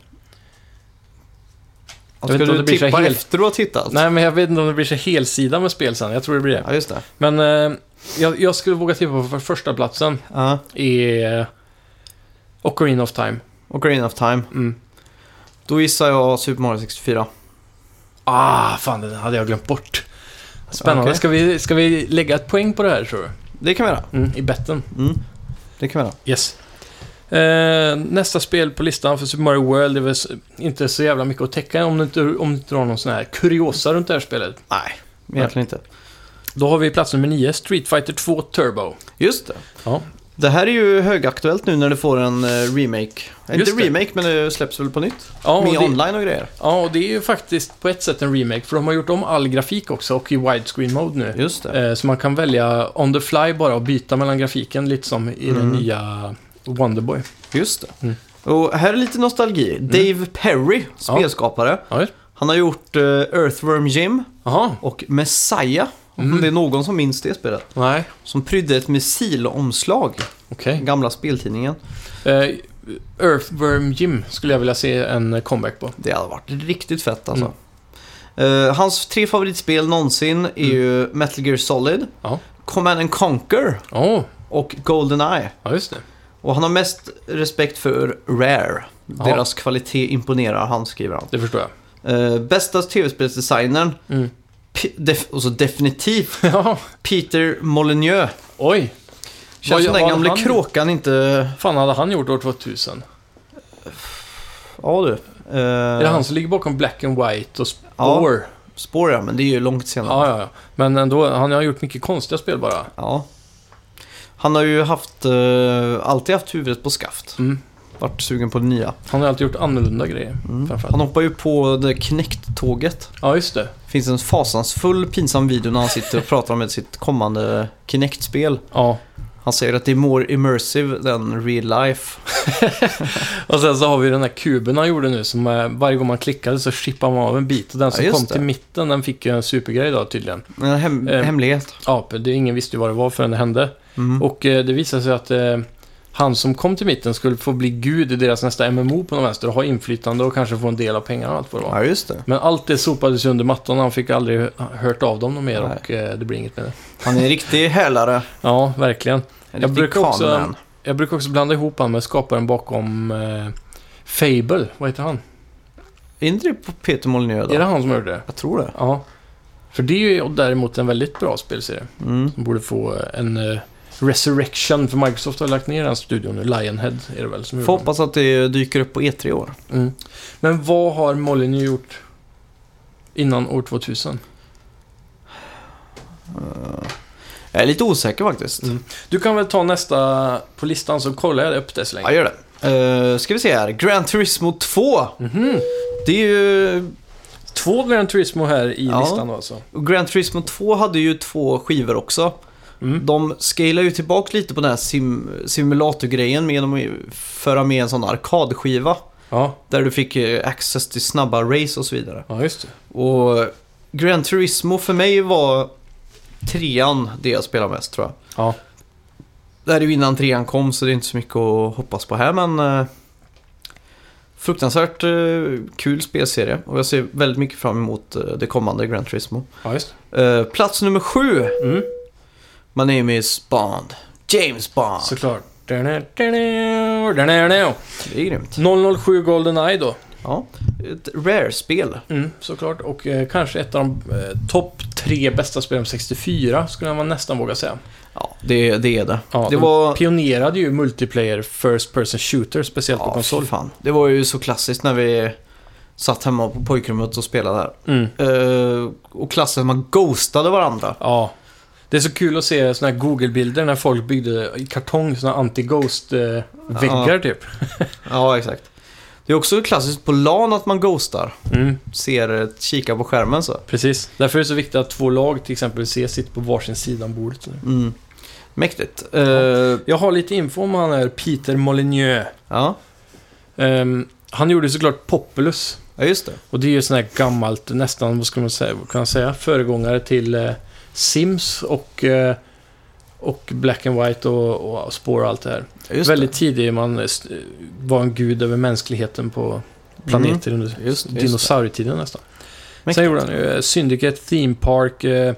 [SPEAKER 2] Ja.
[SPEAKER 1] Jag
[SPEAKER 2] Ska
[SPEAKER 1] vet inte om
[SPEAKER 2] du
[SPEAKER 1] det blir så
[SPEAKER 2] tippa
[SPEAKER 1] helt-
[SPEAKER 2] efter du har tittat?
[SPEAKER 1] Nej men jag vet inte om det blir så helsida med spel sen, jag tror det blir det.
[SPEAKER 2] Ja, just det.
[SPEAKER 1] Men eh, jag, jag skulle våga tippa på för första platsen
[SPEAKER 2] Ja.
[SPEAKER 1] är Ocarina of Time.
[SPEAKER 2] Och Green of Time.
[SPEAKER 1] Mm.
[SPEAKER 2] Då gissar jag Super Mario 64.
[SPEAKER 1] Ah, fan det hade jag glömt bort. Spännande.
[SPEAKER 2] Okej.
[SPEAKER 1] Ska, vi, ska vi lägga ett poäng på det här tror du?
[SPEAKER 2] Det kan vi göra.
[SPEAKER 1] Mm, I betten.
[SPEAKER 2] Mm. Det kan vi göra.
[SPEAKER 1] Yes. Eh, nästa spel på listan för Super Mario World är väl s- inte så jävla mycket att täcka om du inte, om du inte har någon sån här kuriosa runt det här spelet.
[SPEAKER 2] Nej, egentligen inte.
[SPEAKER 1] Då har vi plats nummer 9, Street Fighter 2 Turbo.
[SPEAKER 2] Just det.
[SPEAKER 1] Ja.
[SPEAKER 2] Det här är ju högaktuellt nu när det får en eh, remake.
[SPEAKER 1] Just
[SPEAKER 2] inte
[SPEAKER 1] det.
[SPEAKER 2] remake, men det släpps väl på nytt?
[SPEAKER 1] Ja, och
[SPEAKER 2] Med
[SPEAKER 1] det,
[SPEAKER 2] online och grejer.
[SPEAKER 1] ja, och det är ju faktiskt på ett sätt en remake, för de har gjort om all grafik också och i widescreen-mode nu.
[SPEAKER 2] Just det.
[SPEAKER 1] Eh, så man kan välja on the fly bara och byta mellan grafiken, lite som i den
[SPEAKER 2] Mm.
[SPEAKER 1] nya Wonderboy.
[SPEAKER 2] Just det.
[SPEAKER 1] Mm.
[SPEAKER 2] Och här är lite nostalgi. Dave Perry, spelskapare.
[SPEAKER 1] Ja, visst.
[SPEAKER 2] Han har gjort eh, Earthworm Jim
[SPEAKER 1] Jaha,
[SPEAKER 2] och Messiah. Om
[SPEAKER 1] Mm.
[SPEAKER 2] det är någon som minns det spelet.
[SPEAKER 1] nej,
[SPEAKER 2] Som prydde ett missilomslag.
[SPEAKER 1] okej.
[SPEAKER 2] Den gamla speltidningen.
[SPEAKER 1] Eh, Earthworm Jim skulle jag vilja se en comeback på.
[SPEAKER 2] Det hade varit riktigt fett alltså.
[SPEAKER 1] Mm.
[SPEAKER 2] Eh, hans tre favoritspel någonsin är ju Metal Gear Solid,
[SPEAKER 1] Ja.
[SPEAKER 2] Command and Conquer
[SPEAKER 1] Åh,
[SPEAKER 2] och Goldeneye.
[SPEAKER 1] ja just det.
[SPEAKER 2] Och han har mest respekt för Rare.
[SPEAKER 1] Ja.
[SPEAKER 2] Deras kvalitet imponerar han, skriver han.
[SPEAKER 1] Det förstår jag.
[SPEAKER 2] Eh, bästa tv-spelsdesignern,
[SPEAKER 1] Mm.
[SPEAKER 2] P- def- och så definitivt
[SPEAKER 1] [LAUGHS] Ja,
[SPEAKER 2] Peter Molyneux.
[SPEAKER 1] oj. Vad
[SPEAKER 2] Känns som den
[SPEAKER 1] har
[SPEAKER 2] gamle
[SPEAKER 1] han-
[SPEAKER 2] kråkan inte...
[SPEAKER 1] fan hade han gjort år 2000?
[SPEAKER 2] Ja du. Eh,
[SPEAKER 1] Är det han som ligger bakom Black and White och
[SPEAKER 2] Ja.
[SPEAKER 1] Spore?
[SPEAKER 2] Spår ja, men det är ju långt senare.
[SPEAKER 1] Ja, ja, ja. Men ändå, han har gjort mycket konstiga spel bara.
[SPEAKER 2] Ja. Han har ju haft, eh, alltid haft huvudet på skaft.
[SPEAKER 1] Mm.
[SPEAKER 2] Vart sugen på det nya. Mm.
[SPEAKER 1] Han har alltid gjort annorlunda grejer. Framförallt.
[SPEAKER 2] Han hoppar ju på det Kinect-tåget.
[SPEAKER 1] Ja, just det.
[SPEAKER 2] Det finns en fasansfull pinsam video när han sitter och pratar om ett sitt kommande Kinect-spel.
[SPEAKER 1] Ja.
[SPEAKER 2] Han säger att det är more immersive than real life.
[SPEAKER 1] Och sen så har vi den här kuben han gjorde nu som eh, varje gång man klickade så chippade man av en bit. Och den som
[SPEAKER 2] Ja, just
[SPEAKER 1] kom
[SPEAKER 2] det.
[SPEAKER 1] till mitten, den fick ju en supergrej då tydligen.
[SPEAKER 2] En hem-
[SPEAKER 1] Eh.
[SPEAKER 2] hemlighet.
[SPEAKER 1] Ja, det, ingen visste ju vad det var förrän det hände.
[SPEAKER 2] Mm.
[SPEAKER 1] Och eh, det visade sig att eh, han som kom till mitten skulle få bli gud i deras nästa MMO på något vänster och ha inflytande och kanske få en del av pengarna och allt vad det var.
[SPEAKER 2] Ja, just det.
[SPEAKER 1] Men allt det sopades ju under mattan och han fick aldrig hört av dem något mer
[SPEAKER 2] Nej.
[SPEAKER 1] och eh, det blir inget med det.
[SPEAKER 2] Han är en riktig hälare.
[SPEAKER 1] Ja, verkligen.
[SPEAKER 2] En
[SPEAKER 1] Jag
[SPEAKER 2] riktig
[SPEAKER 1] brukar också-
[SPEAKER 2] conman.
[SPEAKER 1] Jag brukar också blanda ihop han med skaparen bakom eh, Fable. Vad heter han?
[SPEAKER 2] Är inte det på Peter Molyneux då?
[SPEAKER 1] Är det han som gjorde det?
[SPEAKER 2] Jag tror det.
[SPEAKER 1] Ja. För det är ju däremot en väldigt bra spelserie.
[SPEAKER 2] Mm.
[SPEAKER 1] De borde få en eh, resurrection, för Microsoft har lagt ner den studion nu. Lionhead är det väl som
[SPEAKER 2] Får
[SPEAKER 1] gjorde
[SPEAKER 2] hoppas att det dyker upp på E3 i år.
[SPEAKER 1] den. Mm. Men vad har Molyneux gjort innan år 2000?
[SPEAKER 2] Jag är lite osäker faktiskt.
[SPEAKER 1] Mm. Du kan väl ta nästa på listan så kollar jag upp det så
[SPEAKER 2] Ja,
[SPEAKER 1] länge.
[SPEAKER 2] gör det. Uh, ska vi se här. Gran Turismo 2.
[SPEAKER 1] Mhm.
[SPEAKER 2] Det är ju...
[SPEAKER 1] Två Gran Turismo här i
[SPEAKER 2] Ja.
[SPEAKER 1] listan då alltså.
[SPEAKER 2] Gran Turismo 2 hade ju två skivor också.
[SPEAKER 1] Mm.
[SPEAKER 2] De scalade ju tillbaka lite på den här sim simulatorgrejen med genom att föra med en sån arkadskiva.
[SPEAKER 1] Ja,
[SPEAKER 2] Där du fick eh, access till snabba race och så vidare.
[SPEAKER 1] ja just det.
[SPEAKER 2] Och Gran Turismo för mig var trean det jag spelade mest tror jag.
[SPEAKER 1] Ja.
[SPEAKER 2] Det här är ju innan trean kom så det är inte så mycket att hoppas på här men eh, fruktansvärt eh, kul spelserie och jag ser väldigt mycket fram emot eh, det kommande Gran Turismo.
[SPEAKER 1] Ja, just
[SPEAKER 2] Eh, plats nummer sju.
[SPEAKER 1] det. Mm.
[SPEAKER 2] My name is Bond. James Bond.
[SPEAKER 1] Såklart. Da-da, da-da, da-da,
[SPEAKER 2] Det är grymt.
[SPEAKER 1] da. 007 Goldeneye då.
[SPEAKER 2] Ja. Ett rare-spel.
[SPEAKER 1] Mm, såklart. Och eh, kanske ett av de eh, topp tre bästa spelen om 64, skulle man nästan våga säga.
[SPEAKER 2] Ja, det, det är det.
[SPEAKER 1] Ja,
[SPEAKER 2] det
[SPEAKER 1] de
[SPEAKER 2] var...
[SPEAKER 1] pionerade ju multiplayer First Person Shooter, speciellt på
[SPEAKER 2] Ja,
[SPEAKER 1] konsol.
[SPEAKER 2] fy fan. Det var ju så klassiskt när vi satt hemma på pojkrummet och spelade där.
[SPEAKER 1] Mm.
[SPEAKER 2] Eh, och klassen, man ghostade varandra.
[SPEAKER 1] Ja. Det är så kul att se såna här Google-bilder när folk byggde i kartong såna anti-ghost-väggar typ.
[SPEAKER 2] Ja, exakt. Det är också klassiskt på LAN att man ghostar.
[SPEAKER 1] Mm,
[SPEAKER 2] Ser, eh, kika på skärmen så.
[SPEAKER 1] precis. Därför är det så viktigt att två lag till exempel ser sitter på varsin sida om bordet. nu.
[SPEAKER 2] Mm. Mäktigt. Eh,
[SPEAKER 1] Jag har lite info om han här, Peter Molyneux.
[SPEAKER 2] ja.
[SPEAKER 1] Ehm, han gjorde såklart Populus.
[SPEAKER 2] ja, just det.
[SPEAKER 1] Och det är ju sån här gammalt, nästan, vad ska man säga, vad kan man säga föregångare till eh, Sims och, eh, och Black and White och, och Spore och allt det här.
[SPEAKER 2] Ja, Just
[SPEAKER 1] Väldigt tidigt man eh, s- var en gud över mänskligheten på planeter under
[SPEAKER 2] Mm. Just det, just
[SPEAKER 1] dinosaurietiden nästan.
[SPEAKER 2] Mäktigt.
[SPEAKER 1] Sen gjorde han ju eh, Syndicate, Theme Park, eh,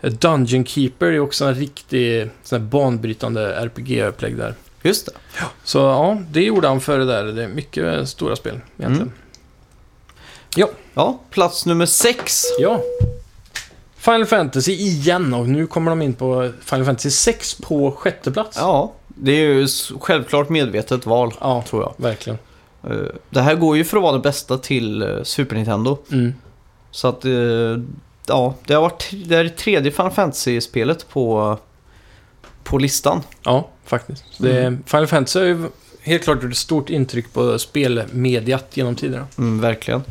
[SPEAKER 1] Dungeon Keeper är också en riktig eh, sån här banbrytande RPG-upplägg där.
[SPEAKER 2] det. Just det.
[SPEAKER 1] Så ja, det gjorde han före där. Det är mycket eh, stora spel egentligen.
[SPEAKER 2] Mm. Ja, plats nummer sex.
[SPEAKER 1] Ja. Final Fantasy igen och nu kommer de in på Final Fantasy 6 på sjätte plats.
[SPEAKER 2] Ja, det är ju s- självklart medvetet val,
[SPEAKER 1] Ja,
[SPEAKER 2] tror jag.
[SPEAKER 1] verkligen.
[SPEAKER 2] Eh, Det här går ju för att vara det bästa till eh, Super Nintendo.
[SPEAKER 1] Mm.
[SPEAKER 2] Så att, eh, ja, det har varit det här är tredje Final Fantasy-spelet på, på listan.
[SPEAKER 1] Ja, faktiskt. Så Det, Final Fantasy har ju helt klart gjort ett stort intryck på spelmediat genom tiderna.
[SPEAKER 2] Mm, verkligen.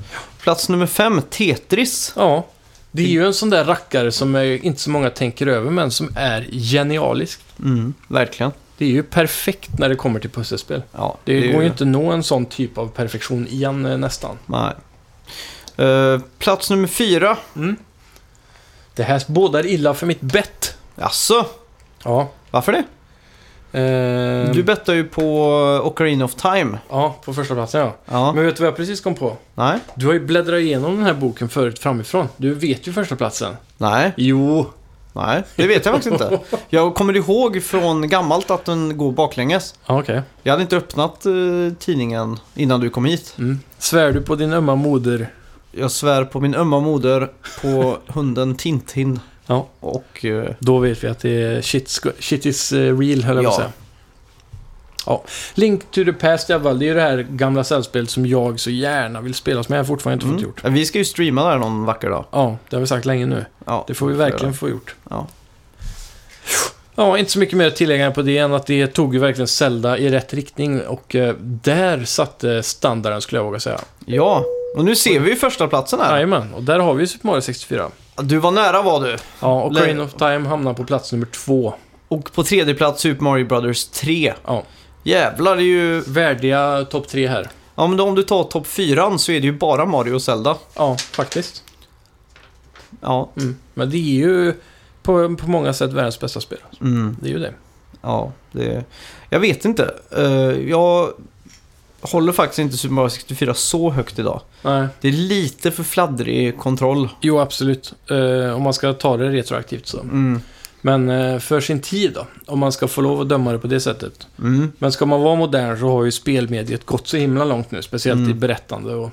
[SPEAKER 2] Plats nummer fem, Tetris.
[SPEAKER 1] Ja. Det är ju en sån där rackare som eh, inte så många tänker över, men som är genialisk.
[SPEAKER 2] Mm, verkligen.
[SPEAKER 1] Det är ju perfekt när det kommer till pusselspel.
[SPEAKER 2] Ja,
[SPEAKER 1] Det, går ju
[SPEAKER 2] ju-
[SPEAKER 1] inte att nå en sån typ av perfektion igen eh, nästan.
[SPEAKER 2] Nej. Eh, plats nummer fyra.
[SPEAKER 1] Det här bådar illa för mitt bett.
[SPEAKER 2] Jaså,
[SPEAKER 1] Ja.
[SPEAKER 2] varför det?
[SPEAKER 1] Ehm,
[SPEAKER 2] Du bettar ju på Ocarina of Time.
[SPEAKER 1] Ja, på första platsen ja.
[SPEAKER 2] Ja,
[SPEAKER 1] Men vet du vad jag precis kom på?
[SPEAKER 2] nej,
[SPEAKER 1] Du har ju bläddrat igenom den här boken förut framifrån. Du vet ju första platsen.
[SPEAKER 2] nej,
[SPEAKER 1] Jo.
[SPEAKER 2] nej. Det vet jag faktiskt inte. Jag kommer ihåg från gammalt att den går baklänges.
[SPEAKER 1] Ja, okej.
[SPEAKER 2] Jag hade inte öppnat eh, tidningen innan du kom hit.
[SPEAKER 1] Mm. Svär du på din ömma moder?
[SPEAKER 2] Jag svär på min ömma moder,
[SPEAKER 1] [LAUGHS]
[SPEAKER 2] på hunden Tintin
[SPEAKER 1] Ja.
[SPEAKER 2] och... eh,
[SPEAKER 1] Då vet vi att det är shit, sku- shit is eh, real, höll jag på att
[SPEAKER 2] Ja.
[SPEAKER 1] säga. Ja. Link to the past i alla fall. Det är ju det här gamla sällspelet som jag så gärna vill spela, som jag fortfarande inte fått
[SPEAKER 2] Mm.
[SPEAKER 1] gjort.
[SPEAKER 2] Vi ska ju streama där någon vacker dag.
[SPEAKER 1] Ja, det har vi sagt länge nu.
[SPEAKER 2] Ja,
[SPEAKER 1] Det får vi verkligen få gjort.
[SPEAKER 2] Ja.
[SPEAKER 1] Ja, inte så mycket mer att tillägga på det än att det tog ju verkligen Zelda i rätt riktning och eh, där satte standarden skulle jag våga säga.
[SPEAKER 2] Ja, och nu ser vi ju första platsen här.
[SPEAKER 1] Jajamän, och där har vi ju Super Mario 64.
[SPEAKER 2] Du var nära var du.
[SPEAKER 1] Ja, och
[SPEAKER 2] Lä-
[SPEAKER 1] Crane of Time hamnar på plats nummer två.
[SPEAKER 2] Och på tredje plats Super Mario Brothers 3.
[SPEAKER 1] Ja.
[SPEAKER 2] Jävlar, det är ju...
[SPEAKER 1] Värdiga topp tre här.
[SPEAKER 2] Ja, men då om du tar topp fyran så är det ju bara Mario och Zelda.
[SPEAKER 1] Ja, faktiskt.
[SPEAKER 2] Ja,
[SPEAKER 1] Mm. Men det är ju på, på många sätt världens bästa spel.
[SPEAKER 2] mm,
[SPEAKER 1] Det är ju det.
[SPEAKER 2] ja, det... Jag vet inte. Eh, jag håller faktiskt inte Super Mario 64 så högt idag.
[SPEAKER 1] Nej.
[SPEAKER 2] Det är lite för fladdrig kontroll.
[SPEAKER 1] Jo, absolut. Eh, om man ska ta det retroaktivt så.
[SPEAKER 2] Mm.
[SPEAKER 1] Men eh, för sin tid då, om man ska få lov att döma det på det sättet.
[SPEAKER 2] Mm.
[SPEAKER 1] Men ska man vara modern så har ju spelmediet gått så himla långt nu, speciellt i berättande och...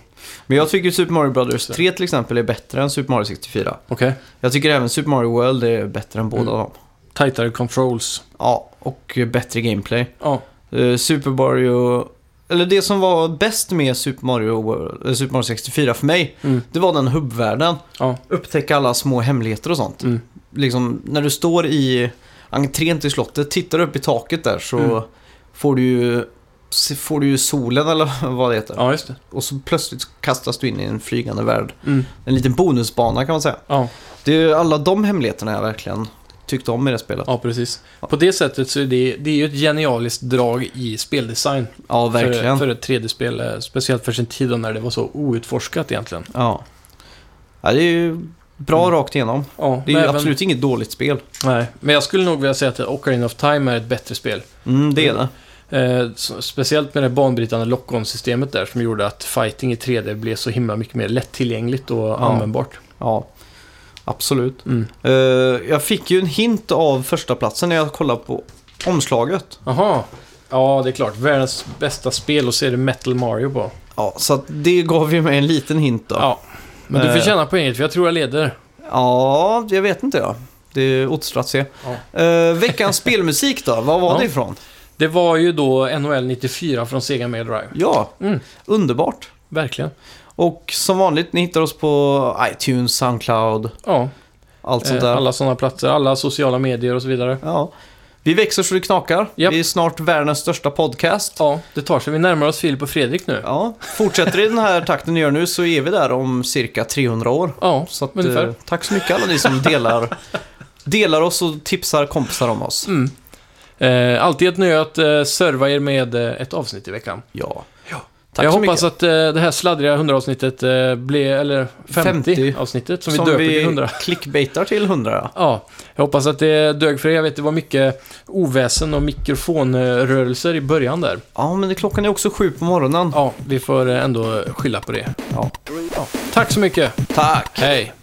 [SPEAKER 2] Men jag tycker Super Mario Brothers 3 till exempel är bättre än Super Mario 64.
[SPEAKER 1] Okej.
[SPEAKER 2] Jag tycker även Super Mario World är bättre än båda
[SPEAKER 1] Mm.
[SPEAKER 2] dem.
[SPEAKER 1] Tightare controls.
[SPEAKER 2] Ja, och bättre gameplay.
[SPEAKER 1] Ja,
[SPEAKER 2] Eh, Super Mario... Eller det som var bäst med Super Mario, World, eh, Super Mario 64 för mig,
[SPEAKER 1] Mm.
[SPEAKER 2] det var den hubbvärlden.
[SPEAKER 1] Ja.
[SPEAKER 2] Upptäcka alla små hemligheter och sånt.
[SPEAKER 1] Mm.
[SPEAKER 2] Liksom, när du står i entrén till slottet, tittar upp i taket där så
[SPEAKER 1] Mm.
[SPEAKER 2] får du ju se- Får du ju solen eller [LAUGHS] vad det heter.
[SPEAKER 1] ja just det.
[SPEAKER 2] Och så plötsligt kastas du in i en flygande värld.
[SPEAKER 1] Mm.
[SPEAKER 2] En liten bonusbana kan man säga.
[SPEAKER 1] Ja,
[SPEAKER 2] Det är ju alla de hemligheterna jag verkligen tyckte om i det spelet.
[SPEAKER 1] ja, precis. På det sättet så är det, det är ju ett genialiskt drag i speldesign.
[SPEAKER 2] Ja, verkligen.
[SPEAKER 1] För, för ett 3D-spel, eh, speciellt för sin tid då när det var så outforskat egentligen.
[SPEAKER 2] Ja. ja, det är ju bra rakt igenom.
[SPEAKER 1] Ja,
[SPEAKER 2] Det är
[SPEAKER 1] Mm. men
[SPEAKER 2] ju
[SPEAKER 1] även-
[SPEAKER 2] absolut inget dåligt spel.
[SPEAKER 1] Nej, men jag skulle nog vilja säga att Ocarina of Time är ett bättre spel.
[SPEAKER 2] Mm, det är det.
[SPEAKER 1] Eh, så- speciellt med det banbrytande lock-on-systemet där som gjorde att fighting i 3D blev så himla mycket mer lättillgängligt och användbart.
[SPEAKER 2] Ja, absolut.
[SPEAKER 1] Mm.
[SPEAKER 2] Eh, jag fick ju en hint av första platsen när jag kollade på omslaget.
[SPEAKER 1] Aha. Ja, det är klart. Världens bästa spel och så är det Metal Mario på.
[SPEAKER 2] Ja, så att det gav ju mig en liten hint då. Ja,
[SPEAKER 1] Ja. Men du
[SPEAKER 2] Eh.
[SPEAKER 1] förtjänar poänget för jag tror jag leder.
[SPEAKER 2] jag vet inte ja. Det återstår att se.
[SPEAKER 1] Ja.
[SPEAKER 2] Eh, veckans spelmusik då, vad var
[SPEAKER 1] Ja.
[SPEAKER 2] det ifrån?
[SPEAKER 1] Det var ju då NHL 94 från Sega Mega Drive.
[SPEAKER 2] Ja,
[SPEAKER 1] Mm.
[SPEAKER 2] underbart.
[SPEAKER 1] Verkligen.
[SPEAKER 2] Och som vanligt, ni hittar oss på iTunes, Soundcloud,
[SPEAKER 1] Ja,
[SPEAKER 2] allt sånt
[SPEAKER 1] eh,
[SPEAKER 2] där.
[SPEAKER 1] alla sådana platser, alla sociala medier och så vidare.
[SPEAKER 2] Ja. Vi växer så det knakar.
[SPEAKER 1] Japp.
[SPEAKER 2] Vi är snart världens största podcast.
[SPEAKER 1] Ja, det tar sig. Vi närmar oss Filip och Fredrik nu.
[SPEAKER 2] Ja. Fortsätter i den här takten ni gör nu så är vi där om cirka 300 år.
[SPEAKER 1] Ja,
[SPEAKER 2] Så att,
[SPEAKER 1] ungefär.
[SPEAKER 2] eh, tack så mycket alla ni som delar, delar oss och tipsar kompisar om oss.
[SPEAKER 1] Eh, alltid ett nöje att eh, serva er med eh, ett avsnitt i veckan.
[SPEAKER 2] Ja. Tack
[SPEAKER 1] jag
[SPEAKER 2] så
[SPEAKER 1] hoppas
[SPEAKER 2] mycket.
[SPEAKER 1] att eh, det här sladdriga 100-avsnittet eh, blir, eller
[SPEAKER 2] 50.
[SPEAKER 1] 50-avsnittet som, vi döper till 100.
[SPEAKER 2] clickbaitar till 100. ja.
[SPEAKER 1] Ja, jag hoppas att det dög för er. Jag vet det var mycket oväsen och mikrofonrörelser i början där.
[SPEAKER 2] Ja, men det- klockan är också sju på morgonen.
[SPEAKER 1] Ja, vi får eh, ändå skylla på det.
[SPEAKER 2] Ja.
[SPEAKER 1] Tack så mycket.
[SPEAKER 2] Tack!
[SPEAKER 1] Hej.